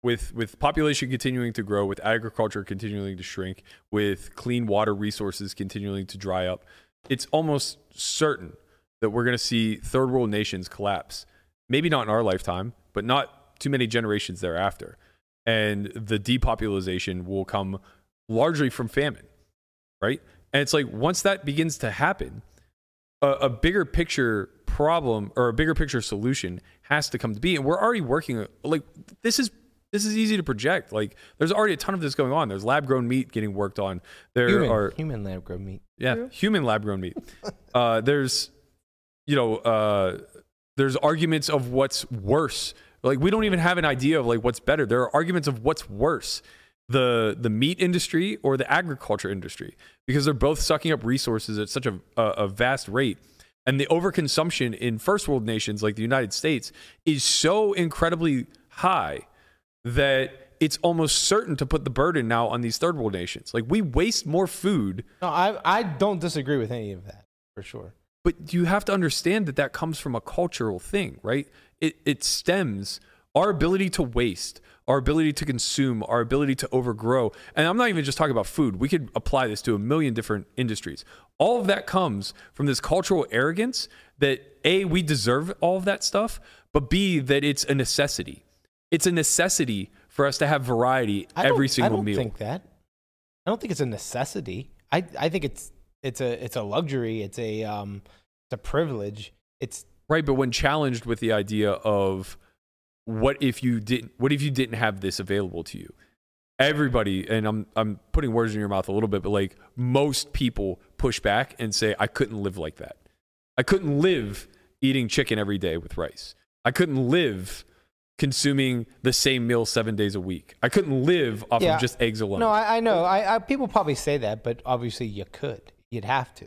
B: with with population continuing to grow, with agriculture continuing to shrink, with clean water resources continuing to dry up, it's almost certain that we're going to see third world nations collapse. Maybe not in our lifetime, but not too many generations thereafter. And the depopulation will come largely from famine. right? And it's like once that begins to happen, a, a bigger picture problem or a bigger picture solution has to come to be. And we're already working like this is this is easy to project. Like there's already a ton of this going on. There's lab grown meat getting worked on. There
C: Human,
B: are
C: human lab grown meat.
B: yeah,
D: True.
B: human lab grown meat. uh, there's, you know, uh, there's arguments of what's worse. Like we don't even have an idea of like what's better. There are arguments of what's worse, the the meat industry or the agriculture industry, because they're both sucking up resources at such a a, a vast rate. And the overconsumption in first world nations like the United States is so incredibly high that it's almost certain to put the burden now on these third world nations. Like we waste more food
C: No, I I don't disagree with any of that for sure.
B: but you have to understand that that comes from a cultural thing right it, it stems our ability to waste our ability to consume our ability to overgrow and i'm not even just talking about food we could apply this to a million different industries all of that comes from this cultural arrogance that a we deserve all of that stuff but b that it's a necessity it's a necessity for us to have variety
C: I
B: every
C: don't-
B: single
C: I don't
B: meal
C: think that. I don't think it's a necessity. I I think it's it's a it's a luxury. It's a um it's a privilege. It's
B: Right, but when challenged with the idea of what if you didn't what if you didn't have this available to you? Everybody, and I'm I'm putting words in your mouth a little bit, but like most people push back and say I couldn't live like that. I couldn't live eating chicken every day with rice. I couldn't live consuming the same meal 7 days a week. I couldn't live off
C: Yeah.
B: of just eggs alone.
C: No, I, I know. I, I people probably say that, but obviously you could. You'd have to,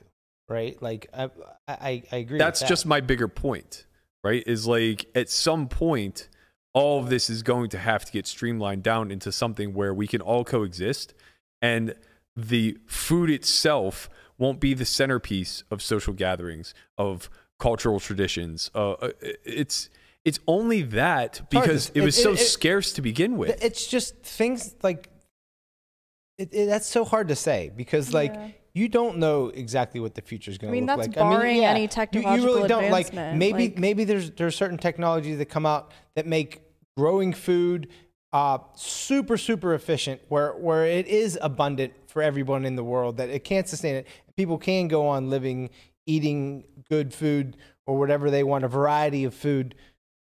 C: right? Like I I, I agree. with
B: that's
C: that.
B: just my bigger point right is like at some point all of this is going to have to get streamlined down into something where we can all coexist and the food itself won't be the centerpiece of social gatherings of cultural traditions uh, uh, it's it's only that
C: hard to
B: because
C: s-
B: it
C: it-
B: was
C: it-
B: so
C: it-
B: scarce to begin with
C: Th- It's just things like it, it, that's so hard to say because like
D: Yeah.
C: you don't know exactly what the future is going
D: I
C: to
D: mean,
C: look like.
D: that's barring any
C: you, you really
D: technological
C: don't like
D: advancement,
C: maybe
D: like-
C: maybe there's there's certain technologies that come out that make growing food uh, super super efficient where where it is abundant for everyone in the world that it can't sustain it. People can go on living eating good food or whatever they want a variety of food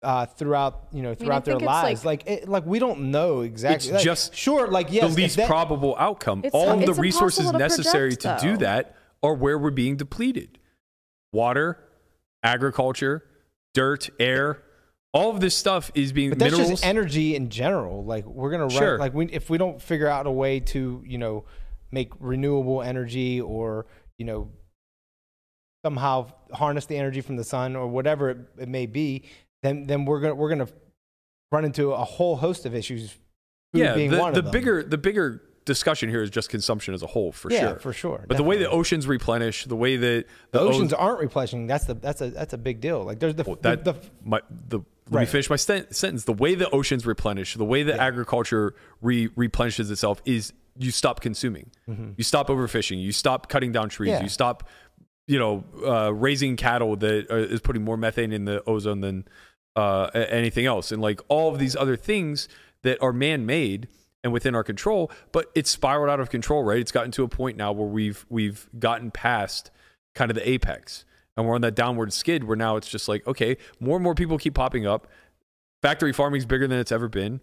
C: uh, throughout you know throughout their
D: think it's,
C: lives
D: like-
C: like it, like we don't know exactly. Like,
B: just
C: sure, like yes, if
B: the least
C: that-
B: probable outcome.
D: It's-
B: All of the
D: it's
B: resources
D: impossible to
B: necessary
D: project,
B: to do
D: though.
B: that are where we're being depleted water, agriculture, dirt, air. All of this stuff is being
C: But that's
B: minerals.
C: just energy in general. Like we're gonna run.
B: Sure.
C: Like we, if we don't figure out a way to you know make renewable energy or you know somehow harness the energy from the sun or whatever it, it may be, then then we're gonna we're gonna run into a whole host of issues. food
B: yeah,
C: being
B: the,
C: one
B: the
C: of them.
B: bigger the bigger discussion here is just consumption as a whole, for
C: Yeah,
B: sure.
C: for sure,
B: But the way the
C: definitely.
B: oceans replenish, the way that the,
C: the
B: oceans
C: oceans aren't replenishing. That's the that's a that's a big deal. Like there's the
B: Well, that
C: the,
B: my the let me
C: Right.
B: finish my sten- sentence. The way the oceans replenish, the way that agriculture re- replenishes itself is you stop consuming, you stop overfishing, you stop cutting down trees,
C: Mm-hmm. Yeah.
B: you stop, you know, uh, raising cattle that uh, is putting more methane in the ozone than uh, a- anything else, and like all of these other things that are man made and within our control, but it's spiraled out of control, right? It's gotten to a point now where we've we've gotten past kind of the apex and we're on that downward skid where now it's just like okay more and more people keep popping up factory farming's bigger than it's ever been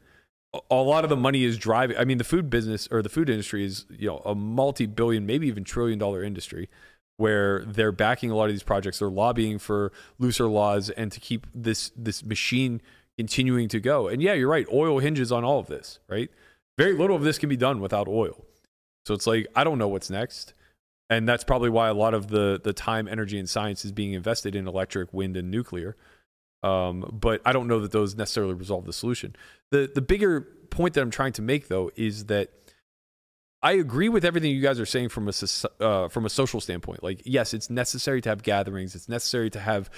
B: a a lot of the money is driving i mean the food business or the food industry is you know a multi-billion maybe even trillion dollar industry where they're backing a lot of these projects they're lobbying for looser laws and to keep this this machine continuing to go and yeah you're right oil hinges on all of this right very little of this can be done without oil so it's like i don't know what's next and that's probably why a lot of the the time energy and science is being invested in electric wind and nuclear um, but i don't know that those necessarily resolve the solution the the bigger point that i'm trying to make though is that i agree with everything you guys are saying from a soci- uh, from a social standpoint like yes it's necessary to have gatherings it's necessary to have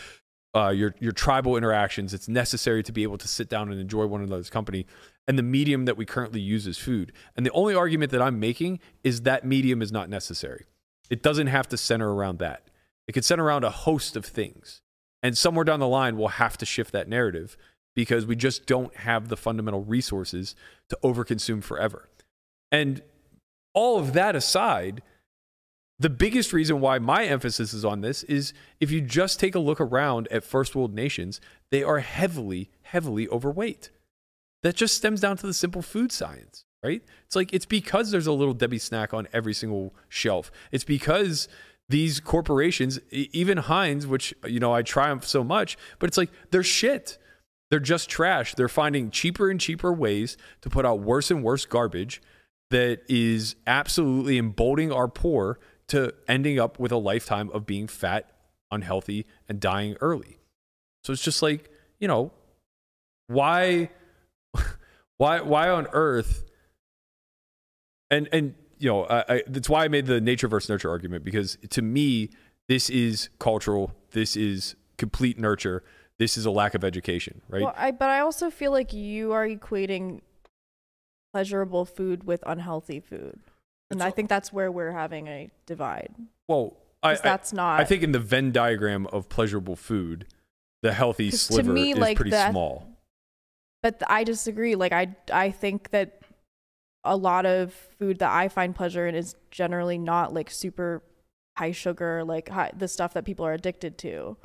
B: uh, your your tribal interactions. It's necessary to be able to sit down and enjoy one another's company. And the medium that we currently use is food. And the only argument that I'm making is that medium is not necessary. It doesn't have to center around that. It could center around a host of things. And somewhere down the line, we'll have to shift that narrative because we just don't have the fundamental resources to overconsume forever. And all of that aside, the biggest reason why my emphasis is on this is if you just take a look around at first world nations, they are heavily, heavily overweight. That just stems down to the simple food science, right? It's like it's because there's a little Debbie snack on every single shelf. It's because these corporations, e- even Heinz, which you know I triumph so much, but it's like they're shit. They're just trash. They're finding cheaper and cheaper ways to put out worse and worse garbage that is absolutely emboldening our poor to ending up with a lifetime of being fat, unhealthy, and dying early. So it's just like, you know, why why why on earth and and you know, I, I, that's why I made the nature versus nurture argument because to me, this is cultural. This is complete nurture. This is a lack of education, right?
D: Well, I but I also feel like you are equating pleasurable food with unhealthy food, and I think that's where we're having a divide.
B: Well, I,
D: 'Cause that's
B: I-
D: not-
B: I think in the Venn diagram of pleasurable food, the healthy
D: 'Cause to
B: sliver
D: me,
B: is
D: like,
B: pretty
D: that-
B: small.
D: But th- I disagree. Like I I think that a lot of food that I find pleasure in is generally not like super high sugar, like high, the stuff that people are addicted to.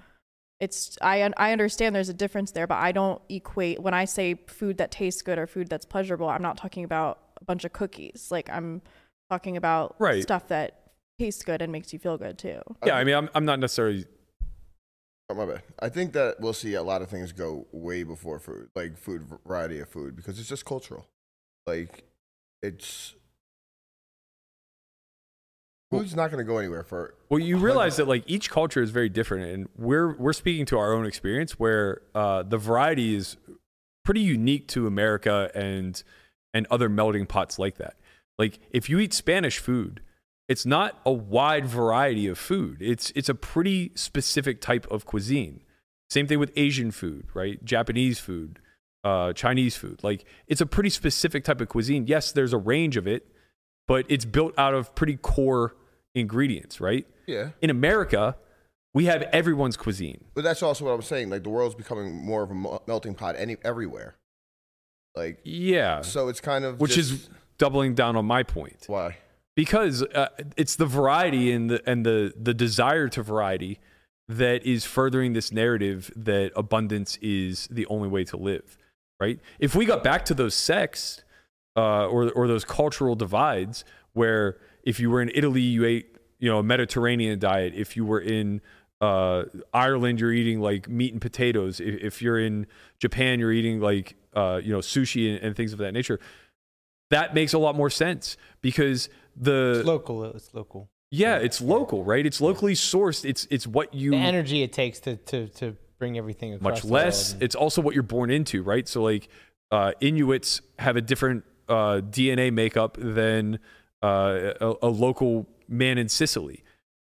D: It's I un- I understand there's a difference there, but I don't equate when I say food that tastes good or food that's pleasurable. I'm not talking about a bunch of cookies. Like I'm talking about
B: Right.
D: stuff that tastes good and makes you feel good too.
B: Yeah, I mean, I'm, I'm not necessarily.
E: Oh, my bad. I think that we'll see a lot of things go way before food, like food variety of food, because it's just cultural. Like, it's food's not going to go anywhere for.
B: Well, you realize that like each culture is very different, and we're we're speaking to our own experience where uh, the variety is pretty unique to America and and other melting pots like that. Like if you eat Spanish food, it's not a wide variety of food. It's it's a pretty specific type of cuisine. Same thing with Asian food, right? Japanese food, uh, Chinese food. Like it's a pretty specific type of cuisine. Yes, there's a range of it, but it's built out of pretty core ingredients, right?
E: Yeah.
B: In America, we have everyone's cuisine.
E: But that's also what I'm saying. Like, the world's becoming more of a mel- melting pot any, everywhere. Like,
B: Yeah.
E: so it's kind of.
B: which
E: just-
B: is doubling down on my point.
E: Why?
B: because uh, it's the variety and the and the the desire to variety that is furthering this narrative that abundance is the only way to live right if we got back to those sects uh, or or those cultural divides where if you were in Italy you ate you know a Mediterranean diet if you were in uh, Ireland you're eating like meat and potatoes if, if you're in Japan you're eating like uh, you know sushi and, and things of that nature that makes a lot more sense because the
C: It's local. It's local.
B: yeah it's local right it's locally sourced it's it's what you
C: The energy it takes to to to bring everything across
B: much
C: the world
B: less
C: and-
B: it's also what you're born into right so like uh, inuits have a different uh, dna makeup than uh, a, a local man in sicily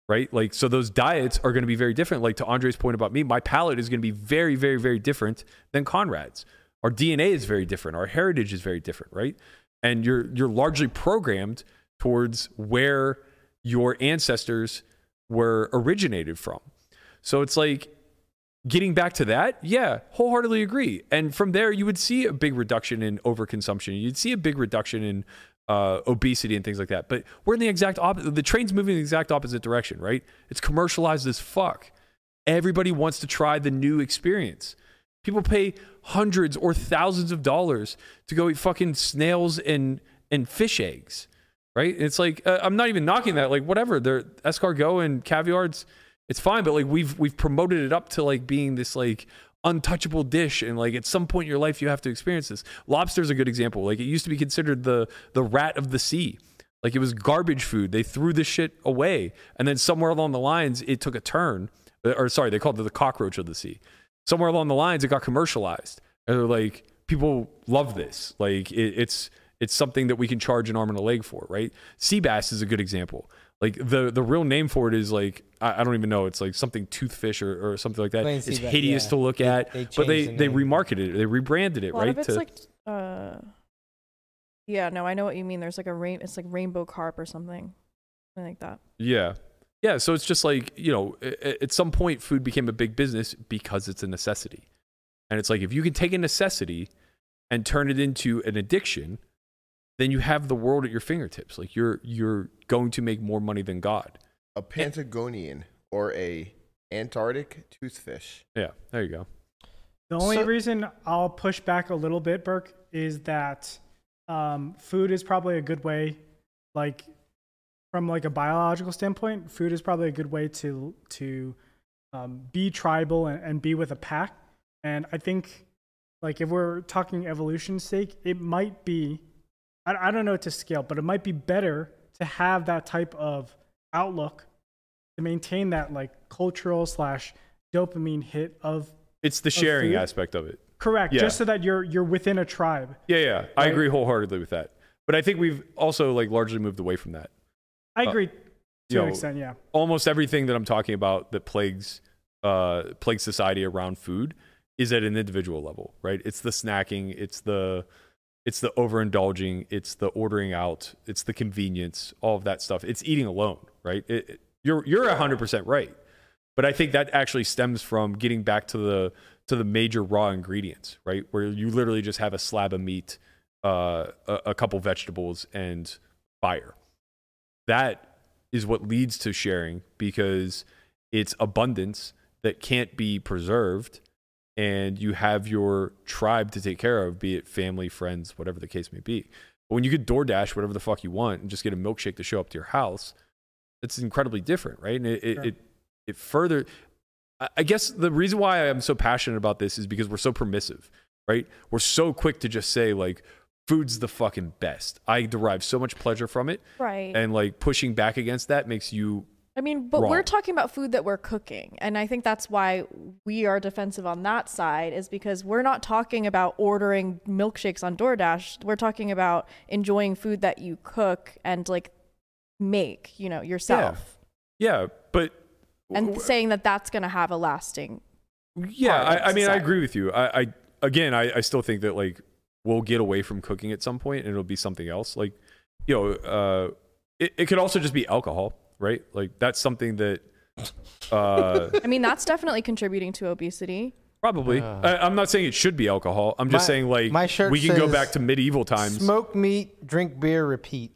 B: right like so those diets are going to be very different like to andre's point about me my palate is going to be very very very different than conrad's our dna is very different our heritage is very different right and you're you're largely programmed towards where your ancestors were originated from so it's like getting back to that, yeah, wholeheartedly agree. And from there, you would see a big reduction in overconsumption. You'd see a big reduction in uh, obesity and things like that. But we're in the exact opposite. The train's moving in the exact opposite direction, right? It's commercialized as fuck. Everybody wants to try the new experience. People pay hundreds or thousands of dollars to go eat fucking snails and and fish eggs, right? It's like uh, I'm not even knocking that. Like whatever, they're escargot and caviar. It's it's fine, but like we've we've promoted it up to like being this like untouchable dish and like at some point in your life you have to experience this. Lobster's a good example. Like it used to be considered the the rat of the sea. Like it was garbage food. They threw this shit away. And then somewhere along the lines, it took a turn. Uh, Or sorry, they called it the cockroach of the sea. Somewhere along the lines, it got commercialized. And they're like, people love this. Like it, it's it's something that we can charge an arm and a leg for, right? Sea bass is a good example. Like the the real name for it is like I, I don't even know. It's like something toothfish or, or something like that.
C: Plain
B: It's
C: sea bass,
B: hideous
C: yeah.
B: to look
C: They-
B: at,
C: they
B: but they
C: changed
B: they
C: the name.
B: remarketed it, they rebranded it,
D: a lot
B: right?
D: of it's
B: to-
D: like uh yeah no i know what you mean there's like a rain it's like rainbow carp or something something like that
B: Yeah. Yeah. So it's just like, you know, a- a- at some point, food became a big business because it's a necessity. And it's like, if you can take a necessity and turn it into an addiction, then you have the world at your fingertips. Like you're, you're going to make more money than God.
E: a Patagonian or a Antarctic toothfish.
B: Yeah, there you go.
F: The only
E: So-
F: reason I'll push back a little bit, Burke, is that um, food is probably a good way, like from like a biological standpoint, food is probably a good way to to um, be tribal and, and be with a pack. And I think, like, if we're talking evolution's sake, it might be, I, I don't know to scale, but it might be better to have that type of outlook to maintain that like cultural slash dopamine hit of
B: It's the sharing
F: food?
B: aspect of it.
F: Correct.
B: Yeah.
F: Just so that you're you're within a tribe.
B: Yeah, yeah. I agree wholeheartedly with that. But I think we've also like largely moved away from that.
F: I
B: Uh,
F: agree to
B: yo.
F: an extent. Yeah.
B: Almost everything that I'm talking about that plagues uh plagues society around food is at an individual level, right? It's the snacking, it's the it's the overindulging, it's the ordering out, it's the convenience, all of that stuff. It's eating alone, right? It, it- you're you're 100% right. But I think that actually stems from getting back to the to the major raw ingredients, right? Where you literally just have a slab of meat, uh, a, a couple vegetables, and fire. That is what leads to sharing because it's abundance that can't be preserved, and you have your tribe to take care of, be it family, friends, whatever the case may be. But when you get DoorDash, whatever the fuck you want, and just get a milkshake to show up to your house, it's incredibly different, right? And it, it,
F: Sure.
B: it, it further I- I guess the reason why I'm so passionate about this is because we're so permissive, right? We're so quick to just say like food's the fucking best. I derive so much pleasure from it.
D: Right.
B: And like pushing back against that makes you
D: I mean, but
B: Wrong.
D: we're talking about food that we're cooking. And I think that's why we are defensive on that side, is because we're not talking about ordering milkshakes on DoorDash. We're talking about enjoying food that you cook and like make, you know, yourself.
B: Yeah, but
D: And saying that that's going to have a lasting.
B: yeah,
D: part of
B: I, I mean I
D: society.
B: agree with you. I, I again I, I still think that like we'll get away from cooking at some point and it'll be something else. Like, you know, uh it, it could also just be alcohol, right? Like that's something that uh
D: I mean, that's definitely contributing to obesity.
B: Probably. I, I'm not saying it should be alcohol. I'm just
C: Uh. My-
B: saying like
C: my shirt
B: we can go
C: says
B: back to medieval times.
C: Smoke meat, drink beer, repeat.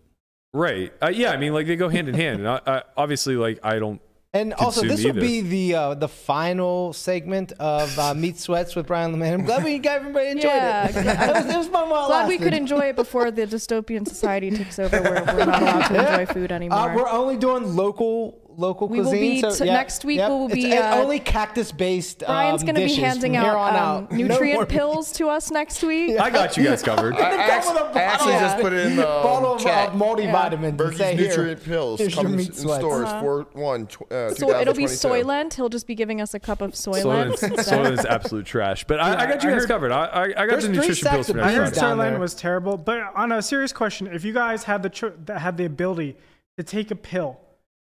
B: Right. Uh, yeah. I mean, like they go hand in hand. And I, I, obviously, like I don't.
C: And also,
B: Consume
C: this will
B: either.
C: be the uh, the final segment of uh, Meat Sweats with Brian LeMay. I'm glad we got everybody enjoyed
D: Yeah,
C: it.
D: gl-
C: that was, it was fun while it
D: Glad we
C: lasted.
D: could enjoy it before the dystopian society takes over where we're not allowed to enjoy food anymore.
C: Uh, we're only doing local local
D: We will
C: cuisine.
D: be
C: so,
D: t-
C: yeah,
D: next week
C: yep.
D: we will
C: It's-
D: be,
C: it's
D: uh,
C: only cactus based.
D: Brian's
C: um,
D: going to be
C: dishes
D: handing
C: from
D: out,
C: here on
D: um,
C: out. No
D: nutrient
C: more-
D: pills to us next week.
B: I got you guys covered.
E: I, I
C: They come
E: act-
C: with a
E: I actually
C: bottle.
E: just put it in the um,
C: bottle of, uh,
E: chat.
C: of multivitamin.
E: Berkey's
C: Say here.
E: nutrient pills
C: Here's your
E: comes
C: meat
E: in
C: sweats.
E: stores for one. Tw- uh,
D: Uh-huh. So it'll be
E: 2022.
D: Soylent. He'll just be giving us a cup of Soylent.
B: Soylent's, Soylent's absolute trash. But I, I got you
F: I
B: guys
F: heard-
B: covered. I, I, I got
C: There's
B: the
C: three
B: nutrition
C: sacks
B: pills for
C: of
B: next
F: I
B: Friday.
C: beer
F: heard
C: down
F: Starland
C: there.
F: was terrible, but on a serious question, if you guys had the cho- that had the ability to take a pill,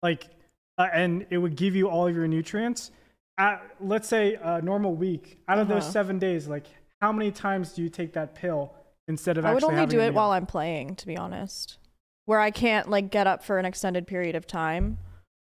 F: like, uh, and it would give you all of your nutrients, at, let's say a normal week, out of those
D: Uh-huh.
F: seven days, like, how many times do you take that pill instead of
D: I would
F: actually
D: only
F: having
D: do
F: a
D: it
F: meal?
D: while I'm playing, to be honest. Where I can't like get up for an extended period of time.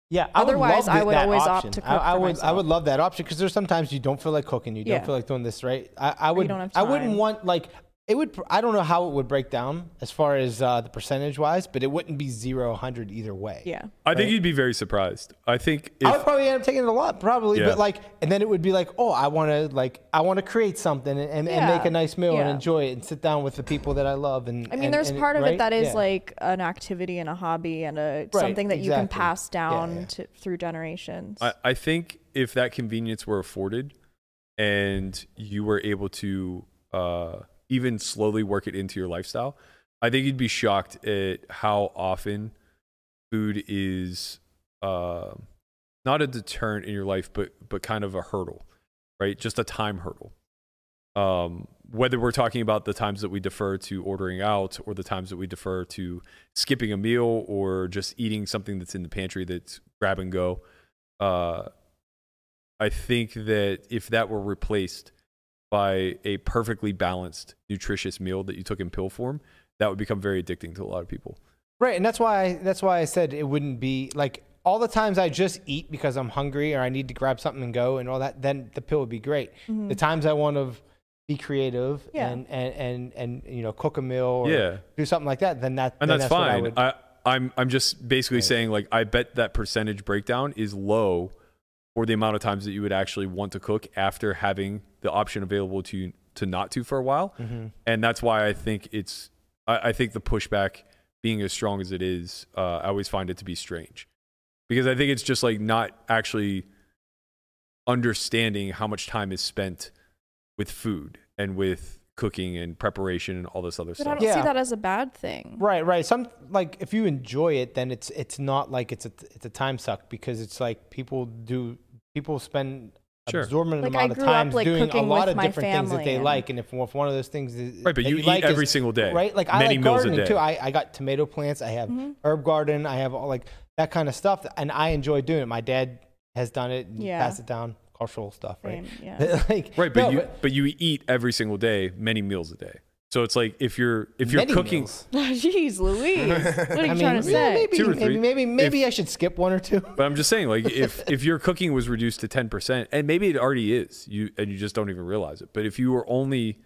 C: Yeah. I would
D: Otherwise,
C: love
D: I
C: th-
D: would
C: that
D: always opt
C: option.
D: to
C: I,
D: cook
C: I
D: for
C: would. I
D: myself.
C: would love that option because there's sometimes you don't feel like cooking. You
D: Yeah.
C: don't feel like doing this, right? I, I would.
D: don't have
C: I wouldn't
D: time.
C: want like it would. pr- I don't know how it would break down as far as uh, the percentage wise, but it wouldn't be zero hundred either way.
D: Yeah.
B: I think you'd be very surprised. I think if
C: I would probably end up taking it a lot, probably,
B: Yeah.
C: but like, and then it would be like, oh, I want to like, I want to create something and, and, and
D: Yeah.
C: make a nice meal and
D: Yeah.
C: enjoy it and sit down with the people that I love. And
D: I mean,
C: and-
D: there's
C: and
D: part of
C: right?
D: it that is
C: Yeah.
D: like an activity and a hobby and a something that you can
C: exactly.
D: pass
C: Yeah,
D: down
C: yeah.
D: To, through generations.
B: I, I think if that convenience were afforded and you were able to uh, even slowly work it into your lifestyle, I think you'd be shocked at how often food is uh, not a deterrent in your life, but, but kind of a hurdle, right? Just a time hurdle. Um, whether we're talking about the times that we defer to ordering out or the times that we defer to skipping a meal or just eating something that's in the pantry that's grab and go uh, I think that if that were replaced by a perfectly balanced, nutritious meal that you took in pill form, that would become very addicting to a lot of people.
C: Right, and that's why that's why I said it wouldn't be like all the times I just eat because I'm hungry or I need to grab something and go and all that. Then the pill would be great. The times I want to be creative
D: Yeah.
C: and, and and and you know cook a meal or
B: Yeah.
C: do something like that, then that
B: And
C: then
B: that's,
C: what I
B: fine.
C: would-
B: I, I, I'm I'm just basically saying like I bet that percentage breakdown is low for the amount of times that you would actually want to cook after having the option available to you to not to for a while,
C: Mm-hmm.
B: and that's why I think it's I, I think the pushback being as strong as it is, uh, I always find it to be strange because I think it's just like not actually understanding how much time is spent with food and with cooking and preparation and all this other
D: But I
B: stuff.
D: don't see
C: Yeah.
D: that as a bad thing.
C: Right, right. Some like if you enjoy it, then it's it's not like it's a it's a time suck because it's like people do people spend
B: Sure.
C: absorbent
D: Like, I
C: amount of
D: grew up,
C: time
D: like,
C: doing a
D: cooking
C: lot
D: with
C: of
D: my
C: different things that
D: family
C: they
D: and-
C: like, and if one if one of those things is
B: Right, but
C: that
B: you eat
C: like
B: every single day,
C: right? Like I
B: many
C: like
B: meals a
C: gardening
B: day.
C: too. I I got tomato plants. I have
D: Mm-hmm.
C: herb garden. I have all like that kind of stuff, and I enjoy doing it. My dad has done it. And
D: Yeah.
C: passed it down. Cultural stuff, right?
D: Same, yeah.
C: like,
B: Right, but
C: no,
B: you but, you eat every single day, many meals a day. So it's like if you're if you're
C: many
B: cooking
C: meals.
D: Jeez, Louise, what are you
C: I mean,
D: trying to
C: yeah,
D: say?
C: maybe,
B: Two or
C: maybe
B: three.
C: maybe maybe
B: If-
C: I should skip one or two.
B: but I'm just saying like if if your cooking was reduced to 10% and maybe it already is, you and you just don't even realize it. But if you were only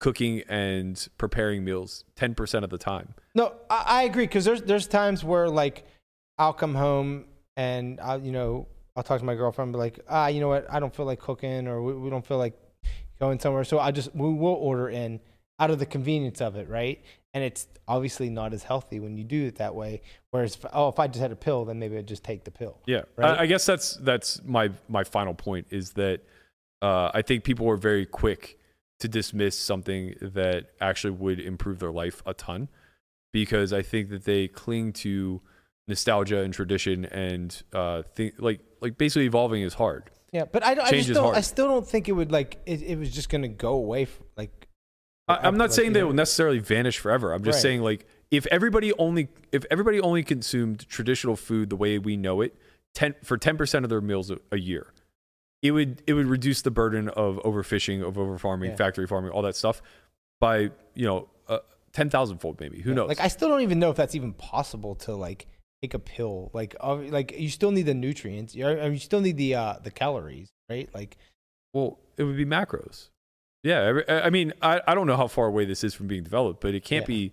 B: cooking and preparing meals 10% of the time.
C: No, I, I agree because there's there's times where like I'll come home and I will you know I'll talk to my girlfriend and be like ah you know what I don't feel like cooking or we, we don't feel like going somewhere so I just we will order in out of the convenience of it right and it's obviously not as healthy when you do it that way whereas if, oh if I just had a pill then maybe I'd just take the pill
B: Yeah,
C: Right?
B: I, I guess that's that's my my final point is that uh, I think people are very quick to dismiss something that actually would improve their life a ton because I think that they cling to nostalgia and tradition and uh, thi- like like basically evolving is hard.
C: yeah but I, don't, I
B: Change
C: just
B: is
C: don't I
B: hard.
C: still don't think it would like it, it was just gonna go away f like
B: I, I'm not
C: like,
B: saying
C: you
B: they
C: know-
B: will necessarily vanish forever. I'm just
C: Right.
B: saying like if everybody only if everybody only consumed traditional food the way we know it, ten for ten percent of their meals a, a year, it would it would reduce the burden of overfishing, of overfarming,
C: Yeah.
B: factory farming, all that stuff by you know uh, ten thousand fold maybe. Who
C: Yeah,
B: knows?
C: Like I still don't even know if that's even possible to like take a pill. Like ob- like you still need the nutrients. You, I mean, you still need the uh the calories, right? Like
B: well, it would be macros. Yeah, every, I I mean, I, I don't know how far away this is from being developed, but it can't
C: Yeah.
B: be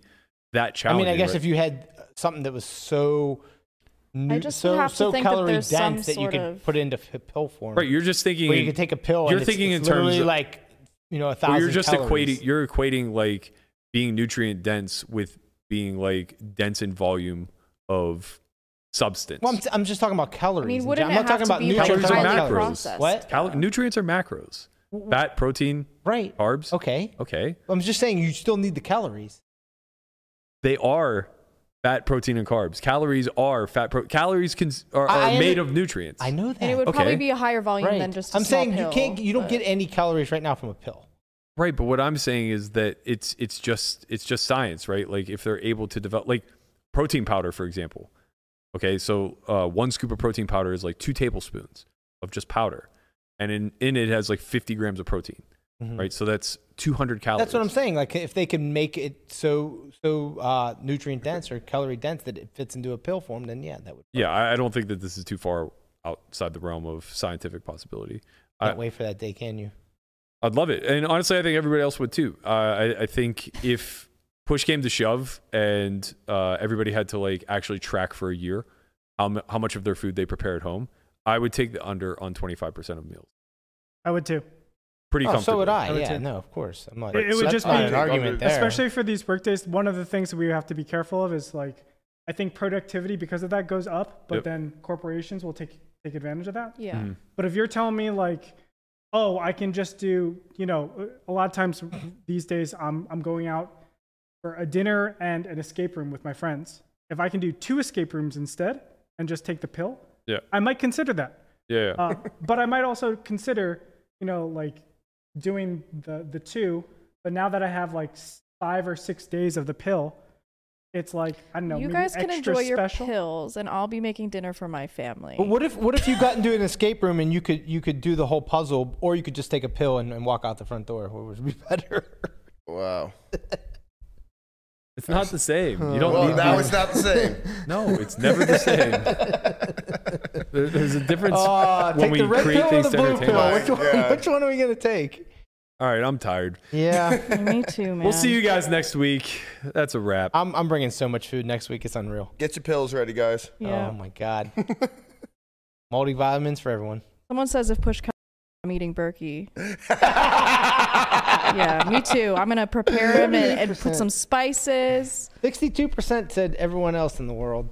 B: that
C: I
B: challenging.
C: mean, I guess
B: right?
C: if you had uh, something that was so nu-
D: I just would
C: so
D: have to
C: so
D: think that
C: calorie
D: there's some
C: dense that you
D: sort
C: could
D: of-
C: put it into f- pill form,
B: right, you're just thinking
C: where
B: in-
C: you could take a pill.
B: you're
C: and
B: thinking
C: it's, it's
B: in terms
C: literally
B: of-
C: like you know a thousand.
B: Well, you're just
C: calories.
B: equating. You're equating like being nutrient dense with being like dense in volume of substance.
C: Well, I'm, t- I'm just talking about calories.
D: I mean,
C: in
D: wouldn't
C: gen-
D: it
C: I'm not talking
D: have to
C: about
D: be like
C: nutrients. I'm
B: Calories
C: talking
B: are
D: highly
C: about
B: macros.
D: processed?
C: What?
B: Cal- nutrients are macros. Fat, protein,
C: Right.
B: carbs.
C: Okay.
B: Okay.
C: I'm just saying you still need the calories.
B: They are fat, protein, and carbs. Calories are fat. Pro- calories can, are,
C: I-
B: are
C: I
B: made
C: under-
B: of nutrients.
C: I know that.
D: And it would
B: Okay.
D: probably be a higher volume than just. i
C: I'm saying you can't you don't get any calories right now from a pill.
B: Right, but what I'm saying is that it's it's just it's just science, right? Like if they're able to develop like protein powder, for example. Okay, so uh, one scoop of protein powder is like two tablespoons of just powder, and in in it has like 50 grams of protein, right? So that's 200 calories.
C: Mm-hmm. That's what I'm saying. Like if they can make it so so uh, nutrient dense or calorie dense that it fits into a pill form, then yeah, that would
B: Yeah, I, I don't think that this is too far outside the realm of scientific possibility. I-
C: can't wait for that day, can you?
B: I'd love it, and honestly, I think everybody else would too. Uh, I, I think if push came to shove, and uh, everybody had to like actually track for a year how mu- how much of their food they prepare at home, I would take the under on twenty five percent of meals.
F: I would too.
B: Pretty
C: Oh,
B: comfortable.
C: so would I.
F: I would
C: yeah,
F: too.
C: no, of course. I'm like,
F: It-
C: so
F: it would
C: that's
F: just
C: not
F: be-
C: an argument there.
F: Especially for these workdays, one of the things that we have to be careful of is like, I think productivity because of that goes up, but
B: Yep.
F: then corporations will take take advantage of that.
D: Yeah.
B: Mhm.
F: But if you're telling me like, oh, I can just do, you know, a lot of times these days I'm I'm going out for a dinner and an escape room with my friends. If I can do two escape rooms instead and just take the pill,
B: Yeah.
F: I might consider that.
B: Yeah.
F: Uh, but I might also consider, you know, like doing the the two. But now that I have like s- five or six days of the pill, it's like I don't know.
D: you
F: maybe
D: guys can
F: extra
D: enjoy your
F: special.
D: pills, and I'll be making dinner for my family.
C: But what if what if you got into an escape room and you could you could do the whole puzzle, or you could just take a pill and, and walk out the front door? What would be better?
E: Wow.
B: It's not the same. You don't
E: Well,
B: need
E: now
B: to-
E: it's not the same.
B: No, it's never the same. There- there's a difference
C: Uh,
B: when
C: take
B: we
C: the red
B: create
C: pill or
B: things
C: the
B: to
C: blue
B: entertain.
C: pill.
B: us.
C: Which one,
E: God.
C: which one are we gonna take?
B: All right, I'm tired.
C: Yeah.
D: Me too, man.
B: We'll see you guys next week. That's a wrap.
C: I'm, I'm bringing so much food next week. It's unreal.
E: Get your pills ready, guys.
D: Yeah.
C: Oh my God. Multivitamins for everyone.
D: Someone says if push comes, I'm eating Berkey. yeah, me too. I'm gonna prepare him and, and put
C: 78%.
D: some spices.
C: 62% said everyone else in the world.